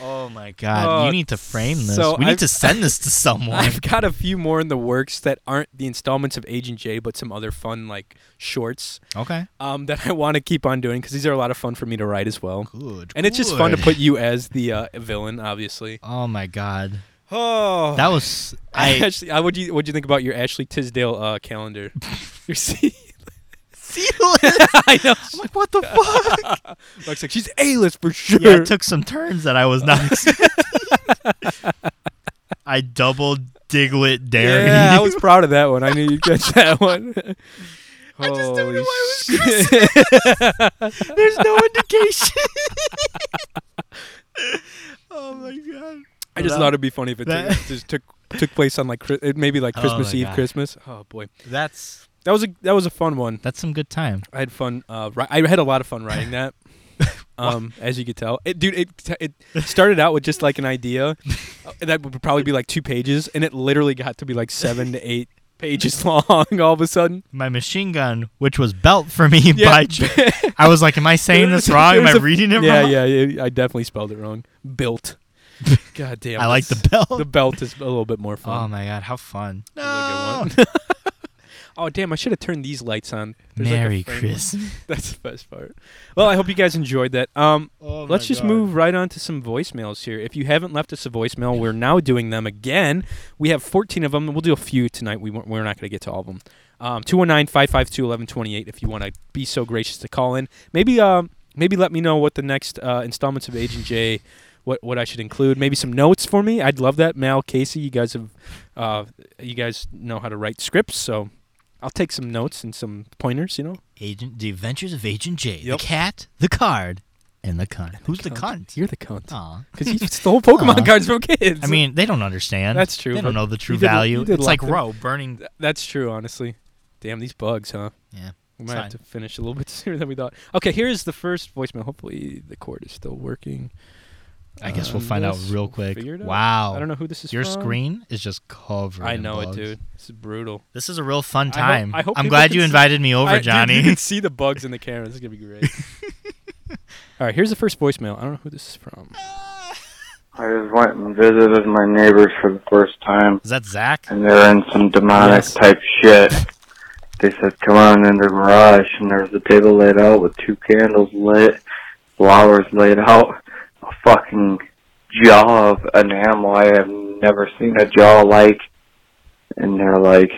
oh my god!
Oh,
you need to frame this.
so
we need
I've-
to send this to someone.
I've got a few more in the works that aren't the installments of Agent J, but some other fun like shorts
okay.
um, that I want to keep on doing because these are a lot of fun for me to write as well.
Good.
And it's just fun to
good.
put you as the uh, villain, obviously.
Oh my god!
Oh, (laughs)
That was I.
Ashley, uh, what'd you what'd you think about your Ashley Tisdale uh,
(laughs)
calendar? (laughs) your C.
See you later.
(laughs) I know.
I'm like, what (laughs) the fuck?
Looks like she's A list for sure.
Yeah, it took some turns that I was not
(laughs)
expecting. I double Diglett Dairy.
Yeah, I was proud of that one. I knew you'd catch (laughs) that one. I
just don't know why it
was
There's (laughs) no indication. oh my god.
(laughs) I just
That-
thought it'd be funny if it
that-
took, just took took place on like Chri- it maybe like
(laughs) Oh
Christmas
my
Eve,
God.
Christmas. Oh boy,
That's
that was a that was a fun one.
that's some good time.
I had fun. Uh, ri- I had a lot of fun writing
(laughs)
that. Um, as you could tell, it, dude, it t- it started out with just like an idea uh, that would probably be like two pages, and it literally got to be like seven to eight pages (laughs) long all of a sudden.
My machine gun, which was belt for me
(laughs)
by ch-
yeah,
I was like, Am I saying this wrong? Am I
There's a-
reading it
yeah,
wrong?
yeah, yeah. I definitely spelled it wrong.
(laughs)
Built. God damn.
I like
that's-
the belt.
The belt is a little bit more
oh
fun.
my god, how fun.
That's a good one. (laughs) oh damn, I should have turned these lights on. There's like a
Merry
frame.
Christmas.
(laughs) That's the best part. Well, I hope you guys enjoyed that. Um,
(laughs) Oh
let's just move right on to some voicemails here. If you haven't left us a voicemail, we're now doing them again. We have 14 of them. We'll do a few tonight. We won't, we're not going to get to all of them. Um, 219-552-1128 if you want to be so gracious to call in. Maybe um maybe let me know what the next uh, installments of Agent J what what I should include. Maybe some notes for me. I'd love that. Mal Casey, you guys have uh, you guys know how to write scripts, so I'll take some notes and some pointers, you know.
Agent, the Adventures of Agent J.
Yep.
The cat, the card, and the cunt. Who's the cunt?
You're the (laughs) cunt.
Aw.
Because you stole Pokemon
Aw.
cards from kids.
I mean, they don't understand.
That's true,
They
but
don't know the true
you did-
value.
you did
It's like
lock them.
Roe burning.
Th- that's true, honestly. Damn, these bugs, huh?
Yeah.
We
It's
might
fine.
have to finish a little (laughs) bit sooner than we thought. Okay, here's the first voicemail. Hopefully, the cord is still working.
I guess we'll
Um,
find out
this
real
we'll
quick.
figure it out.
Wow.
I don't know who this is
Oh, Your
from.
screen is just covered.
I
in
know
bugs.
it, dude. This is brutal.
This is a real fun
I hope-
time.
I hope
am
people
glad
can
you
see-
invited me over,
I- dude,
Johnny.
you can see the bugs in the camera. This is going to be great. All right, here's the first voicemail. I don't know who this is from.
I just went and visited my neighbors for the first time,
(laughs) is that Zach?
and they're in some demonic
Yes.
type shit. They said, "Come on in the garage," and there was a table laid out with two candles lit, flowers laid out, a fucking jaw of enamel. I have never seen a jaw like. And they're like,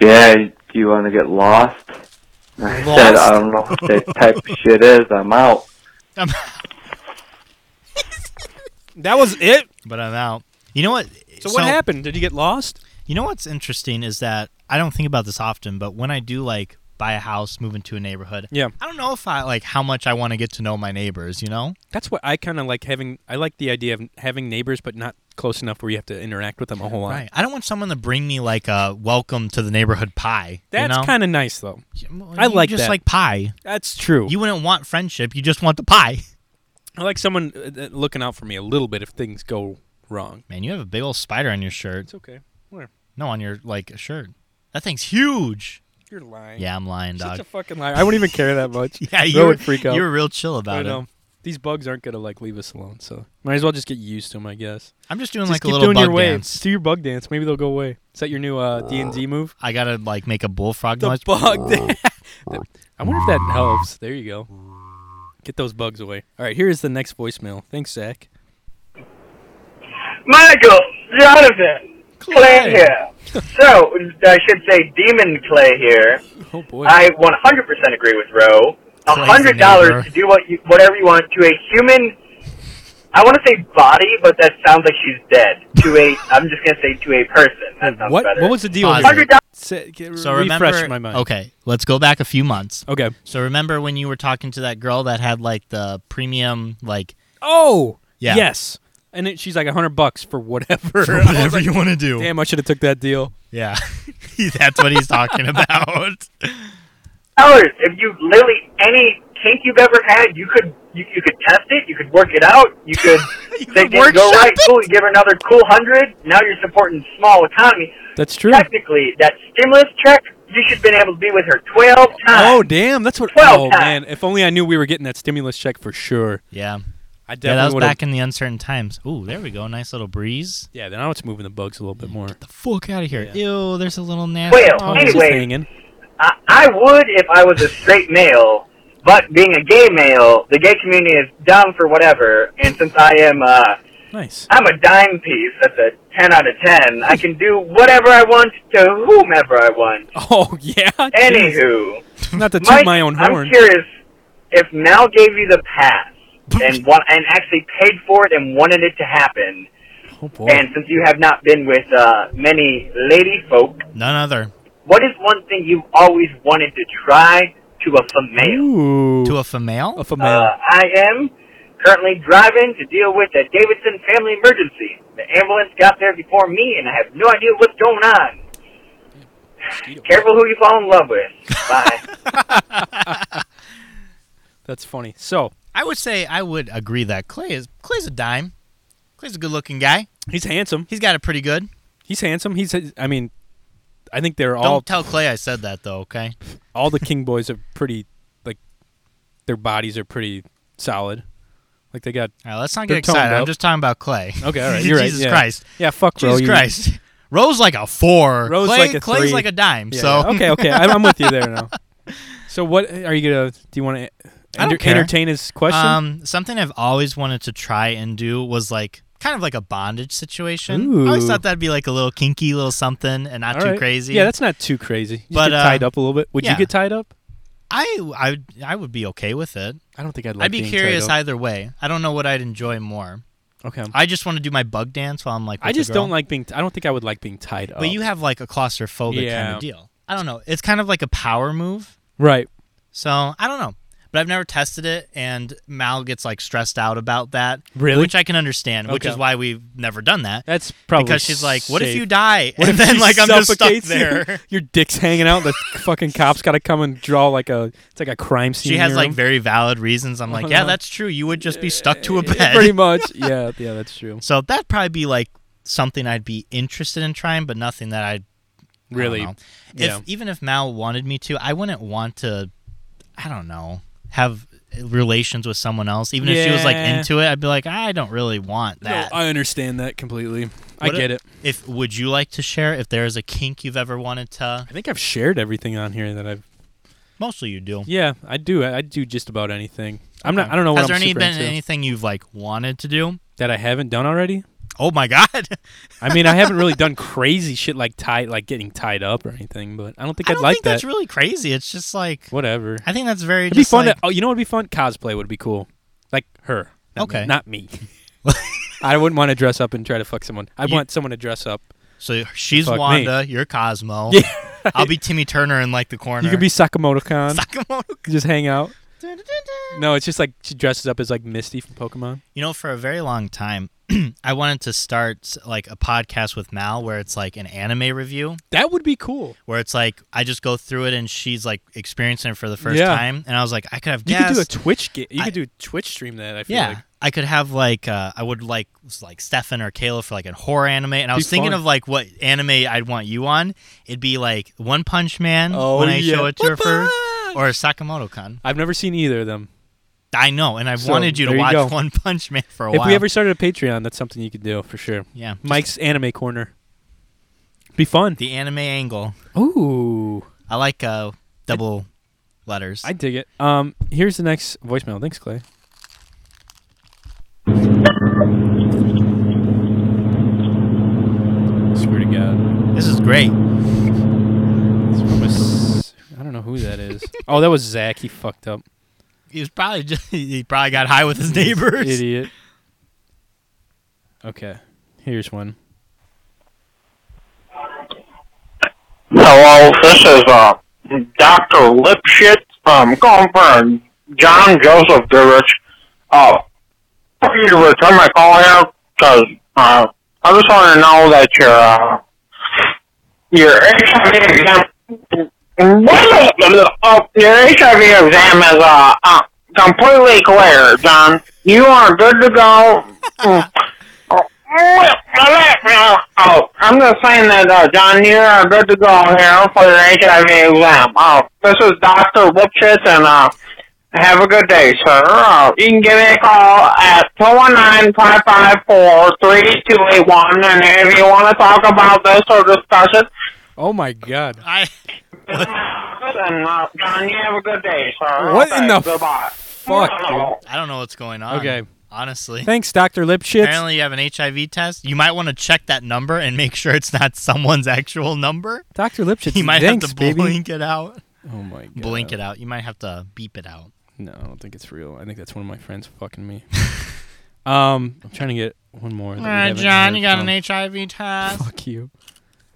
"Yeah, do you want to get lost?" And I said,
Lost?
"I don't know what that type of shit is. I'm out."
I'm-
That was it?
but I'm out. You know what?
So, what happened? Did you get lost?
You know what's interesting is that I don't think about this often, but when I do like buy a house, move into a neighborhood,
Yeah.
I don't know if I like how much I want to get to know my neighbors. You know,
That's what I kind of like having. I like the idea of having neighbors, but not close enough where you have to interact with them a whole lot.
I don't want someone to bring me like a welcome to the neighborhood pie.
That's
you know?
kind of nice, though.
Well,
I
you
like
just
that.
like pie.
That's true.
You wouldn't want friendship. You just want the pie. (laughs)
I like someone uh, uh, looking out for me a little bit if things go wrong.
Man, you have a big old spider on your shirt.
It's okay. Where?
No, on your like shirt. That thing's huge.
You're lying.
Yeah, I'm lying,
Such
dog.
a fucking liar. I wouldn't even care that much.
(laughs) yeah,
That
you were,
would freak out.
You were real chill
I
about it.
know. These bugs aren't gonna like leave us alone, so might as well just get used to them, I guess.
I'm just doing
just
like
keep
a little
doing your
bug
wave.
dance.
Do your bug dance. Maybe they'll go away. Is that your new uh, D and D move?
I gotta like make a bullfrog
The
noise.
bug. (laughs) dance. I wonder if that helps. There you go. Get those bugs away. All right, here is the next voicemail. Thanks, Zach.
Michael, Jonathan, Clay here.
(laughs)
so, I should say Demon Clay here.
Oh boy.
I 100% agree with Roe.
Clay's the neighbor.
$100 to do what you, whatever you want to a human, I want to say body, but that sounds like she's dead. To a, I'm just going to say to a person. That sounds
what?
better.
What was the deal?
Pause
here?
$100
Say- get-
So
refresh
remember,
my mind.
okay, let's go back a few months.
Okay.
So remember when you were talking to that girl that had like the premium, like
Oh,
Yeah.
yes. And it, she's like a hundred bucks for whatever. (laughs) I was
whatever
like,
you want to do.
Damn, I should have took that deal.
Yeah, (laughs) that's what he's (laughs) talking about.
dollars if you literally any kink you've ever had you could you, you could test it you could work it out
(laughs)
you could
You
they
could
didn't go
workshop
right
it.
cool you give her another cool hundred now you're supporting small economy
That's true.
technically that stimulus check you should have been able to be with her 12 times
Oh, damn. That's what.
Twelve
Oh man,
times.
if only I knew we were getting that stimulus check for sure.
Yeah,
I
yeah,
definitely
that was
would've-
back in the uncertain times. Ooh, there we go, nice little breeze.
Yeah, now it's moving the bugs a little bit more.
The fuck out of here! Ew, there's a little nasty.
Well,
Oh,
Oh,
this is
anyway.
hanging.
I, I would if I was a straight male, but being a gay male, the gay community is down for whatever. And since I am, uh,
Nice.
I'm a dime piece. That's a ten out of ten. I can do whatever I want to whomever I want.
Oh (laughs) yeah. Jeez.
Anywho,
Not to toot
Mike,
my own horn.
I'm curious if Mal gave you the
(laughs)
pass and wa- and actually paid for it and wanted it to happen.
Oh boy.
And since you have not been with uh, many lady folk,
none other
what is one thing you've always wanted to try to a female?
Ooh.
to a female.
a female.
Uh, I am currently driving to deal with a Davidson family emergency. The ambulance got there before me, and I have no idea what's going on. Careful who you fall in love with. Bye.
That's funny. So
I would say I would agree that Clay is Clay's a dime. Clay's a good-looking guy.
he's handsome.
He's got it pretty good.
He's handsome. He's. I mean, I think they're all
Don't tell Clay I said that though. Okay.
all the King boys are pretty like their bodies are pretty solid. Like they got
All right, let's not
They're
get excited.
toned
I'm
up.
just talking about Clay. (laughs)
Okay, all right, you're right,
Jesus
yeah.
Christ.
yeah, fuck bro.
Jesus
you-
Christ. Rose like a four.
Rowe's
Clay-
like a
Clay's
three.
like a dime.
Yeah,
(laughs) so
yeah. okay, okay, I'm, I'm with you there
(laughs)
now. So what are you gonna? Do you want to
I don't care.
entertain his question?
Um, something I've always wanted to try and do was like kind of like a bondage situation. I always
Ooh.
thought that'd be like a little kinky, little something, and not
All
too
right.
crazy.
Yeah, that's not too crazy. You
But,
get
uh,
tied up a little bit. Would
yeah.
you get tied up?
I I would- I would be okay with it.
I don't think I'd like.
I'd be
being
curious
Tied
either way. I don't know what I'd enjoy more.
up. Okay.
I just want to do my bug dance while I'm like. With
I just
a girl.
don't like being. T- I don't think I would like being tied up.
But you have like a claustrophobic kind
Yeah.
of deal. I don't know. It's kind of like a power move.
right?
So I don't know. But I've never tested it, and Mal gets like stressed out about that.
Really?
Which I can understand, which
Okay.
is why we've never done that.
That's probably
because she's like, "What if
safe.
you die?"
(laughs) What
(laughs) and
if
then
she
like I'm just stuck
suffocates you?
there.
(laughs) Your dick's hanging out. The fucking cops got to come and draw like a. It's like a crime scene.
She
in
has
your
like (laughs)
room.
very valid reasons. I'm like,
Oh,
"Yeah,
no.
that's true. You would just be stuck to a
Yeah, Pretty
bed."
much. Yeah. Yeah. That's true.
(laughs) so that'd probably be like something I'd be interested in trying, but nothing that I'd I don't
Really.
know.
yeah.
If even if Mal wanted me to, I wouldn't want to. I don't know. Have relations with someone else, even if she was like
Yeah.
into it, I'd be like, I don't really want that.
No, I understand that completely. I
What
get it.
if would you like to share if there is a kink you've ever wanted to?
I think I've shared everything on here that I've.
Mostly you do.
Yeah, I do. I, I do just about anything. I'm not. I don't know what
Has
I'm
there any
super
been
into
anything you've like wanted to do?
that I haven't done already.
Oh my god! (laughs)
I mean, I haven't really done crazy shit like tied, like getting tied up or anything. But I don't think
I
I'd
don't
like
think
that.
that's really crazy. It's just like
Whatever.
I think that's very.
It'd be
just,
fun.
like-
to, oh, you know, what'd be fun? Cosplay would be cool. Like her. Not
Okay.
Me, not
(laughs)
me. I wouldn't want to dress up and try to fuck someone. I
You-
want someone to dress up.
so she's
Fuck me.
Wanda, you're Cosmo.
(laughs) Yeah,
I'll be Timmy Turner in like the corner.
You
(laughs)
could be Sakamoto Khan.
Sakamoto.
just hang out. No, it's just like she dresses up as like Misty from Pokemon.
You know, for a very long time, (clears throat) I wanted to start like a podcast with Mal where it's like an anime review,
That would be cool.
where it's like I just go through it and she's like experiencing it for the first
Yeah.
time, and I was like, I could have
You
guests.
could do a Twitch. Ga- you
I-
could do a Twitch stream that. I feel
Yeah.
like.
I could have like uh, I would like s- like Stefan or Kayla for like a horror anime, and I
Be
was thinking
fun.
of like what anime I'd want you on. It'd be like One Punch Man
Oh
when I
yeah.
show it to her first,
Whoopah!
or Sakamoto Kun.
I've never seen either of them.
I know, and I've
So,
wanted you to
there you
watch
go.
One Punch Man for a
If
while.
we ever started a Patreon, that's something you could do for sure.
yeah, just
Mike's anime corner. Be fun.
the anime angle.
Ooh,
I like uh, double letters.
I dig it. Um, here's the next voicemail. Thanks, Clay. Swear to God,
this is great.
it's from a s- I don't know who that is. (laughs) oh, that was Zach. He fucked up.
He was probably (laughs) just he probably got high with his neighbors.
Idiot. Okay, here's one.
Hello, this is uh, Dr. Lipschitz. I'm calling for John Joseph Goodrich. Uh, for you to return my call here, because uh, I just want to know that your, uh, your HIV exam, uh, your HIV exam is uh, uh, completely clear, John. You are good to go. Oh, I'm just saying that, uh, John, you are good to go here for your HIV exam. Oh, this is Dr. Lipschitz, and, uh, have a good day, sir. Uh, you can give me a call at 219-554-3281, and if you want to talk about this or discuss it,
Oh my God.
I
and, uh, John, you have a good day, sir.
What in the
Goodbye.
Fuck, dude.
I don't know what's going on.
Okay.
honestly.
Thanks, Doctor Lipschitz.
Apparently, you have an HIV test. You might want to check that number and make sure it's not someone's actual number.
Doctor Lipschitz.
You might
thanks,
have to
baby.
blink it out.
Oh my god.
Blink it out. You might have to beep it out.
No, I don't think it's real. I think that's one of my friends fucking (laughs) me. um, I'm trying to get one more. that we haven't heard from.
HIV test.
Fuck you.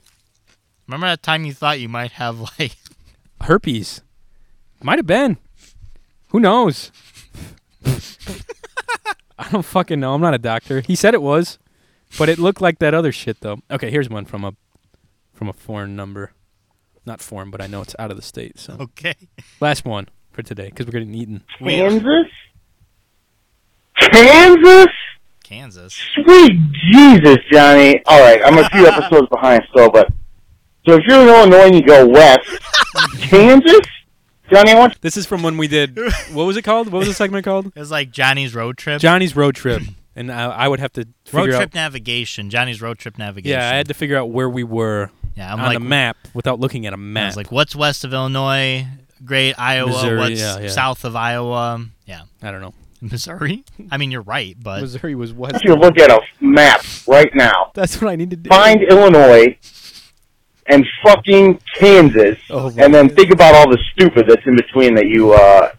(laughs) Remember that time you thought you might have like (laughs)
Herpes. Might have been. Who knows? (laughs) I don't fucking know. I'm not a doctor. He said it was, but it looked like that other shit though. Okay, here's one from a from a foreign number. Not foreign, but I know it's out of the state. So
okay?
last one for today because we're getting eaten.
We,
Kansas? Kansas?
Kansas.
Sweet Jesus, Johnny. All right, I'm a few episodes behind still, but so if you're in Illinois and you go west, Kansas? Johnny, I want
This is from when we did. What was it called? What was the segment called?
It was like Johnny's road trip.
Johnny's road trip. and I, I would have to figure
Road
out.
trip navigation. Johnny's road trip navigation.
yeah, I had to figure out where we were
yeah, I'm
on
like,
a map without looking at a map.
I was like, what's west of Illinois? Great Iowa.
Missouri,
what's
yeah, yeah.
south of Iowa? Yeah, (laughs)
I don't know.
Missouri. I mean, you're right, but
Missouri was
I
(laughs)
what?
want you to look at a map right now.
That's what I need to do.
Find Illinois and fucking Kansas,
Oh, my
and then
God.
think about all the stupid that's in between that you. uh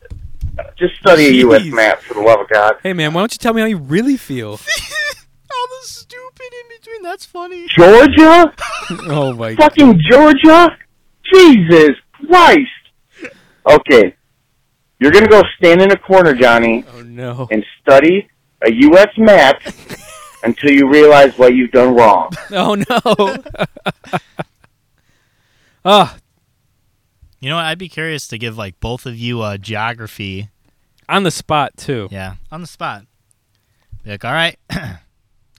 Just study a U.S.
Jeez.
map for the love of God.
Hey man, why don't you tell me how you really feel?
all the stupid in between. That's funny.
Georgia,
oh my god.
fucking Georgia, Jesus Christ. Okay, you're gonna go stand in a corner, Johnny,
Oh no.
and study a U.S. map until you realize what you've done wrong.
Oh no. (laughs) Ah,
You know what? I'd be curious to give like both of you uh, geography.
on the spot too.
Yeah, on the spot. Be like, all right,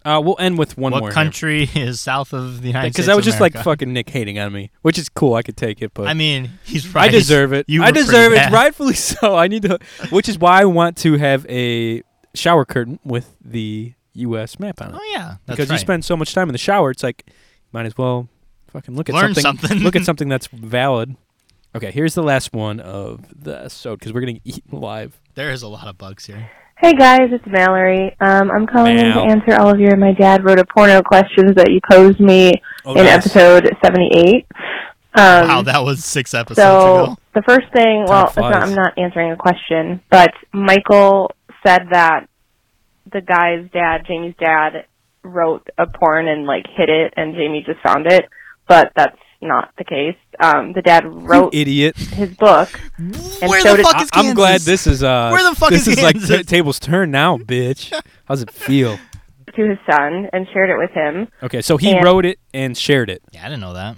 Uh, we'll end with one more
what
here.
country is south of the United States?
Because I was just like
America?
fucking Nick hating on me, which is cool. I could take it, but
I mean, he's right.
I deserve it.
You
I
were pretty
deserve it,
bad.
rightfully so. (laughs) I need to, which is why I want to have a shower curtain with the U.S. map on it.
Oh yeah, that's
because
right.
you spend so much time in the shower, it's like might as well fucking look at
Learn
something.
something. (laughs)
look at something that's valid. Okay, here's the last one of the episode because we're getting eaten (laughs) live.
There is a lot of bugs here.
Hey guys, it's Mallory. Um, I'm calling in to
Mal.
answer all of your my dad wrote a porno questions that you posed me
Oh,
in episode 78. Um,
wow, that was six episodes
so
ago.
the first thing, well, it's not,
flies.
I'm not answering a question, but Michael said that the guy's dad, Jamie's dad, wrote a porn and like hid it, and Jamie just found it, but that's not the case. Um, the dad wrote
Idiot!
his book. And
Where
so
the
did-
fuck
I-
is Kansas?
I'm glad this is uh
(laughs) Where the fuck
this
is
is like
Kansas?
t- tables turn now,
(laughs)
bitch. How's it feel?
to his son and shared it with him.
Okay, so he
And-
wrote it and shared it.
Yeah, I didn't know that.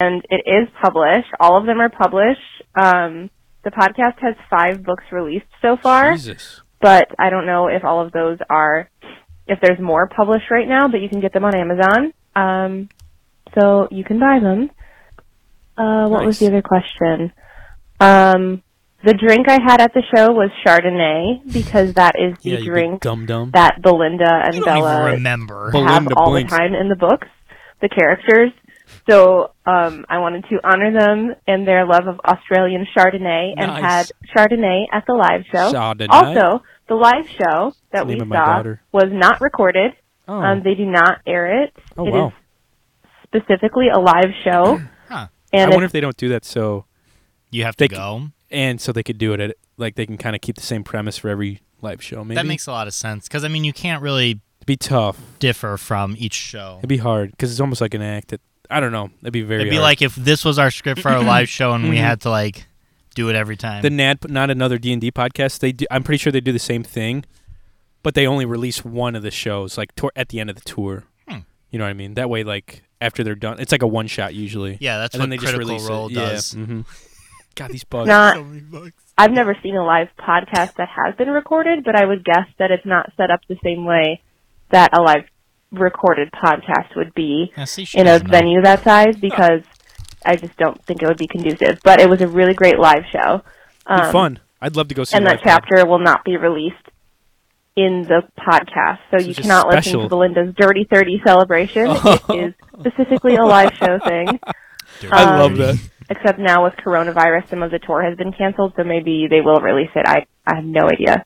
and it is published. All of them are published. Um, the podcast has five books released so far,
Jesus.
but I don't know if all of those are, if there's more published right now, but you can get them on Amazon. Um, so you can buy them. Uh, what
Nice.
was the other question? Um, the drink I had at the show was Chardonnay because that is the
Yeah, you big
drink
dum dum.
that Belinda and
You don't even
Bella
remember.
Bel-
have
Belinda
all
Blinks.
the time in the books, the characters. So um, I wanted to honor them and their love of Australian Chardonnay and
Nice.
had Chardonnay at the live show.
Chardonnay.
Also, the live show that
the
we
name of my
saw
daughter.
was not recorded.
Oh,
Um, they do not air it.
Oh,
It is
wow.
specifically a live
(clears throat)
show.
Huh.
I
And
wonder
it's
if they don't do that so
you have to
They c-
go.
and so they could do it at like they can kind of keep the same premise for every live show. Maybe
That makes a lot of sense because I mean, you can't really
it'd be tough.
differ from each show.
It'd be hard because it's almost like an act. That, I don't know. It'd be very.
It'd be
hard.
like if this was our script for our
(clears throat)
live show and we had to like do it every time.
the NAD, not another D and D podcast. They, do, I'm pretty sure they do the same thing, but they only release one of the shows, like tour, at the end of the tour.
Hmm.
You know what I mean? That way, like after they're done, it's like a one shot usually.
yeah, that's
and
what
then they just
Critical
release
Role
it.
does.
Mm.
Yeah.
(laughs)
Mm-hmm. God, these bugs.
not
many bugs.
I've never seen a live podcast that has been recorded, but I would guess that it's not set up the same way that a live recorded podcast would be
Yeah, see, she
in a
doesn't know.
venue that size because I just don't think it would be conducive. But it was a really great live show.
It'd be
Um,
fun. I'd love to go see.
And
a
that
live pod.
chapter will not be released in the podcast, so,
So
you
just
cannot listen
special.
to Belinda's Dirty 30
(laughs)
celebration. It is specifically a live show thing.
I
um,
love that.
Except now with coronavirus, some of the tour has been canceled, so maybe they will release it. I, I have no idea.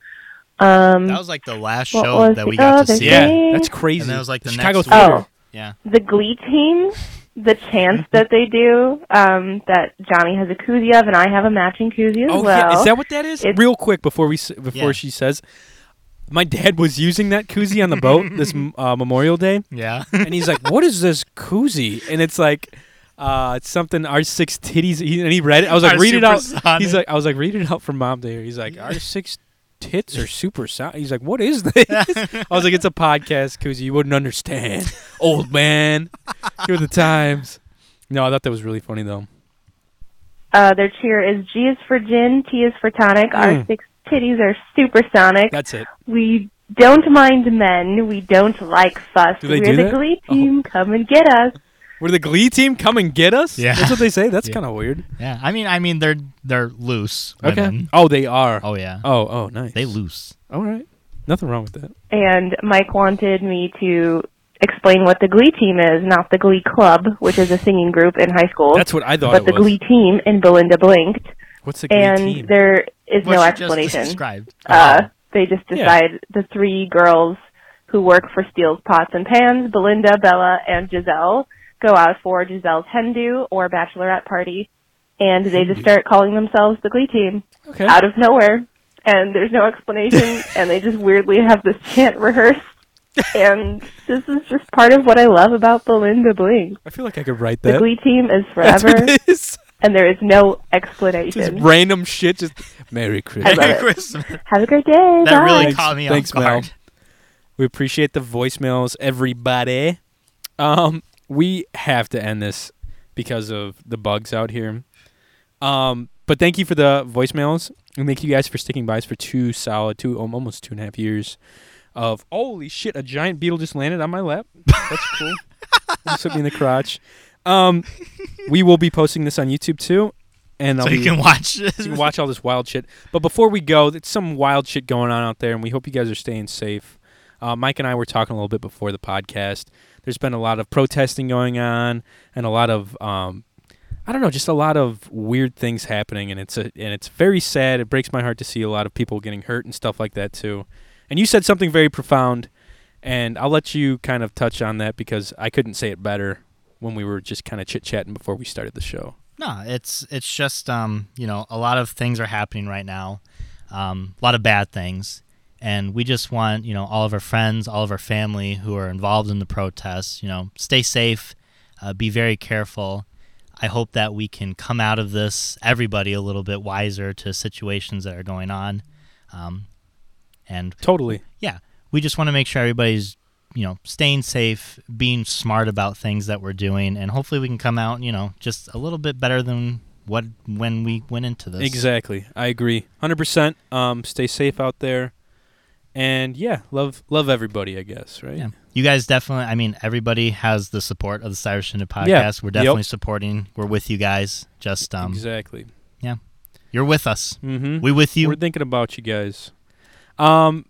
Um,
That was like the last
What
show
was
that
the
we got to
other
see.
Yeah,
Dang.
that's crazy.
And that was like the
Chicago
next
Theater.
week.
Yeah.
the Glee team, the
Mm-hmm.
chants that they do, um, that Johnny has a koozie of, and I have a matching koozie as
Oh
well.
yeah, is that what that is?
It's-
Real quick before we s- before
Yeah.
she says, my dad was using that koozie on the boat this
(laughs)
m- uh, Memorial Day,
Yeah. (laughs)
and he's like, "What is this koozie?" And it's like, uh, it's something our six titties. He, and he read it. I was like,
Our
"Read it out."
supersonic.
He's like, "I was like, read it out for mom to hear." He's like, "Our six tits are super sound." He's like, "What is
(laughs)
this?" I was like, "It's a podcast koozie. You wouldn't understand, old man. You're the times." No, I thought that was really funny though.
uh, their cheer is G is for gin, T is for tonic,
Mm.
our six titties are supersonic.
That's it.
we don't mind men, we don't like fuss.
Do they
We're
do
the
that? Oh.
Glee team, come and get us.
Were the Glee team come and get us?
Yeah.
that's what they say. That's
Yeah.
kind of weird.
Yeah. I mean, I mean, they're they're loose
Okay.
women.
Oh, they are.
Oh yeah.
Oh, oh, nice.
They loose.
All right. Nothing wrong with that.
and Mike wanted me to explain what the Glee team is, not the Glee Club, which is a singing group in high school,
That's what I thought
but
it
the
was.
Glee team. And Belinda blinked,
What's the Glee
and
team?
there is
What
no
you just
explanation.
described.
Uh, they just
Uh-huh. Yeah.
decide the three girls who work for Steel's Pots and Pans, Belinda, Bella, and Giselle, go out for Giselle's hen do or bachelorette party, and they just start calling themselves the Glee team
Hmm. okay.
out of nowhere, and there's no
(laughs)
explanation, and they just weirdly have this chant rehearsed. and this is just part of what I love about Belinda Bling.
I feel like I could write
The
that.
Glee team is
(laughs) That's what
forever,
it is.
and there is no
Just
explanation.
random shit. Just Merry
(laughs)
I
Christmas.
love it.
Christmas.
Have a great day.
That
Bye.
really
Thanks-
caught me
thanks,
off guard.
Mel. We appreciate the voicemails, everybody. Um, we have to end this because of the bugs out here. Um, but thank you for the voicemails, and thank you guys for sticking by us for two solid, two um, almost two and a half years of holy shit, a giant beetle just landed on my lap. That's
(laughs)
cool. just hit me in the crotch. Um, we will be posting this on YouTube too, and I'll
So
be
you can
(laughs)
watch this.
so you can watch all this wild shit. But before we go, there's some wild shit going on out there, and we hope you guys are staying safe. Uh, Mike and I were talking a little bit before the podcast. There's been a lot of protesting going on, and a lot of um, I don't know, just a lot of weird things happening, and it's a, and it's very sad. It breaks my heart to see a lot of people getting hurt and stuff like that too. And you said something very profound, and I'll let you kind of touch on that because I couldn't say it better when we were just kind of chit chatting before we started the show.
No, it's it's just um, you know, a lot of things are happening right now. Um, a lot of bad things. And we just want, you know, all of our friends, all of our family who are involved in the protests, you know, stay safe, uh, be very careful. I hope that we can come out of this, everybody, a little bit wiser to situations that are going on. Um, and
Totally.
yeah, we just want to make sure everybody's, you know, staying safe, being smart about things that we're doing, and hopefully we can come out, you know, just a little bit better than what when we went into this.
Exactly. I agree. 100%. Um stay safe out there. And yeah, love love everybody, I guess, right?
Yeah. You guys definitely, I mean, everybody has the support of the Cyrus Shindig podcast.
Yeah.
We're
Yep.
definitely supporting. We're with you guys. Just, um,
Exactly.
you're with us.
Mhm.
We with you.
We're thinking about you guys. Um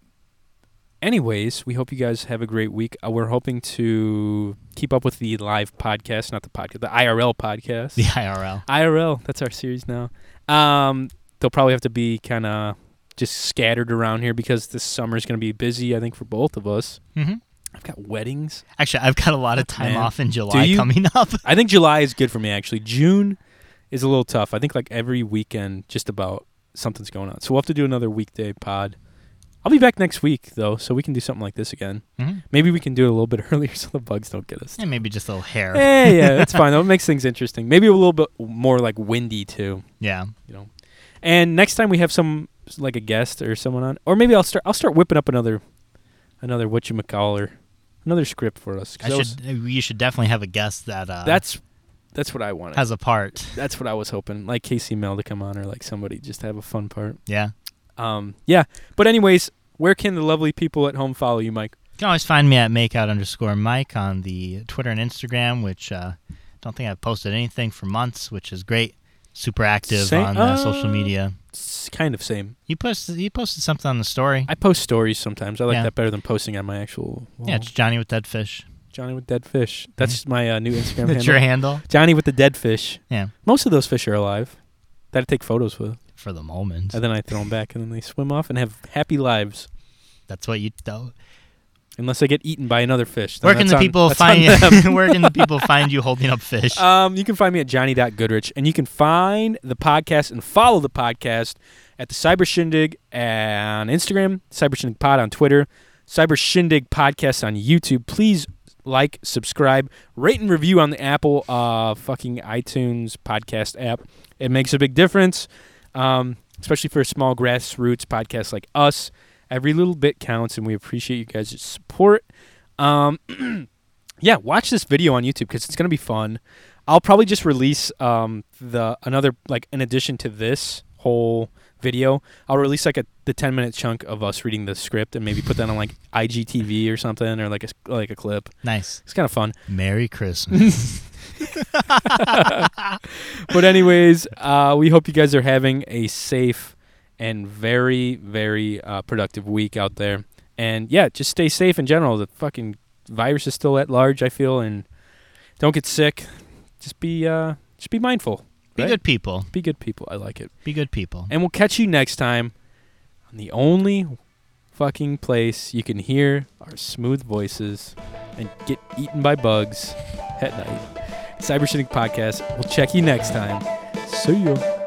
anyways, we hope you guys have a great week. Uh, we're hoping to keep up with the live podcast, not the podcast, the IRL podcast.
(laughs)
(laughs)
the IRL.
IRL. That's our series now. Um, they'll probably have to be kind of just scattered around here because this summer is going to be busy. I think for both of us.
Mhm.
I've got weddings.
Actually, I've got a lot of time
Man.
off in July
you?
coming (laughs) up.
I think July is good for me actually. June is a little tough. I think like every weekend, just about something's going on. So we'll have to do another weekday pod. I'll be back next week though, so we can do something like this again.
Mhm.
Maybe we can do it a little bit (laughs) earlier so the bugs don't get us.
And maybe just a little hair.
Yeah, yeah, that's fine. That makes things interesting. Maybe a little bit more like windy too.
(laughs) Yeah.
And next time we have some like a guest or someone on, or maybe I'll start I'll start whipping up another another what you another script for us. 'cause
I
that was-
should, uh, you should definitely have a guest that, uh,
that's that's what I wanted.
has a part.
that's what I was hoping, like Casey Mel to come on or like somebody just to have a fun part.
Yeah.
Um, yeah. But anyways, where can the lovely people at home follow you, Mike?
You can always find me at makeout underscore Mike on the Twitter and Instagram, which uh, don't think I've posted anything for months, which is great. Super active
Same-
on uh,
uh,
social media.
It's kind of same.
You posted you posted something on the story.
I post stories sometimes. I like
Yeah.
that better than posting on my actual. wall.
yeah, it's Johnny with Dead Fish.
Johnny with dead fish. That's my
(laughs)
uh, new Instagram handle.
That's your handle
Johnny with the dead fish.
Yeah.
Most of those fish are alive. That I take photos with,
for the moment.
and then I throw them back, and then they swim off and have happy lives.
That's what you do.
Unless I get eaten by another fish. then
Where can
that's
the
on-
people
that's on (laughs)
find
them.
you? (laughs) where can the people find you holding
(laughs)
up fish?
Um, you can find me at johnny.goodrich, and you can find the podcast and follow the podcast at the Cyber Shindig on Instagram, Cyber Shindig Pod on Twitter, Cyber Shindig Podcast on YouTube. Please like, subscribe, rate, and review on the Apple uh, fucking iTunes podcast app. It makes a big difference, um, especially for a small grassroots podcast like us. Every little bit counts, and we appreciate you guys' support. Um, yeah, watch this video on YouTube because it's gonna be fun. I'll probably just release um, the another like in addition to this whole video, I'll release like a the ten minute chunk of us reading the script and maybe put that on like IGTV or something or like a s- like a clip.
nice.
It's kind of fun.
Merry Christmas.
(laughs) But anyways, uh, we hope you guys are having a safe and very very uh, productive week out there. And yeah, just stay safe in general. The fucking virus is still at large, I feel, and don't get sick. Just be uh just be mindful.
Be
Right.
good people.
Be good people. I like it.
Be good people.
And we'll catch you next time on the only fucking place you can hear our smooth voices and get eaten by bugs at night. Cyber Shindig Podcast. We'll check you next time. See ya.